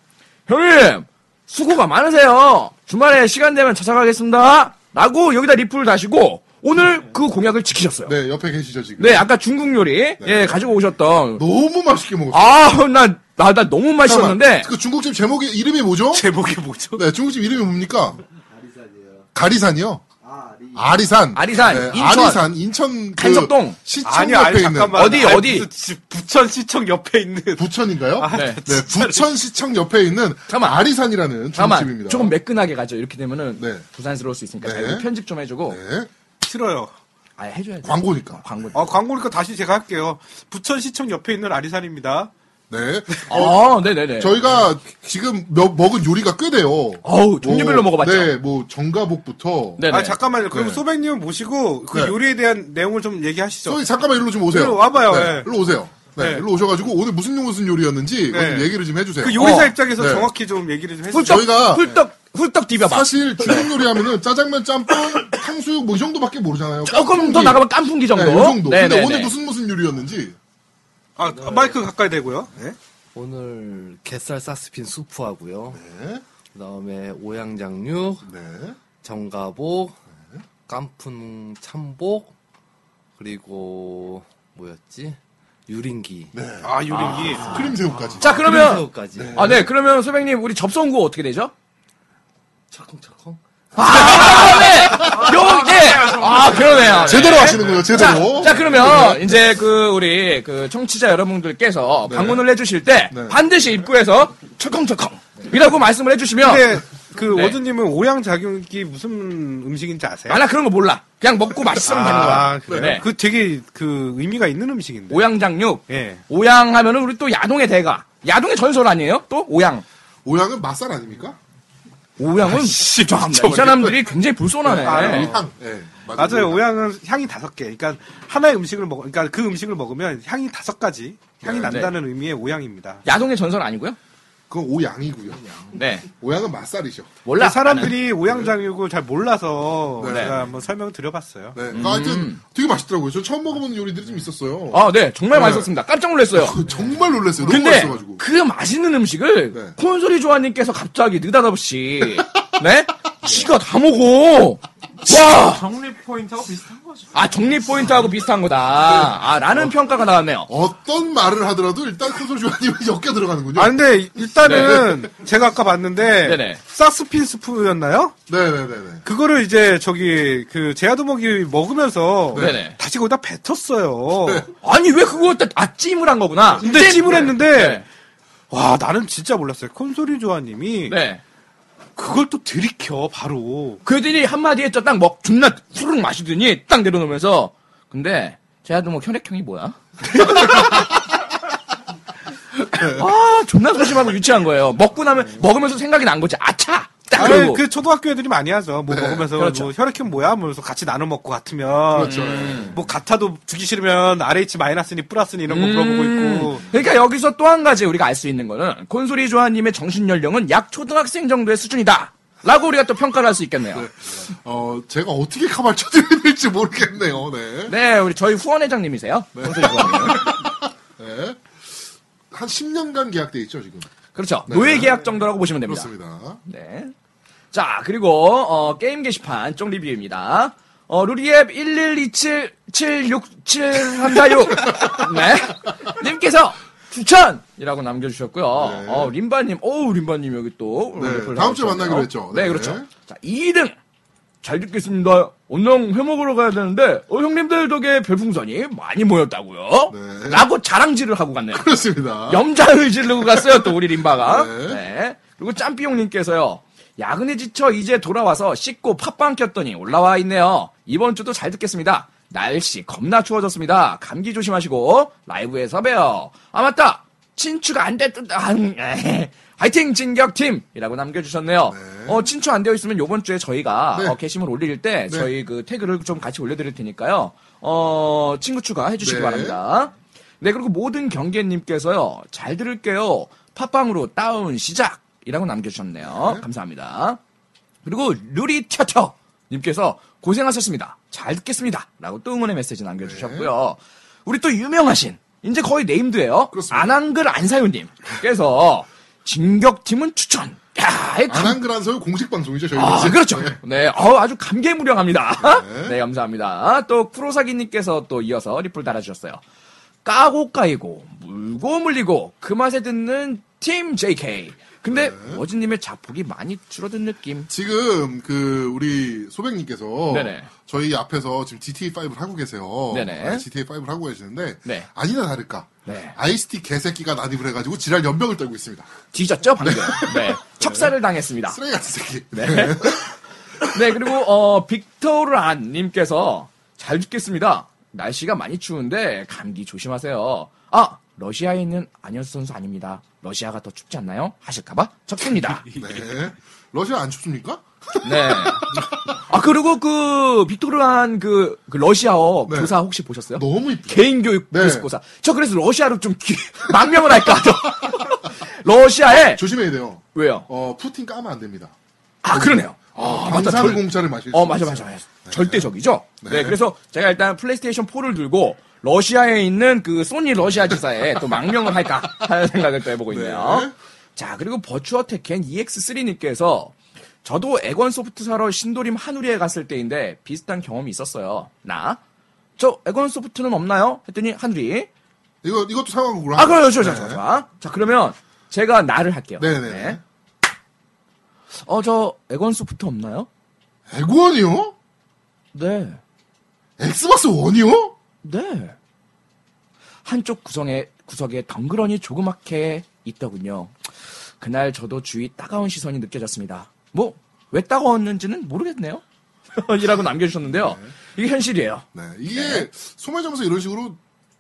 형님! 수고가 많으세요! 주말에 시간 되면 찾아가겠습니다! 라고 여기다 리플을 다시고, 오늘 그 공약을 지키셨어요. 네, 옆에 계시죠, 지금. 네, 아까 중국 요리, 예, 가지고 뭐 오셨던. 너무 맛있게 먹었어요. 아, 나, 나, 나 너무 맛있었는데. 그 중국집 제목이, 이름이 뭐죠? 제목이 뭐죠? 네, 중국집 이름이 뭡니까? 가리산이요. 가리산이요? 아리산. 네, 아리산, 인천. 아리산, 인천. 그 간석동. 시청 아니 옆에 아니 있는. 잠깐만 어디, 아니, 어디? 무슨 부천 시청 옆에 있는 부천인가요? 네. 네, 부천시청 옆에 있는 잠깐만. 아리산이라는 잠깐만 중집입니다. 조금 매끈하게 가죠. 이렇게 되면은 네. 부산스러울 수 있으니까 네. 자, 이거 편집 좀 해주고 네, 싫어요. 아 해줘야죠. 광고니까. 광고. 아 광고니까 다시 제가 할게요. 부천 시청 옆에 있는 아리산입니다. *laughs* 네. 아, 네네네. 저희가 지금 몇- 먹은 요리가 꽤 돼요. 어우 종류별로 뭐, 먹어봤죠. 네, 뭐 정가복부터. 네네. 아 잠깐만요. 그럼 네. 소백님은 모시고 그 네. 요리에 대한 내용을 좀 얘기하시죠. 저희 잠깐만 일로 좀 오세요. 일로 와봐요, 네, 예. 일로 오세요. 네, 네. 일로 오셔가지고 오늘 무슨 무슨 요리였는지 이거 좀 네. 얘기를 좀 해주세요. 그 요리사 어, 입장에서 네. 정확히 좀 얘기를 좀 해주세요. 훌떡 저희가- 훌떡 훌떡 디벼봐. 어, 사실 중국 요리 하면은 짜장면, 짬뽕, 탕수육 뭐 이 정도밖에 모르잖아요. 조금 더 나가면 깐풍기 정도. 네, 이 정도. 근데 네네네. 오늘 무슨 무슨 요리였는지. 아 마이크 가까이 대고요. 네. 오늘 갯살 사스핀 수프하고요. 네. 그다음에 오양장류, 네. 정가복, 깐풍 참복, 그리고 뭐였지? 유린기. 아 요리기. 크림 새우까지. 네. 자 그러면 그까지 아 네 그러면 소백님 우리 접선구 어떻게 되죠? 차컹차컹. 아, 네. 요게 아 그러네요. 네. 제대로 하시는 거예요, 자, 제대로. 자 그러면 이제 그 우리 그 청취자 여러분들께서 방문을 해주실 때 네. 반드시 입구에서 철컹철컹이라고 말씀을 해주시면 근데 그 네. 워즈님은 오양작용이 무슨 음식인지 아세요? 아, 나 그런 거 몰라. 그냥 먹고 아. 맛있으면 되는 거야. 그래요? 네. 그 되게 그 의미가 있는 음식인데. 오양장육. 예. 오양 하면은 우리 또 야동의 대가. 야동의 전설 아니에요? 또 오양. 오양은 맛살 아닙니까? 어. 오양은 참, 이 사람들이 굉장히 불손하네. 아, 향. 네, 맞아요. 오양은 향이 다섯 개. 그러니까 하나의 음식을 먹, 그러니까 그 음식을 먹으면 향이 다섯 가지 향이 네, 난다는 의미의 오양입니다. 야동의 전설 아니고요? 그건 오양이고요. 네. 오양은 맛살이죠. 몰라. 그 사람들이 오양장육을 잘 몰라서 네. 제가 한번 설명을 드려봤어요. 네. 그러니까 하여튼 되게 맛있더라고요. 저 처음 먹어보는 요리들이 좀 있었어요. 음. 아, 네. 정말 맛있었습니다. 깜짝 놀랐어요. 그 정말 놀랐어요. 너무 근데 맛있어가지고. 그 맛있는 음식을 네. 콘솔이 조아님께서 갑자기 *laughs* 느닷없이 네? 지가 다 먹어. 와! 정리 포인트하고 비슷한 거죠. 아, 정리 포인트하고 비슷한 네. 거다. 아, 어. 라는 평가가 나왔네요. 어떤 말을 하더라도 일단 콘솔 조아님은 *laughs* 엮여 들어가는군요. 아 근데 *laughs* 일단은 제가 아까 봤는데 네. 네네. 싹스핀 스프였나요? 네네네네. 그거를 이제 저기 그 제아도목이 먹으면서 네네. 다시 거기다 *laughs* 뱉었어요. 아니, 왜 그거 때, 아, 찜을 한 거구나. 근데 찜을 했는데 네. 와 나는 진짜 몰랐어요. 콘솔이 조아님이 네. 그걸 또 들이켜 바로. 그들이 한마디 했죠. 딱 먹, 존나 후루룩 마시더니 딱 내려놓으면서. 근데, 제가 뭐 혈액형이 뭐야? *laughs* 아, 존나 소심하고 유치한 거예요. 먹고 나면, 먹으면서 생각이 난 거지. 아차! 딱 아니, 그러고. 그 초등학교 애들이 많이 하죠. 뭐 먹으면서 그렇죠. 뭐 혈액형 뭐야? 뭐면서 같이 나눠 먹고 같으면 뭐 같아도 주기 싫으면 RH 마이너스니 플러스니 이런 거 물어보고 있고. 그러니까 여기서 또 한 가지 우리가 알 수 있는 거는 콘솔이 조아님의 정신 연령은 약 초등학생 정도의 수준이다. 라고 우리가 또 평가를 할 수 있겠네요. 어, 제가 어떻게 가발쳐드려야 될지 모르겠네요. 네. 네, 우리 저희 후원 회장님이세요. 콘솔이 조아님. 네. 한 10년간 계약돼 있죠, 지금. 그렇죠. 노예 계약 정도라고 보시면 됩니다. 그렇습니다. 네. 자, 그리고 어, 게임 게시판 쪽 리뷰입니다. 어, 루리앱 *laughs* 112776736 네. 님께서 추천이라고 남겨 주셨고요. 어, 림바 님. 오, 림바 님 여기 또 네, 리플 다음 주에 남겨주셨네요. 만나기로 했죠. 네, 네. 그렇죠. 자, 2등. 잘 듣겠습니다. 언능 회 먹으러 가야 되는데 어, 형님들 덕에 별풍선이 많이 모였다고요. 네. 라고 자랑질을 하고 *laughs* 갔네요. 그렇습니다. 염장을 지르고 갔어요, 또 우리 림바가. 네. 네. 그리고 짬삐용님께서요. 야근에 지쳐 이제 돌아와서 씻고 팟빵 켰더니 올라와 있네요. 이번 주도 잘 듣겠습니다. 날씨 겁나 추워졌습니다. 감기 조심하시고 라이브에서 봬요. 아 맞다. 친추가 안 됐다. 아, 에헤. 화이팅 진격팀이라고 남겨주셨네요. 어 친추 안 되어 있으면 요번 주에 저희가 네. 어, 게시물 올릴 때 네. 저희 그 태그를 좀 같이 올려드릴 테니까요. 어 친구 추가 해주시기 네. 바랍니다. 네, 그리고 모든 경계님께서요, 잘 들을게요. 팟빵으로 다운 시작! 이라고 남겨주셨네요. 감사합니다. 그리고 루리튀어튀어님께서 고생하셨습니다. 잘 듣겠습니다. 라고 또 응원의 메시지 남겨주셨고요. 우리 또 유명하신, 이제 거의 네임드예요 네. 그렇습니다. 안한글 안사유님께서 진격팀은 추천! 야, 이 감- 안한글한서요 공식 방송이죠, 저희가. 아, 지금. 그렇죠. 네. 네, 어, 아주 감개무량합니다. 네. 네. 감사합니다. 또 쿠로사기님께서 또 이어서 리플 달아주셨어요. 까고 까이고 물고 물리고 그 맛에 듣는 팀 JK 근데 워즈님의 자폭이 많이 줄어든 느낌. 지금 그 우리 소백님께서 네네. 저희 앞에서 지금 GTA 5를 하고 계세요. 아, 네네. GTA 5를 하고 계시는데 네. 아니나 다를까 네. IST 개새끼가 난입을 해가지고 지랄 연병을 떨고 있습니다. 뒤졌죠 방금. 네. 척사를 당했습니다. 쓰레기 같은 새끼. *laughs* 네. 네, 그리고, 어, 빅토르안 님께서 잘 듣겠습니다. 날씨가 많이 추운데 감기 조심하세요. 아! 러시아에 있는 안현수 선수 아닙니다. 러시아가 더 춥지 않나요? 하실까봐 적습니다. 네. 러시아 안 춥습니까? 네. 아, 그리고 그, 빅토르안 그, 그 러시아어 네. 교사 혹시 보셨어요? 너무 이쁘. 개인교육 네. 교습고사. 저 그래서 러시아로 좀 기- *laughs* 망명을 할까 하죠. 러시아에, 조심해야 돼요. 왜요? 어 푸틴 까면 안 됩니다. 아, 그러네요. 어, 아, 맞다. 방사능 절- 공차를 마실 수. 어, 맞아, 맞아, 있어요. 맞아. 절대적이죠? 네. 그래서 제가 일단 플레이스테이션 4를 들고 러시아에 있는 그 소니 러시아 *laughs* 지사에 또 망명을 할까 하는 생각을 또 해보고 있네요. 네. 자, 그리고 버추어 테켄 EX3님께서 저도 에건 소프트 사러 신도림 한우리에 갔을 때인데 비슷한 경험이 있었어요. 나? 저 에건 소프트는 없나요? 했더니 한우리. 이거 이것도 상황 구라. 아, 그래요. 좋아, 좋아, 좋아, 좋아. 자, 그러면 제가 나를 할게요. 네. 네네. 어, 저 에건 소프트 없나요? 에고원이요? 네. 엑스박스 원이요? 네. 한쪽 구성에, 구석에 덩그러니 조그맣게 있더군요. 그날 저도 주위 따가운 시선이 느껴졌습니다. 뭐, 왜 따가웠는지는 모르겠네요. *laughs* 이라고 남겨주셨는데요. 이게 현실이에요. 네. 이게 소매점에서 이런 식으로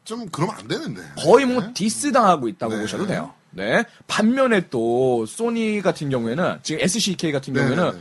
좀 그러면 안 되는데. 거의 뭐 디스 당하고 있다고 네. 보셔도 돼요. 네. 반면에 또 소니 같은 경우에는 지금 SCK 같은 네, 경우에는 네, 네.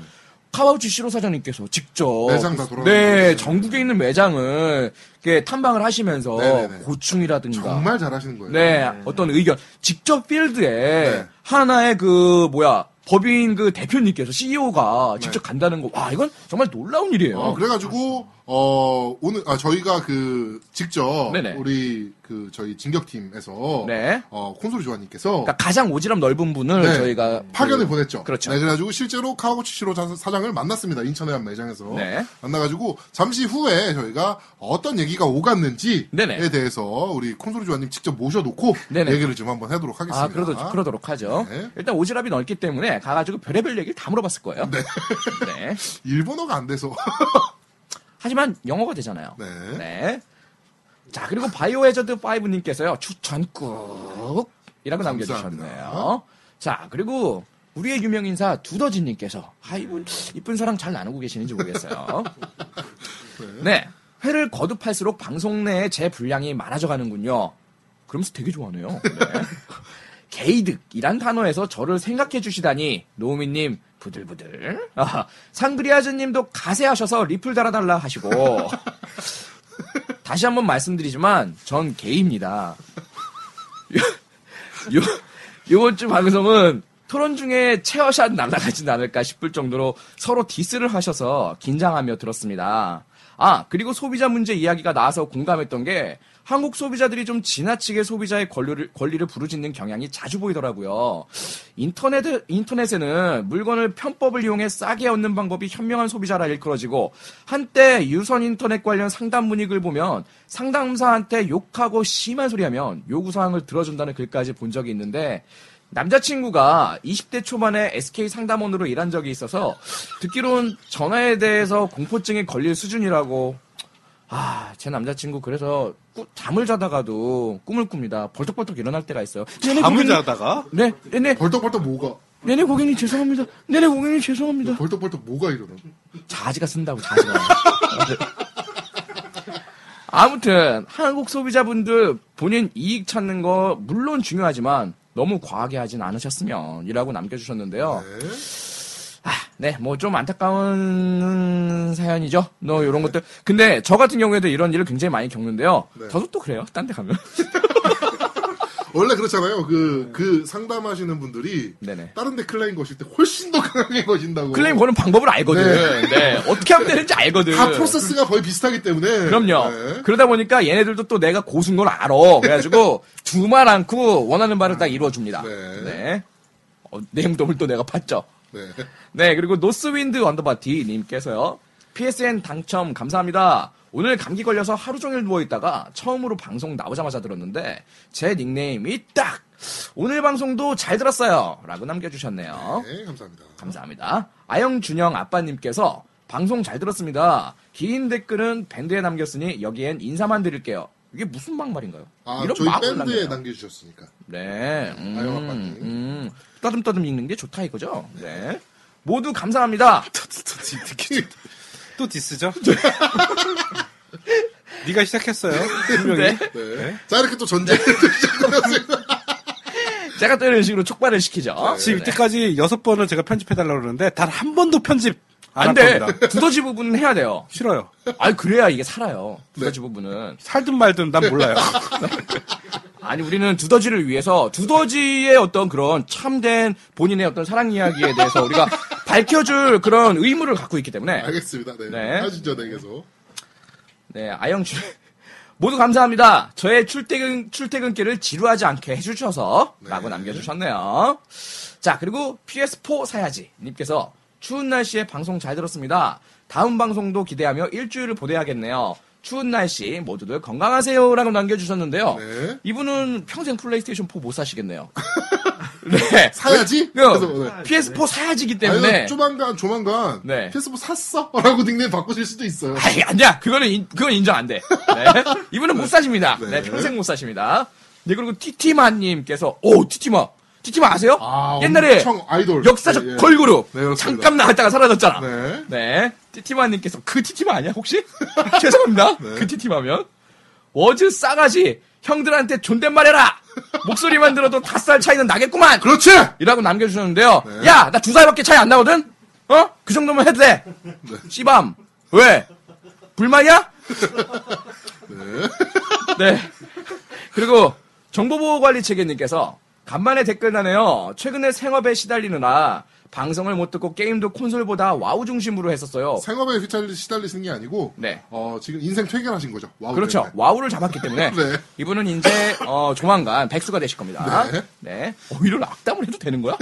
카와우치 시로 사장님께서 직접 매장 다 돌아다니고 네 계시네요. 전국에 있는 매장을 이렇게 탐방을 하시면서 네, 네, 네. 고충이라든가 정말 잘하시는 거예요. 네, 어떤 의견 직접 필드에 네. 하나의 그 뭐야 법인 그 대표님께서 CEO가 직접 간다는 거 와 이건 정말 놀라운 일이에요. 네. 어, 그래가지고 어 오늘 아 저희가 그 직접 네네. 우리 그 저희 진격팀에서 네. 어 콘솔 조아님께서 그러니까 가장 오지랖 넓은 분을 네. 저희가 파견을 그- 보냈죠. 그렇죠. 네, 그래가지고 실제로 카와구치 시로 자- 사장을 만났습니다. 인천의 한 매장에서 네. 만나가지고 잠시 후에 저희가 어떤 얘기가 오갔는지에 네네. 대해서 우리 콘솔 조아님 직접 모셔놓고 네네. 얘기를 좀 한번 해도록 하겠습니다. 아, 그러도, 그러도록 하죠. 네. 일단 오지랖이 넓기 때문에 가가지고 별의별 얘기를 다 물어봤을 거예요. 네. 일본어가 안 돼서 *laughs* 하지만 영어가 되잖아요. 네. 네. 자, 그리고 바이오헤저드 5님께서요, 추천 꾹! 이라고 남겨주셨네요. 감사합니다. 자, 그리고 우리의 유명인사 두더지님께서, 아, 이분, 이쁜 사랑 잘 나누고 *laughs* 계시는지 모르겠어요. 네. 회를 거듭할수록 방송 내에 제 분량이 많아져 가는군요. 그러면서 되게 좋아하네요. *laughs* 네. 게이득이란 단어에서 저를 생각해 주시다니 노우미님 부들부들 아, 상그리아즈님도 가세하셔서 리플 달아달라 하시고 다시 한번 말씀드리지만 전 게이입니다. 요, 요, 요번 주 방송은 토론 중에 체어샷 날아가진 않을까 싶을 정도로 서로 디스를 하셔서 긴장하며 들었습니다. 아, 그리고 소비자 문제 이야기가 나와서 공감했던 게 한국 소비자들이 좀 지나치게 소비자의 권리를, 권리를 부르짖는 경향이 자주 보이더라고요. 인터넷, 인터넷에는 물건을 편법을 이용해 싸게 얻는 방법이 현명한 소비자라 일컬어지고 한때 유선 인터넷 관련 상담 문의글 보면 상담사한테 욕하고 심한 소리하면 요구사항을 들어준다는 글까지 본 적이 있는데 남자친구가 20대 초반에 SK 상담원으로 일한 적이 있어서 듣기로는 전화에 대해서 공포증에 걸릴 수준이라고 아, 제 남자친구 그래서 꾸- 잠을 자다가도 꿈을 꿉니다. 벌떡벌떡 일어날 때가 있어요. 네네, 밤을 고객님. 자다가 네, 네네, 벌떡벌떡 뭐가 네네 고객님 죄송합니다. 네네 고객님 죄송합니다. 벌떡벌떡 뭐가 이러나? 자지가 쓴다고 자지가. *laughs* 아무튼 한국 소비자분들 본인 이익 찾는 거 물론 중요하지만 너무 과하게 하진 않으셨으면이라고 네. 남겨주셨는데요. 네, 뭐 좀 안타까운 사연이죠. 네. 너 이런 것들. 근데 저 같은 경우에도 이런 일을 굉장히 많이 겪는데요. 네. 저도 또 그래요. 딴 데 가면. 원래 그렇잖아요. 그 그 상담하시는 분들이 네네. 다른 데 클레임 거실 때 훨씬 더 강하게 거신다고. 클레임 거는 방법을 알거든. 뭐. 네. 네. 어떻게 하면 되는지 알거든. 다 프로세스가 거의 비슷하기 때문에. 그럼요. 네. 그러다 보니까 얘네들도 또 내가 고수인 걸 알아. 그래가지고 두 말 않고 원하는 바를 딱 이루어줍니다. 네. 네. 어, 내 행동을 또 내가 봤죠. 네. 네, 그리고 노스윈드 언더바티 님께서요. PSN 당첨 감사합니다. 오늘 감기 걸려서 하루 종일 누워 있다가 처음으로 방송 나오자마자 들었는데 제 닉네임이 딱 오늘 방송도 잘 들었어요. 라고 남겨주셨네요. 네, 감사합니다. 감사합니다. 아영준영 아빠님께서 방송 잘 들었습니다. 긴 댓글은 밴드에 남겼으니 여기엔 인사만 드릴게요. 이게 무슨 막말인가요? 아, 저희 막을 밴드에 남겨요. 남겨주셨으니까. *laughs* 네. 음, 아영 아빠님. 음, 떠듬떠듬 읽는 게 좋다 이거죠? 네. 모두 감사합니다. 또 디스죠? *laughs* 네가 시작했어요. 네. 분명히. *laughs* 네. 자, 이렇게 또 전쟁을 시작하면서. 제가 또 이런 식으로 촉발을 시키죠. 아, 지금 네. 이때까지 여섯 번을 제가 편집해달라고 그러는데 단 한 번도 편집 안 아, 안할 돼. 겁니다. 두더지 부분은 해야 돼요. 싫어요. 아, 그래야 이게 살아요. 네. 두더지 부분은. 살든 말든 *laughs* 난 몰라요. 아, 아니 우리는 두더지를 위해서 두더지의 어떤 그런 참된 본인의 어떤 사랑 이야기에 대해서 우리가 *laughs* 밝혀줄 그런 의무를 갖고 있기 때문에 알겠습니다. 네. 네. 하시죠, 네, 계속. 네 아영 씨 *laughs* 모두 감사합니다. 저의 출퇴근 출퇴근길을 지루하지 않게 네. 해주셔서라고 남겨주셨네요. 자 그리고 PS4 사야지 님께서 추운 날씨에 방송 잘 들었습니다. 다음 방송도 기대하며 일주일을 보내야겠네요. 추운 날씨 모두들 건강하세요라고 남겨주셨는데요. 네. 이분은 평생 플레이스테이션 4 *laughs* 못 사시겠네요. 네. 사야지? 그, 그래서, 네. PS4 사야지기 아니, 때문에. 조만간, 조만간, 네. PS4 샀어? *laughs* 라고 닉네임 바꾸실 수도 있어요. 아니, 아니야. 그거는, 인, 그건 인정 안 돼. *laughs* 네. 이분은 못 사십니다. 네. 평생 못 사십니다. 네, 그리고 티티마님께서, 오, 티티마. 티티마 아세요? 아, 옛날에 엄청 아이돌. 역사적 네, 예. 걸그룹. 네, 그렇습니다. 잠깐 나갔다가 사라졌잖아. 네. 네. 티티마님께서 그 티티마 아니야 혹시? *laughs* 죄송합니다. 네. 그 티티마면 워즈 싸가지 형들한테 존댓말해라. 목소리만 들어도 다섯 살 차이는 나겠구만. 그렇지! 이라고 남겨주셨는데요. 야, 나 두 살밖에 차이 안 나거든? 어? 그 정도면 해도 돼. 씨밤. 왜? 불만이야? 네. 그리고 정보보호관리체계님께서 간만에 댓글 나네요. 최근에 생업에 시달리느라 방송을 못 듣고 게임도 콘솔보다 와우 중심으로 했었어요. 생업에 휘찰리, 시달리시는 게 아니고, 네. 어, 지금 인생 퇴결하신 거죠. 와우. 그렇죠. 때문에. 와우를 잡았기 때문에 아, *laughs* 네. 이분은 이제 어, 조만간 백수가 되실 겁니다. 네. 네. 어, 이런 악담을 해도 되는 거야?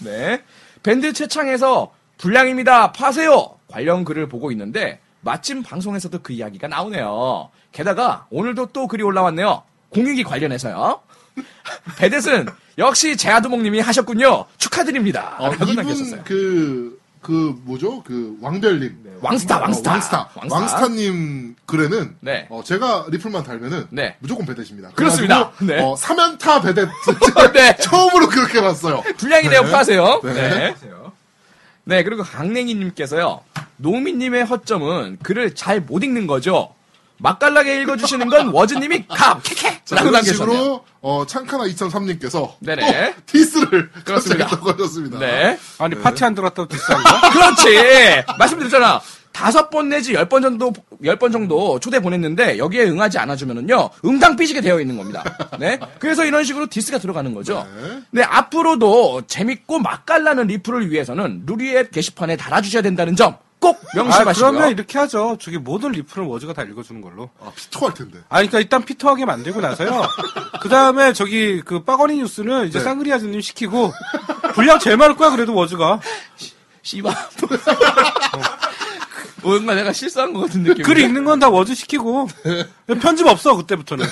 네. 밴드 채창에서 불량입니다. 파세요. 관련 글을 보고 있는데 마침 방송에서도 그 이야기가 나오네요. 게다가 오늘도 또 글이 올라왔네요. 공익이 관련해서요. *laughs* 베댓은 역시 제아두목님이 하셨군요. 축하드립니다. 어, 라고 남겼었어요. 이분, 그, 그, 뭐죠? 그, 왕별님. 왕스타, 왕스타. 어, 왕스타. 네, 왕스타. 님 글에는, 네. 어, 제가 리플만 달면은, 네. 무조건 배대십니다. 그렇습니다. 그래가지고, 네. 어, 3연타 배대. *laughs* 네. *laughs* 처음으로 그렇게 봤어요. 불량이네요. 파세요. 네. 네. 네, 그리고 강냉이님께서요. 노미님의 허점은 글을 잘 못 읽는 거죠. 맛깔나게 *laughs* 읽어주시는 건 워즈님이 갑 캐캐 자, 라고 이런 남겨주셨네요. 식으로, 어, 창카나 2003님께서, 네네. 또 디스를 *laughs* 그렇습니다. 갑자기 떠거셨습니다. 네, 아니 파티 안 들어왔다고 디스한 거? 그렇지. 말씀드렸잖아. 다섯 번 내지 열 번 정도 열 번 정도 초대 보냈는데 여기에 응하지 않아주면은요 응당 삐지게 되어 있는 겁니다. 네, 그래서 이런 식으로 디스가 들어가는 거죠. 네, 앞으로도 재밌고 맛깔나는 리플을 위해서는 루리앱 게시판에 달아주셔야 된다는 점 꼭 아, 명심하시고요. 그러면 이렇게 하죠. 저기 모든 리플은 워즈가 다 읽어주는 걸로. 아, 피토할 텐데. 아, 그러니까 일단 피터하게 만들고 나서요. 그 다음에 저기 그 빠거니 뉴스는 네. 이제 쌍그리아즈님 시키고 분량 제일 많을 거야 그래도 워즈가. 씨발. *laughs* 뭔가 내가 실수한 것 같은 느낌. 글 읽는 건 다 워즈 시키고 편집 없어 그때부터는.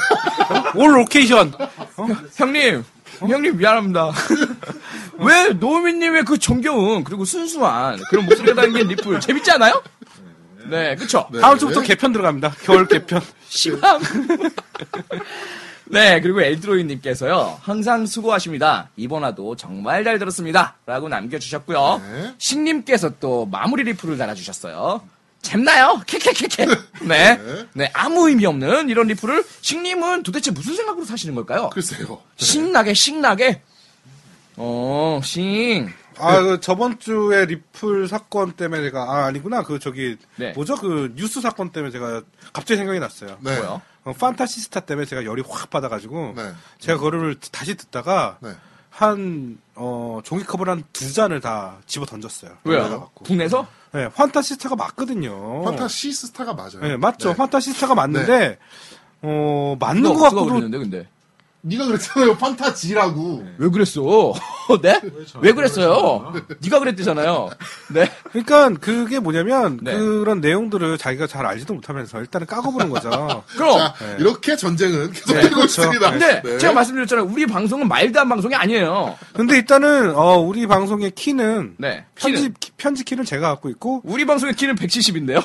올 로케이션. 어? 형님, 형님 *laughs* 미안합니다. 왜 노미님의 그 정겨운 그리고 순수한 그런 목소리가 담긴 리플 재밌지 않아요? 네, 그쵸. 다음 주부터 개편 들어갑니다. 겨울 개편. 시밤. *laughs* 네, 그리고 엘드로이님께서요, 항상 수고하십니다. 이번화도 정말 잘 들었습니다. 라고 남겨주셨고요. 네. 식님께서 또 마무리 리플을 달아주셨어요. 잼나요? *laughs* 캐캐캐캐. 네. 네, 아무 의미 없는 이런 리플을 식님은 도대체 무슨 생각으로 사시는 걸까요? 글쎄요. 신나게, 신나게. 어, 싱. 아, 그 저번 주에 리플 사건 때문에 제가 아 아니구나 그 저기 네. 뭐죠 그 뉴스 사건 때문에 제가 갑자기 생각이 났어요. 네. 뭐요? 어, 판타시스타 때문에 제가 열이 확 받아가지고 네. 제가 그거를 다시 듣다가 네. 한 어, 종이컵을 한 두 잔을 다 집어 던졌어요. 왜요? 열받아갖고. 국내에서? 네, 판타시스타가 맞거든요. 판타시 스타가 맞아요. 네, 맞죠. 네. 판타시스타가 맞는데 어, 맞는 누가 것 수가 같고도 그랬는데, 근데. 네가 그랬잖아요. 판타지라고. 왜 그랬어? *laughs* 네? 왜 그랬어요? 네가 그랬대잖아요. 네? 그러니까 그게 뭐냐면 네. 그런 내용들을 자기가 잘 알지도 못하면서 일단은 까고 보는 *laughs* 거죠. 그럼 자, 이렇게 전쟁은 계속되고 그렇죠. 있습니다. 네. 근데 네. 제가 말씀드렸잖아요. 우리 방송은 말도 안 방송이 아니에요. 근데 일단은 어, 우리 방송의 키는 네. 편집 키는- 키- 편집 키는 제가 갖고 있고 네, 우리 방송의 키는 170인데요.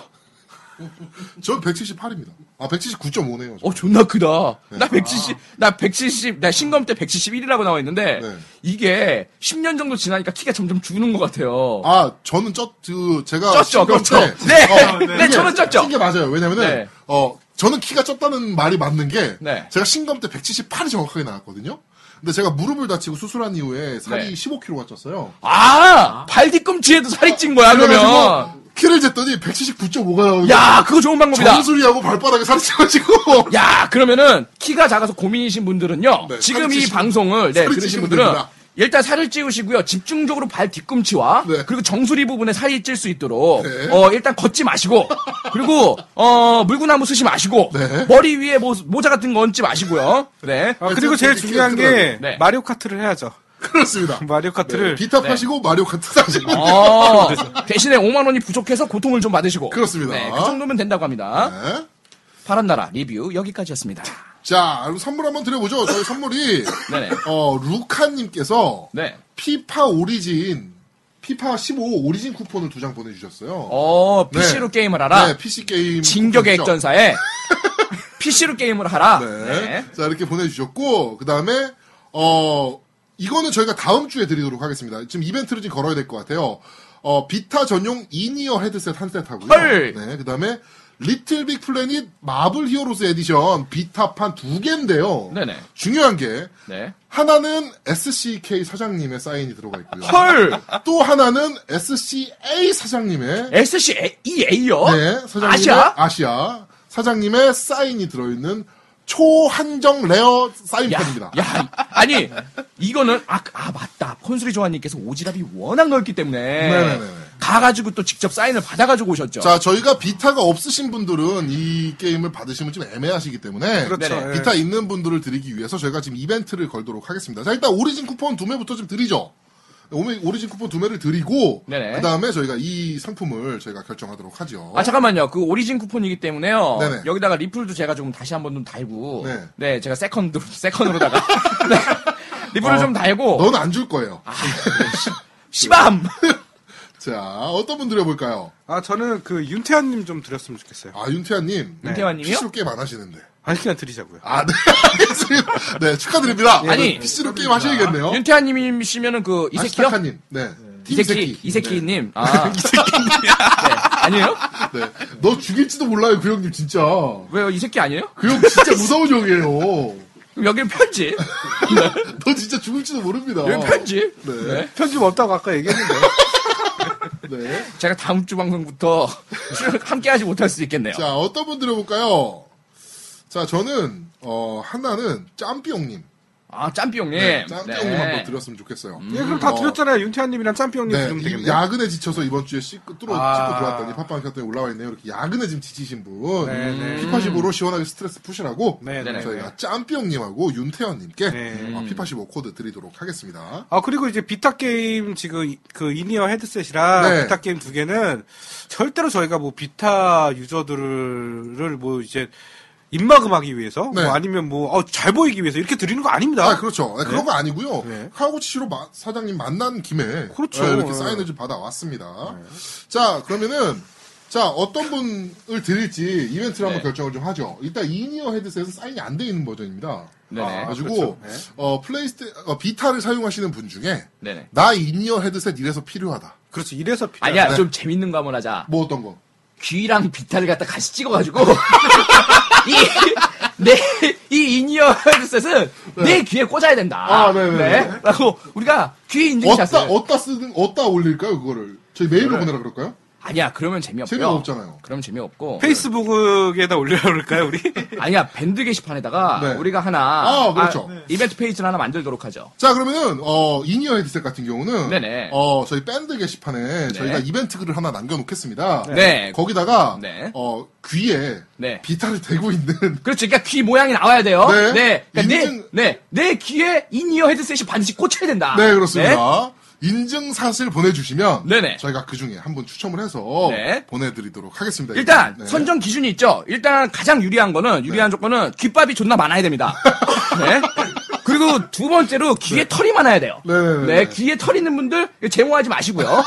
전 178입니다. 아, 179.5네요. 어 존나 크다. 나 170, 나 170, 나 신검 때 171이라고 나와 있는데 네. 이게 10년 정도 지나니까 키가 점점 주는 것 같아요. 아, 저는 쪘, 그, 제가. 쪘죠, 신경 그렇죠. 때- 네, 어, 네, 저는 쪘죠. 찐게 맞아요. 왜냐면은, 네. 어, 저는 키가 쪘다는 말이 맞는 게, 네. 제가 신검 때 178이 정확하게 나왔거든요. 근데 제가 무릎을 다치고 수술한 이후에 살이 네. 15kg가 쪘어요. 아, 발 뒤꿈치에도 살이 찐 거야 아, 그러면. 그래가지고 키를 쟀더니 179.5가 나오는 야, 그거 좋은 방법이다. 정수리하고 발바닥에 살이 쪄가지고. *laughs* 야, 그러면은 키가 작아서 고민이신 분들은 네, 지금 살을 이 찌시는- 방송을 네, 살을 들으신 찌시는 분들은 분들이다. 일단 살을 찌우시고요. 집중적으로 발 뒤꿈치와 네. 그리고 정수리 부분에 살이 찔 수 있도록 네. 어 일단 *laughs* 걷지 마시고 그리고 어 물구나무 쓰지 마시고 네. 머리 위에 모, 모자 같은 거 얹지 마시고요. 네. 아, 그리고 제일 중요한 게 네. 마리오 카트를 해야죠. *laughs* 그렇습니다. 네, 마리오 카트를 비타 파시고 마리오 카트 사시고. 어, 대신에 5만 원이 부족해서 고통을 좀 받으시고 그렇습니다. 네, 그 정도면 된다고 합니다. 네. 파란 나라 리뷰 여기까지였습니다. 자, 그럼 선물 한번 드려보죠. 저희 선물이, 네네. 어, 루카님께서, 네. 피파 오리진, 피파 15 오리진 쿠폰을 두 장 보내주셨어요. 어, PC로 네. 게임을 하라. 네, PC 게임. 진격의 쿠폰 있죠? *laughs* 액전사에 PC로 게임을 하라. 네. 네. 자, 이렇게 보내주셨고, 그 다음에, 어, 이거는 저희가 다음 주에 드리도록 하겠습니다. 지금 이벤트를 지금 걸어야 될 것 같아요. 어, 비타 전용 이니어 헤드셋 한 세트 하고요. 헐! 네, 그 다음에, 리틀 빅 플래닛 마블 히어로즈 에디션 비타판 두 개인데요. 네네. 중요한 게, 네. 하나는 SCK 사장님의 사인이 들어가 있고요. 헐! 또 하나는 SCA 사장님의 E SCEA요? 네, 사장님의 어? 아시아? 아시아 사장님의 사인이 들어있는 초한정 레어 야, 사인펜입니다. 야, 아니, 이거는, 아, 아, 맞다. 콘수리 조아님께서 오지랖이 워낙 넓기 때문에. 네네네. 가가지고 또 직접 사인을 받아가지고 오셨죠. 자, 저희가 비타가 없으신 분들은 이 게임을 받으시면 좀 애매하시기 때문에 그렇죠. 네네. 예. 비타 있는 분들을 드리기 위해서 저희가 지금 이벤트를 걸도록 하겠습니다. 자, 일단 오리진 쿠폰 두 매부터 좀 드리죠. 오메- 오리진 쿠폰 두 매를 드리고 네네. 그 다음에 저희가 이 상품을 저희가 결정하도록 하죠. 아, 잠깐만요. 그 오리진 쿠폰이기 때문에요. 네네. 여기다가 리플도 제가 좀 다시 한번 좀 달고. 네. 제가 세컨드, 세컨으로다가. *laughs* 네. 리플을 어. 좀 달고. 넌 안 줄 거예요. 아. 시밤! 자, 어떤 분 드려볼까요? 아 저는 그 윤태환님 좀 드렸으면 좋겠어요. 아, 윤태환님. 윤태환님이요? PC로 게임 안 하시는데. 한 시간 드리자고요. 아, 네, 알겠습니다. 네, 축하드립니다. 예, 아니, PC로 게임 하셔야겠네요. 윤태환님이시면은 그, 아, 이새끼요? 시타카님. 네. 팀 이새끼, 이새끼님. 아. 이새끼님. 아니에요? 네. 네. 너 죽일지도 몰라요, 그 형님, 진짜. 왜요? 이새끼 아니에요? 그 형 진짜 무서운 형이에요. 그럼 여기는 편지. 너 진짜 죽을지도 모릅니다. 여기 편지. 어. 네. 네. 편집 없다고 아까 얘기했는데 네. 제가 다음 주 방송부터 *laughs* 함께하지 못할 수 있겠네요. 자, 어떤 분 드려볼까요? 자, 저는, 어, 하나는 짬삐용님. 아, 짬삐 형님. 네, 네. 짬삐용님 한번 드렸으면 좋겠어요. 음. 예, 그럼 다 어. 드렸잖아요. 윤태환님이랑 짬피형님 네, 드리면 이 되겠네요. 야근에 지쳐서 이번 주에 씻고 뚫어 아. 씻고 들어왔더니 팟빵 켰더니 올라와 있네요. 이렇게 야근에 지금 지치신 분 음, 네, 네. 피파십으로 시원하게 스트레스 푸시라고 네, 네, 저희가 짬삐용님하고 윤태현님께 네. 어, 피파십오 코드 드리도록 하겠습니다. 아 그리고 이제 비타 게임 지금 이- 그 이니어 헤드셋이랑 네. 비타 게임 두 개는 절대로 저희가 뭐 비타 유저들을 뭐 이제 입마금하기 위해서 네. 뭐 아니면 뭐잘 보이기 위해서 이렇게 드리는 거 아닙니다. 아 그렇죠. 네, 그런 거 아니고요. 네. 카고치시로 마- 사장님 만난 김에 그렇죠. 네, 이렇게 네. 사인을 좀 받아왔습니다. 자 그러면은 자 어떤 분을 드릴지 이벤트를 한번 결정을 좀 하죠. 일단 이니어 헤드셋은 사인이 안 돼 있는 버전입니다. 아, 네네. 가지고 어 플레이스테 어, 비타를 사용하시는 분 중에 네네. 나 인이어 헤드셋 이래서 필요하다. 그렇죠. 이래서 비타. 아니야, 네. 좀 재밌는 거 한번 하자. 뭐 어떤 거? 귀랑 비타를 갖다 같이 찍어가지고. *laughs* 이, 내, 이 이니어 헤드셋은 내 귀에 꽂아야 된다. 네. 아, 네네네. 네. 라고 우리가 귀 인증샷을. 어디다 어디다 쓰는 어디다 올릴까요 그거를? 저희 메일로 보내라 그럴까요? 아니야 그러면 재미없고요. 재미가 없잖아요. 그럼 재미없고 페이스북에다 올려볼까요 우리? 아니야 밴드 게시판에다가 네. 우리가 하나 아, 그렇죠. 이벤트 페이지를 하나 만들도록 하죠. 자 그러면은 어 인이어 헤드셋 같은 경우는 네네. 어 저희 밴드 게시판에 저희가 이벤트 글을 하나 남겨놓겠습니다. 네. 거기다가 네. 어 귀에 네. 비타를 대고 있는 *laughs* 그렇죠. 그러니까 귀 모양이 나와야 돼요. 네. 네. 그러니까 인증- 내, 네. 내 귀에 인이어 헤드셋이 반드시 꽂혀야 된다. 네 그렇습니다. 인증 사실 보내주시면 네네. 저희가 그 중에 한 분 추첨을 해서 네. 보내드리도록 하겠습니다. 일단 네. 선정 기준이 있죠. 일단 가장 유리한 거는 유리한 조건은 귓밥이 존나 *laughs* 많아야 됩니다. 네. 그리고 두 번째로 귀에 털이 많아야 돼요. 네. 네네네. 귀에 털 있는 분들 이거 제모하지 마시고요.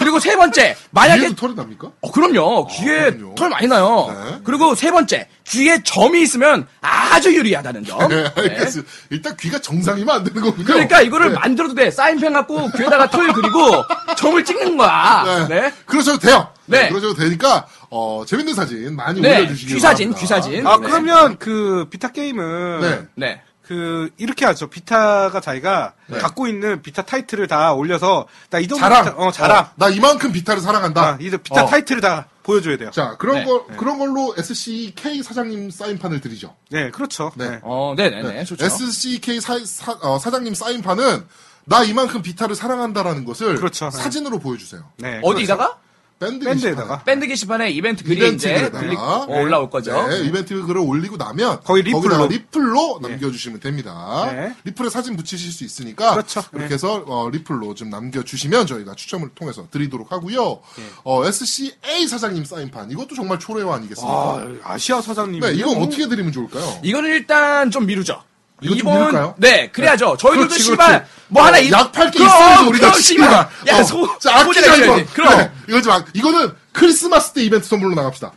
그리고 세 번째 만약에 뒤에도 털이 납니까? 어, 그럼요. 귀에 아, 그럼요. 털 많이 나요. 네. 그리고 세 번째, 귀에 점이 있으면 아주 유리하다는 점. *laughs* 네, 네. 알겠습니다. 일단 귀가 정상이면 안 되는 거군요. 그러니까 이거를 네. 만들어도 돼. 사인펜 갖고 귀에다가 털 *laughs* 그리고 점을 찍는 거야. 네. 네. 그러셔도 돼요. 네. 네, 그러셔도 되니까 어 재밌는 사진 많이 네, 올려주시기 귀사진, 바랍니다. 귀사진. 아 네. 그러면 그 비타 게임은 네. 네. 그 이렇게 하죠. 비타가 자기가 갖고 있는 비타 타이틀을 다 올려서 나 이 정도 네. 자랑. 비타- 어 자랑. 어, 나 이만큼 비타를 사랑한다. 아, 이제 비타 어. 타이틀을 다 보여줘야 돼요. 자, 그런 네. 걸 그런 걸로 SCK 사장님 사인판을 드리죠. 네, 그렇죠. 네. 네. 어, 네네네. 좋죠. SCK 사, 사, 어, 사장님 사인판은 나 이만큼 비타를 사랑한다라는 것을 그렇죠. 네. 사진으로 보여주세요. 네, 어디다가? 밴드 밴드에다가 밴드 게시판에 이벤트 이 글이 벤트 이제 글리- 어, 올라올 거죠. 네, 이벤트 글을 올리고 나면 거기 거기다가 리플로. 리플로 남겨주시면 됩니다. 네. 리플에 사진 붙이실 수 있으니까 그렇죠. 이렇게 네. 해서 어, 리플로 좀 남겨주시면 저희가 추첨을 통해서 드리도록 하고요. 네. 어, SCA 사장님 사인판 이것도 정말 초래화 아니겠습니까? 아, 시아 사장님. 네, 이건 어떻게 드리면 좋을까요? 이거는 일단 좀 미루죠. 이거 좀 이번- 미룰까요? 네, 그래야죠. 저희들도 그렇지, 씨발 그렇지. 어, 뭐 하나 이- 약 팔 게 그럼, 있어야지 우리가 그럼 씨발. 야, 어, 소 자, 소재가 아끼자 이거. 있어야지. 그럼 네, 이거 좀 아- 이거는 크리스마스 때 이벤트 선물로 나갑시다.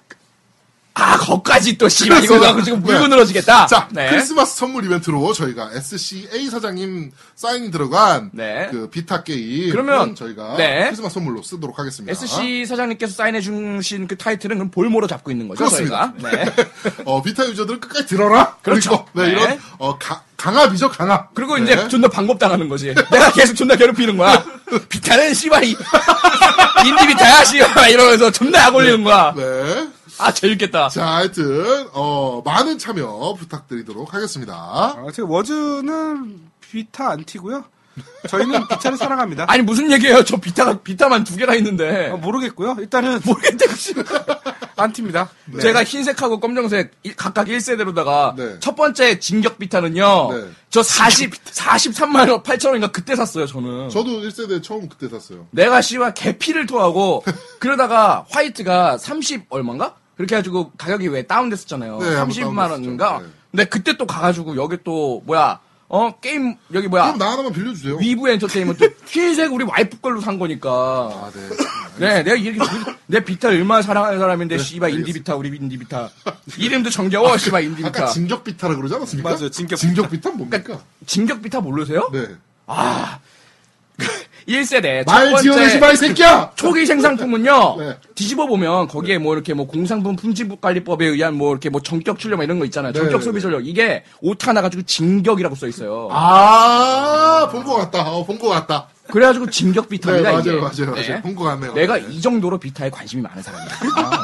아, 거까지 또 씨발 그래서- 이거 갖고 지금 물고 네. 늘어지겠다. 자, 네. 크리스마스 선물 이벤트로 저희가 SCA 사장님 사인이 들어간 네. 그 비타 게임 그러면 저희가 네. 크리스마스 선물로 쓰도록 하겠습니다. SC 사장님께서 사인해 주신 그 타이틀은 그럼 볼모로 잡고 있는 거죠, 그렇습니다. 저희가. 네. *laughs* 어, 비타 유저들은 끝까지 들어라. 그렇죠. 그리고, 네, 네. 이런 어, 가- 강압이죠, 강압. 그리고 네. 이제 존나 방법당하는 거지. 내가 계속 존나 괴롭히는 거야. 비타는 씨발 이- *laughs* 인디 비타야 씨발 이러면서 존나 약 올리는 거야. 네. 아, 재밌겠다. 자, 하여튼 어, 많은 참여 부탁드리도록 하겠습니다. 아, 지금 워즈는 비타 안 튀고요. 저희는 비타를 사랑합니다. 아니 무슨 얘기예요? 저 비타가 비타만 두 개가 있는데. 네. 어, 모르겠고요. 일단은 뭐? *laughs* 모르겠대 그 씨. 안 튑니다. 제가 흰색하고 검정색 일- 각각 1세대로다가 네. 첫 번째 진격 비타는요. 네. 저 40 43만 원 8천 원인가 그때 샀어요, 저는. 저도 1세대 처음 그때 샀어요. 내가 씨와 개피를 *laughs* 토하고 그러다가 화이트가 30 얼마인가? 그렇게 해가지고 가격이 왜 다운됐었잖아요. 네, 한번 30만 원인가? 다운됐었죠. 네. 근데 그때 또 가가지고 여기 또 뭐야? 어 게임 여기 아. 뭐야? 그럼 나 하나만 빌려주세요. *laughs* 위브 엔터테인먼트 흰색 우리 와이프 걸로 산 거니까. 아, 네. 네, 내가 이렇게 우리- 내 비타 얼마나 사랑하는 사람인데 씨발 인디 비타 우리 인디 비타 이름도 정겨워 씨발 인디 네, 아까 비타 그러니까 진격 비타라 그러지 않았습니까? 맞아요, 진격 진격 비타 *laughs* 뭡니까? 진격 비타 모르세요? 네. 1세대 말 지어내지 마, 이 새끼야! 초기 *laughs* 생산품은요 네. 뒤집어 보면 거기에 뭐 이렇게 뭐 공산품 품질국 관리법에 의한 뭐 이렇게 뭐 정격 출력 막 이런 거 있잖아요 정격 네, 소비 네. 전력 이게 오타 나가지고 진격이라고 써 있어요 아, 본 것 같다. 어, 본것 같다. 그래가지고 진격 네, 비타입니다 맞아요, 이게. 맞아요, 네. 맞아요. 본 것 같네요. 내가 네. 아, 이 정도로 비타에 관심이 많은 사람이야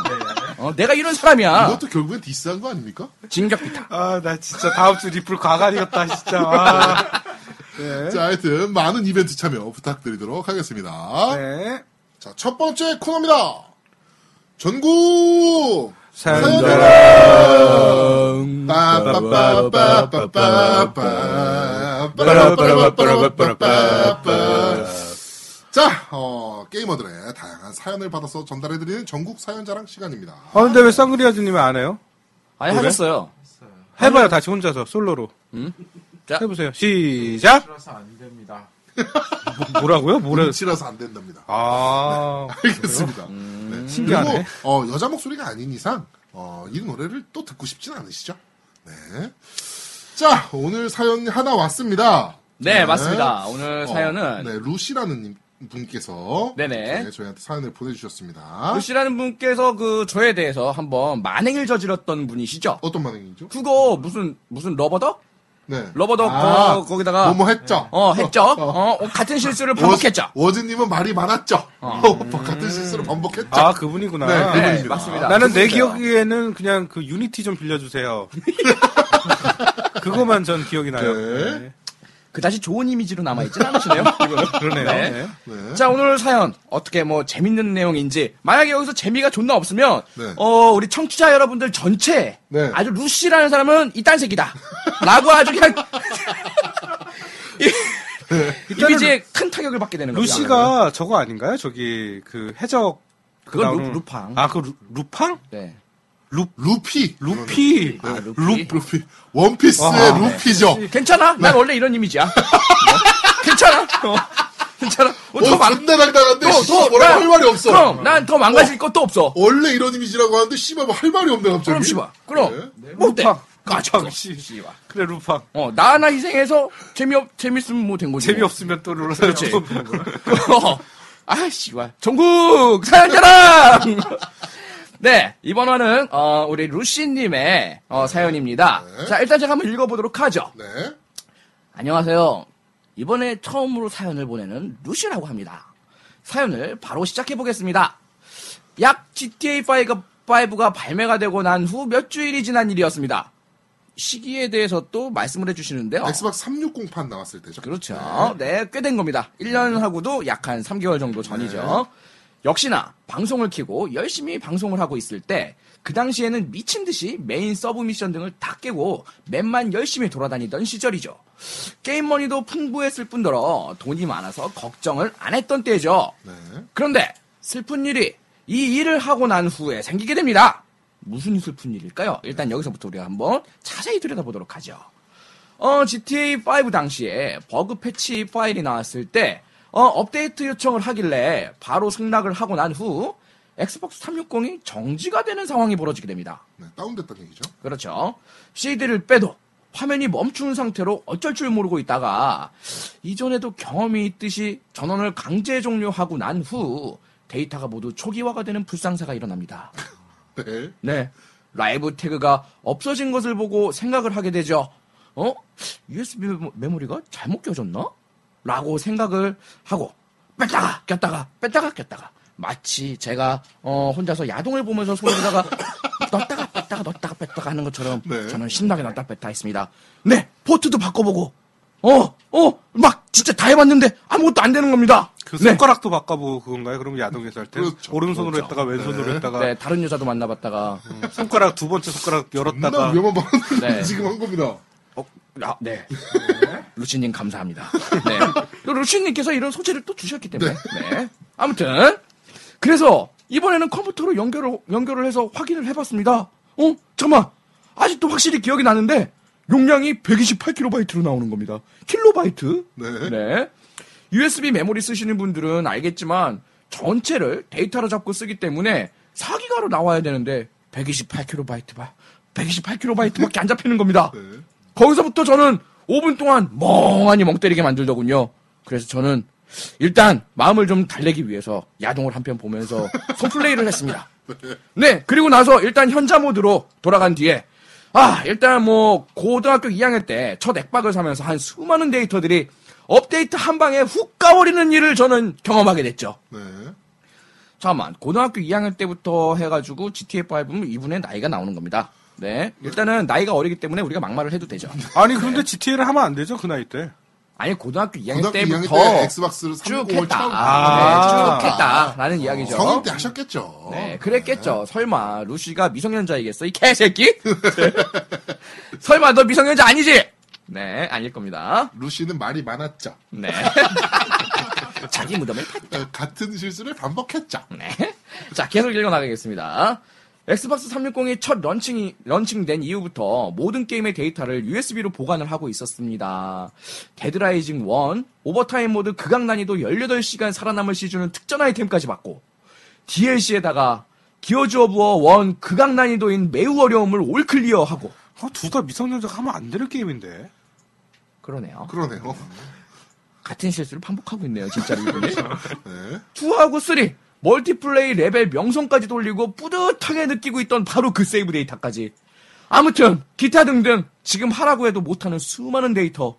어, 내가 이런 사람이야 이것도 결국엔 디스한 거 아닙니까? 진격 비타 아, 나 진짜 다음 주 리플 과간이었다, 진짜. 아. 자, 하여튼 많은 이벤트 참여 부탁드리도록 하겠습니다. 네. 자, 첫 번째 코너입니다. 전국 사연들아. 자, 어, 게이머들의 다양한 사연을 받아서 전달해드리는 전국 사연자랑 시간입니다. 아, 근데 왜 쌍그리아즈님은 안 해요? 아니 하셨어요 해봐요, 다시 혼자서, 솔로로. 자. 해보세요. 시작! 싫어서 안 됩니다. 뭐라고요? 뭐래? 눈치라서 안 된답니다. 아, 알겠습니다. 네. 음, 신기하네. 그리고 어, 여자 목소리가 아닌 이상 어, 이 노래를 또 듣고 싶진 않으시죠? 네. 자, 오늘 사연 하나 왔습니다. 네, 맞습니다 오늘 어, 사연은 네, 루시라는 님- 분께서 네네. 네, 저희한테 사연을 보내주셨습니다. 루시라는 분께서 그 저에 대해서 한번 만행을 저질렀던 분이시죠. 그 어떤 반응이죠? 그거 무슨 무슨 러버덕? 네. 러버덕 아, 거, 거기다가 뭐뭐 했죠? 어 했죠. 어, 어, 같은 실수를 반복했죠. 어. 음. 워즈님은 말이 많았죠. *laughs* 같은 실수를 반복했죠. 아, 그분이구나. 네, 그분이요. 네, 맞습니다. 나는 내 그분이세요. 기억에는 그냥 그 유니티 좀 *laughs* 빌려주세요. 그거만 전 기억이 나요. 네. 네. 그 다시 좋은 이미지로 남아 있진 않으시네요. 이거는. 그러네요. 네. 네. 네. 자 오늘 사연 어떻게 뭐 재밌는 내용인지 만약에 여기서 재미가 존나 없으면 네. 어 우리 청취자 여러분들 전체 네. 아주 루시라는 사람은 이딴 새끼다라고 아주 그냥 이미지에 큰 타격을 받게 되는 거죠. 루시가 저거 아닌가요? 저기 그 해적 그 그건 나오는- 루, 루팡. 아, 그 루, 루팡? 네. 루피. 루피. 네. 아, 루피. 루- 루피. 원피스의 네. 아, 루피죠. 괜찮아. 난 원래 이런 이미지야. 어? 괜찮아. 어. 괜찮아. 어, 더 어, 망. 존나 당당한데, 더, 씨, 더, 뭐라고 난- 할 말이 없어. 그럼 난 더 망가질 것도 없어. 원래 이런 이미지라고 하는데, 씨발, 뭐할 말이 없네, 갑자기. 그럼 씨발. 그럼 뭐 어때? 루팡. 까짓거. 루팡, 씨. 씨발. 그래, 네, 루팡. 어, 나 하나 희생해서 재미없 재밌으면 뭐 된 거지. 뭐. 재미없으면 또 눌러서 그렇지. 또- *laughs* 어. 아, 씨발. 전국 사연자랑! *laughs* 네, 이번 화는, 어, 우리 루시님의, 어, 사연입니다. 네. 자, 일단 제가 한번 읽어보도록 하죠. 네. 안녕하세요. 이번에 처음으로 사연을 보내는 루시라고 합니다. 사연을 바로 시작해보겠습니다. 약 GTA5가, 5가 발매가 되고 난 후 몇 주일이 지난 일이었습니다. 시기에 대해서 또 말씀을 해주시는데요. 엑스박 360판 나왔을 때죠. 그렇죠. 네, 꽤 된 겁니다. 1년하고도 약 한 3개월 정도 전이죠. 역시나 방송을 켜고 열심히 방송을 하고 있을 때 그 당시에는 미친 듯이 메인 서브 미션 등을 다 깨고 맵만 열심히 돌아다니던 시절이죠. 게임 머니도 풍부했을 뿐더러 돈이 많아서 걱정을 안 했던 때죠. 네. 그런데 슬픈 일이 이 일을 하고 난 후에 생기게 됩니다. 무슨 슬픈 일일까요? 일단 여기서부터 우리가 한번 자세히 들여다보도록 하죠. 어, GTA5 당시에 버그 패치 파일이 나왔을 때, 어, 업데이트 요청을 하길래 바로 승낙을 하고 난 후 엑스박스 360이 정지가 되는 상황이 벌어지게 됩니다. 네, 다운됐다는 얘기죠. 그렇죠. CD를 빼도 화면이 멈춘 상태로 어쩔 줄 모르고 있다가 이전에도 경험이 있듯이 전원을 강제 종료하고 난 후 데이터가 모두 초기화가 되는 불상사가 일어납니다. 네. 네. 라이브 태그가 없어진 것을 보고 생각을 하게 되죠. 어? USB 메모- 메모리가 잘못 껴졌나? 라고 생각을 하고 뺐다가 꼈다가 뺐다가 꼈다가 마치 제가 어, 혼자서 야동을 보면서 *laughs* 손에다가 넣었다가 뺐다가 넣었다가 뺐다가 하는 것처럼 네. 저는 신나게 넣었다 뺐다 했습니다. 네, 포트도 바꿔보고 어, 어, 막 진짜 다 해봤는데 아무것도 안 되는 겁니다. 그 네. 손가락도 바꿔보고 그건가요? 그럼 야동에서 할 때. 그렇죠. 오른손으로 그렇죠. 했다가 왼손으로 했다가 네, 다른 여자도 만나봤다가 손가락 두 번째 손가락 존나 열었다가 위험한 *laughs* 발언을 네. 지금 한 겁니다. 어, 아, 네. 루시님 감사합니다. 네. 또 루시님께서 이런 소재를 또 주셨기 때문에. 네. 아무튼 그래서 이번에는 컴퓨터로 연결을 연결을 해서 확인을 해봤습니다. 어, 잠깐만. 아직도 확실히 기억이 나는데 용량이 128kb로 나오는 겁니다. 킬로바이트? 네. 네. USB 메모리 쓰시는 분들은 알겠지만 전체를 데이터로 잡고 쓰기 때문에 4기가로 나와야 되는데 128kb 봐. 128kb밖에 안 잡히는 겁니다. 네. 거기서부터 저는 5분 동안 멍하니 멍 때리게 만들더군요. 그래서 저는 일단 마음을 좀 달래기 위해서 야동을 한 편 보면서 손플레이를 했습니다. 네, 그리고 나서 일단 현자 모드로 돌아간 뒤에 아, 일단 뭐 고등학교 2학년 때 첫 액박을 사면서 한 수많은 데이터들이 업데이트 한 방에 훅 가버리는 일을 저는 경험하게 됐죠. 네. 잠깐만 고등학교 2학년 때부터 해가지고 GTA 5면 이분의 나이가 나오는 겁니다. 네, 일단은 나이가 어리기 때문에 우리가 막말을 해도 되죠. 아니 그런데 GTA를 하면 안 되죠 그 나이 때. 아니 고등학교 2학년 고등학교 2학년 때부터 때 엑스박스를 쭉 360을 했다. 처음 아, 아. 네, 쭉 했다라는 이야기죠. 성인 때 하셨겠죠. 네, 그랬겠죠. 설마 루시가 미성년자이겠어? 이 개새끼? *laughs* 네. 설마 너 미성년자 아니지? 네, 아닐 겁니다. 루시는 말이 많았죠. 네. 자기 무덤에 파 에, 같은 실수를 반복했죠. 네. 자, 계속 읽어나가겠습니다. 엑스박스 360이 첫 런칭이, 런칭된 이후부터 모든 게임의 데이터를 USB로 보관을 하고 있었습니다. 데드라이징 1, 오버타임 모드 극악 난이도 18시간 살아남을 시주는 특전 아이템까지 받고, DLC에다가 기어즈 오브 워1 극악 난이도인 매우 어려움을 올 클리어하고, 아, 둘 다 미성년자가 하면 안 되는 게임인데. 그러네요. 그러네요. *laughs* 같은 실수를 반복하고 있네요, 진짜로. 이분이. 네. 2하고 3 멀티플레이 레벨 명성까지 돌리고 뿌듯하게 느끼고 있던 바로 그 세이브 데이터까지 아무튼 기타 등등 지금 하라고 해도 못하는 수많은 데이터.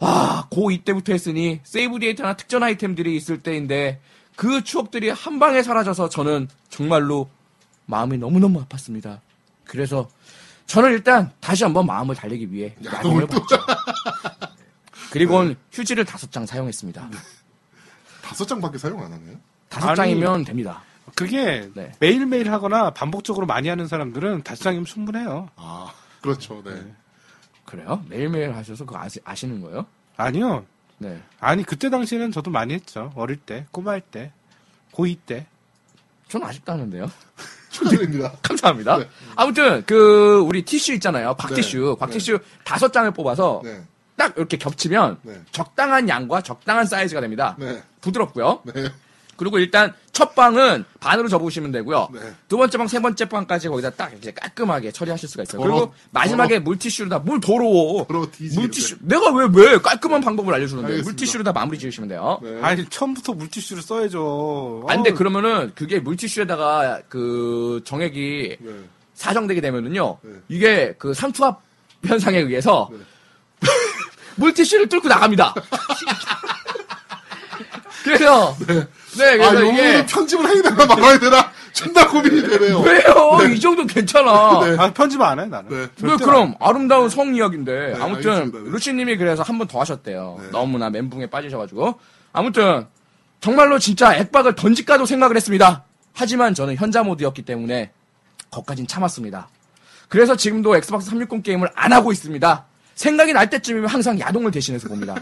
아, 고2 때부터 했으니 세이브 데이터나 특전 아이템들이 있을 때인데 그 추억들이 한 방에 사라져서 저는 정말로 마음이 너무너무 아팠습니다. 그래서 저는 일단 다시 한번 마음을 달리기 위해 야동을 봤죠. 네. 그리고는 휴지를 다섯 장 사용했습니다. 다섯 장밖에 사용 안 하네요. 다섯 아니. 장이면 됩니다. 그게 네. 매일매일 하거나 반복적으로 많이 하는 사람들은 다수장이면 충분해요. 아, 그렇죠. 네. 그래요? 매일매일 하셔서 그거 아시, 아시는 거예요? 아니요. 네. 아니, 그때 당시에는 저도 많이 했죠. 어릴 때, 꼬마일 때, 고2 때. 저는 아쉽다는데요. *laughs* 축하드립니다. 감사합니다. 네. 아무튼 그 우리 티슈 있잖아요. 박티슈. 네. 박티슈 다섯 장을 뽑아서 네. 딱 이렇게 겹치면 네. 적당한 양과 적당한 사이즈가 됩니다. 네. 부드럽고요. 네. 그리고 일단 첫 방은 반으로 접으시면 되고요. 네. 두 번째 방, 세 번째 방까지 거기다 딱 이제 깔끔하게 처리하실 수가 있어요. 더러- 그리고 마지막에 물티슈로 다물 더러워. 더러워, 뒤지게. 물티슈 내가 왜 왜 깔끔한 방법을 알려주는데 알겠습니다. 물티슈로 다 마무리 지으시면 돼요. 네. 아니, 처음부터 물티슈를 써야죠. 안돼 어우, 아, 그러면은 그게 물티슈에다가 그 정액이 네. 사정되게 되면은요 네. 이게 그 상투압 현상에 의해서 *laughs* 물티슈를 뚫고 나갑니다. *laughs* 그래서 네, 아, 그래서 요 이게 거 편집을 해야 되나 말아야 되나? 존나 고민이 되네요. 왜요? 이 정도 괜찮아. 네. 아, 편집 안 해, 나는. 네. 왜 그럼 아름다운 성 이야기인데 네, 아무튼 알겠습니다. 네. 루치님이 그래서 한 번 더 하셨대요. 네. 너무나 멘붕에 빠지셔가지고 아무튼 정말로 진짜 액박을 던질까도 생각을 했습니다. 하지만 저는 현자 모드였기 때문에 거까진 참았습니다. 그래서 지금도 엑스박스 360 게임을 안 하고 있습니다. 생각이 날 때쯤이면 항상 야동을 대신해서 봅니다.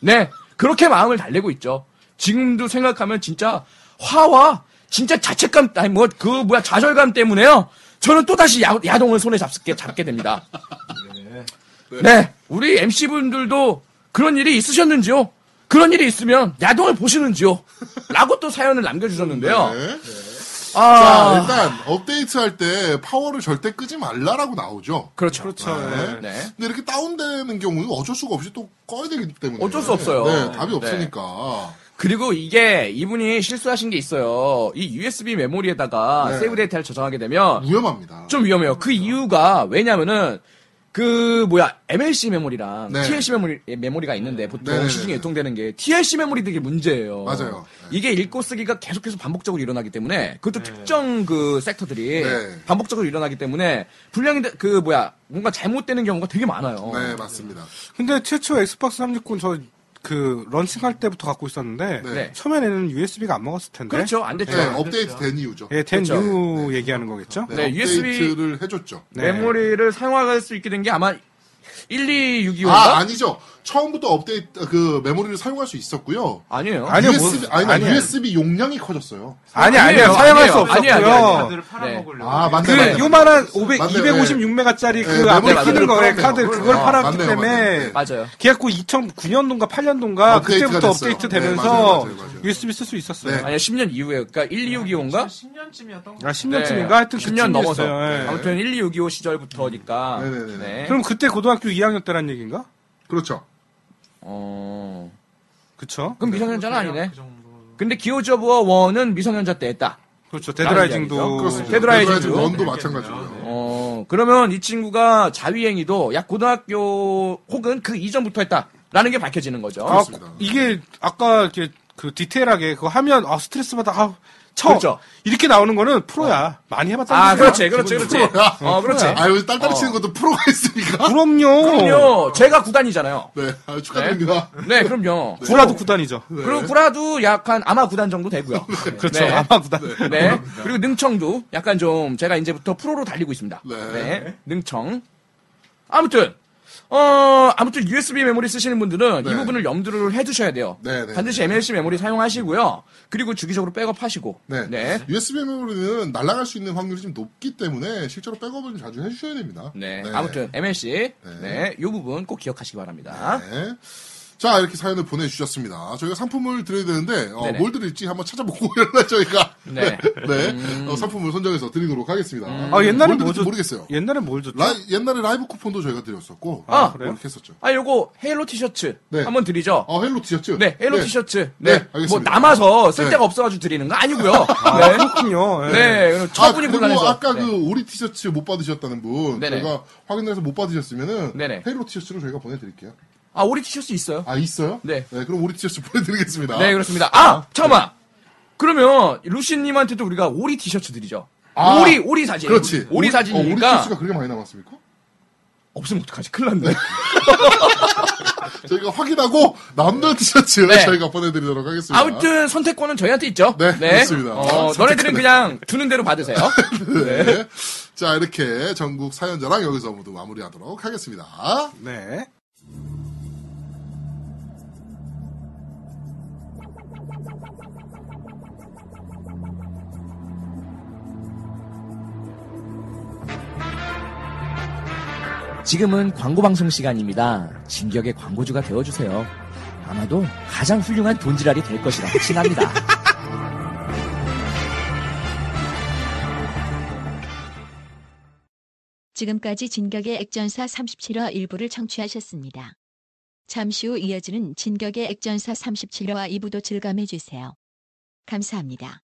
네, 그렇게 마음을 달래고 있죠. 지금도 생각하면 진짜 화와 진짜 자책감, 아니 뭐 그 뭐야 좌절감 때문에요. 저는 또다시 야, 야동을 손에 잡게, 잡게 됩니다. 네, 우리 MC분들도 그런 일이 있으셨는지요? 그런 일이 있으면 야동을 보시는지요? 라고 또 사연을 남겨주셨는데요. 네. 자, 아, 일단 업데이트할 때 파워를 절대 끄지 말라라고 나오죠. 그렇죠. 네. 네. 근데 이렇게 다운되는 경우는 어쩔 수가 없이 또 꺼야 되기 때문에 어쩔 수 없어요. 네, 답이 네. 없으니까. 그리고 이게 이분이 실수하신 게 있어요. 이 USB 메모리에다가 네. 세이브 데이터를 저장하게 되면 위험합니다. 좀 위험해요. 그 이유가 왜냐면은 그 뭐야 MLC 메모리랑 네. TLC 메모리 메모리가 있는데 보통 네네네. 시중에 유통되는 게 TLC 메모리들이 문제예요. 맞아요. 네. 이게 읽고 쓰기가 계속해서 반복적으로 일어나기 때문에 그것도 특정 그 섹터들이 네. 반복적으로 일어나기 때문에 분량이 되- 그 뭐야 뭔가 잘못되는 경우가 되게 많아요. 네, 맞습니다. 근데 최초 엑스박스 360 저, 그, 런칭할 때부터 갖고 있었는데, 네. 네. 처음에는 USB가 안 먹었을 텐데. 그렇죠 안 됐죠. 네, 업데이트 된 이유죠. 네, 예, 된 그렇죠. 이유 얘기하는 거겠죠? 네, 네, 업데이트를 해줬죠. 네. 메모리를 사용할 수 있게 된 게 아마 1, 2, 6, 2인가 아, 아니죠. 처음부터 업데이트 그 메모리를 사용할 수 있었고요. 아니에요. 아니, 아니요, USB, 뭐- 아니, 아니, 아니에요. USB 용량이 커졌어요. 아니, 아니에요. 아니에요. 사용할 수 아니에요. 아니에요. 없었고요. 아니에요. 다들 팔아먹으려고. 아, 맞네, 그래, 맞네. 그 맞네. 요만한 500, 맞네, 256메가짜리 네, 그 앞에 메모리 크는 카드를 거에 팔았네요. 카드 그걸 아, 팔았기 맞네요, 때문에 맞네요. 맞아요. 그래갖고 2009년도인가 아, 8년도인가 업데이트가 그때부터 됐어요. 업데이트 네, 되면서 맞아요, 맞아요, 맞아요. USB 쓸 수 있었어요. 네. 아니 10년 이후에 그러니까 1, 2, 6, 2인가? 10년쯤이었던 아, 10년쯤인가 하여튼 10년 네. 넘어서. 그쯤이었어요. 예. 아무튼 1, 2, 6, 2, 5 시절부터니까. 네네네. 네. 그럼 그때 고등학교 2학년 때란 얘기인가? 그렇죠. 어. 그쵸? 그럼 미성년자는 아니네. 그 정도. 근데 기호즈 오브 워는 미성년자 때 했다. 그렇죠. 나는 데드라이징도. 그렇습니다. 데드라이징도? 원도 마찬가지고요. 어, 그러면 이 친구가 자위행위도 약 고등학교 혹은 그 이전부터 했다라는 게 밝혀지는 거죠. 아, 그렇습니다. 고- 이게 아까 이렇게 그 디테일하게 그거 하면 아, 스트레스 받아. 아, 쳐. 그렇죠. 이렇게 나오는 거는 프로야. 많이 해봤다는 아, 거야. 그렇지, 그렇지, 그렇지. 어, 그렇지. 아, 여기 딸딸이 치는 것도 프로가 있으니까. 그럼요. 그럼요. 제가 구단이잖아요. 네, 아, 축하드립니다. 네, 그럼요. 구라도 구단이죠. 네. 그리고 구라도 약간 아마 구단 정도 되고요. 그렇죠. 네. 아마 구단. 네. 그리고 능청도 약간 좀 제가 이제부터 프로로 달리고 있습니다. 네. 능청. 아무튼 어 아무튼 USB 메모리 쓰시는 분들은 네. 이 부분을 염두를 해두셔야 돼요. 네, 네, 반드시 MLC 메모리 사용하시고요. 그리고 주기적으로 백업하시고. 네. 네. USB 메모리는 날아갈 수 있는 확률이 좀 높기 때문에 실제로 백업을 좀 자주 해주셔야 됩니다. 네. 네. 아무튼 MLC 네. 이 부분 꼭 기억하시기 바랍니다. 네. 자, 이렇게 사연을 보내주셨습니다. 저희가 상품을 드려야 되는데, 어, 네네. 뭘 드릴지 한번 찾아보고 *laughs* 연락 저희가. 네. 음. 네. 어, 상품을 선정해서 드리도록 하겠습니다. 아, 옛날에 뭘 뭐 드릴지 줬, 모르겠어요. 옛날에 뭘 줬죠? 라이, 옛날에 라이브 쿠폰도 저희가 드렸었고. 아, 뭐 그래요? 이렇게 했었죠. 아, 요거 헤일로 티셔츠 네. 한번 드리죠. 어, 헬로 티셔츠? *laughs* 네, 헤일로 티셔츠. 네, 네, 알겠습니다. 뭐 남아서 쓸 네. 데가 없어가지고 드리는 거 아니고요. *laughs* 아, 그렇군요. 예. 네, 네, 그럼 아, 처분이 그리고 곤란해서. 아까 네. 그 오리 티셔츠 못 받으셨다는 분 네네. 저희가 확인을 해서 못 받으셨으면은 네네. 헤일로 티셔츠로 저희가 보내드릴게요. 아 오리 티셔츠 있어요. 아 있어요? 네. 그럼 오리 티셔츠 보내드리겠습니다. 네, 그렇습니다. 아, 네. 잠깐만. 그러면 루시님한테도 우리가 오리 티셔츠 드리죠. 아, 오리 오리 사진. 그렇지. 오리 어, 오리 사진이니까 티셔츠가 그렇게 많이 남았습니까? 없으면 어떡하지? 큰일 났네. 저희가 확인하고 남는 티셔츠 를 네. 저희가 보내드리도록 하겠습니다. 아무튼 선택권은 저희한테 있죠. 네, 그렇습니다. 어, 너네들은 그냥 주는 대로 받으세요. *laughs* 네. 자 이렇게 전국 사연자랑 여기서 모두 마무리하도록 하겠습니다. 네. 지금은 광고 방송 시간입니다. 진격의 광고주가 되어주세요. 아마도 가장 훌륭한 돈지랄이 될 *laughs* 것이라 확신합니다. 지금까지 진격의 액전사 37화 일부를 청취하셨습니다. 잠시 후 이어지는 진격의 액전사 37화 2부도 즐감해 주세요. 감사합니다.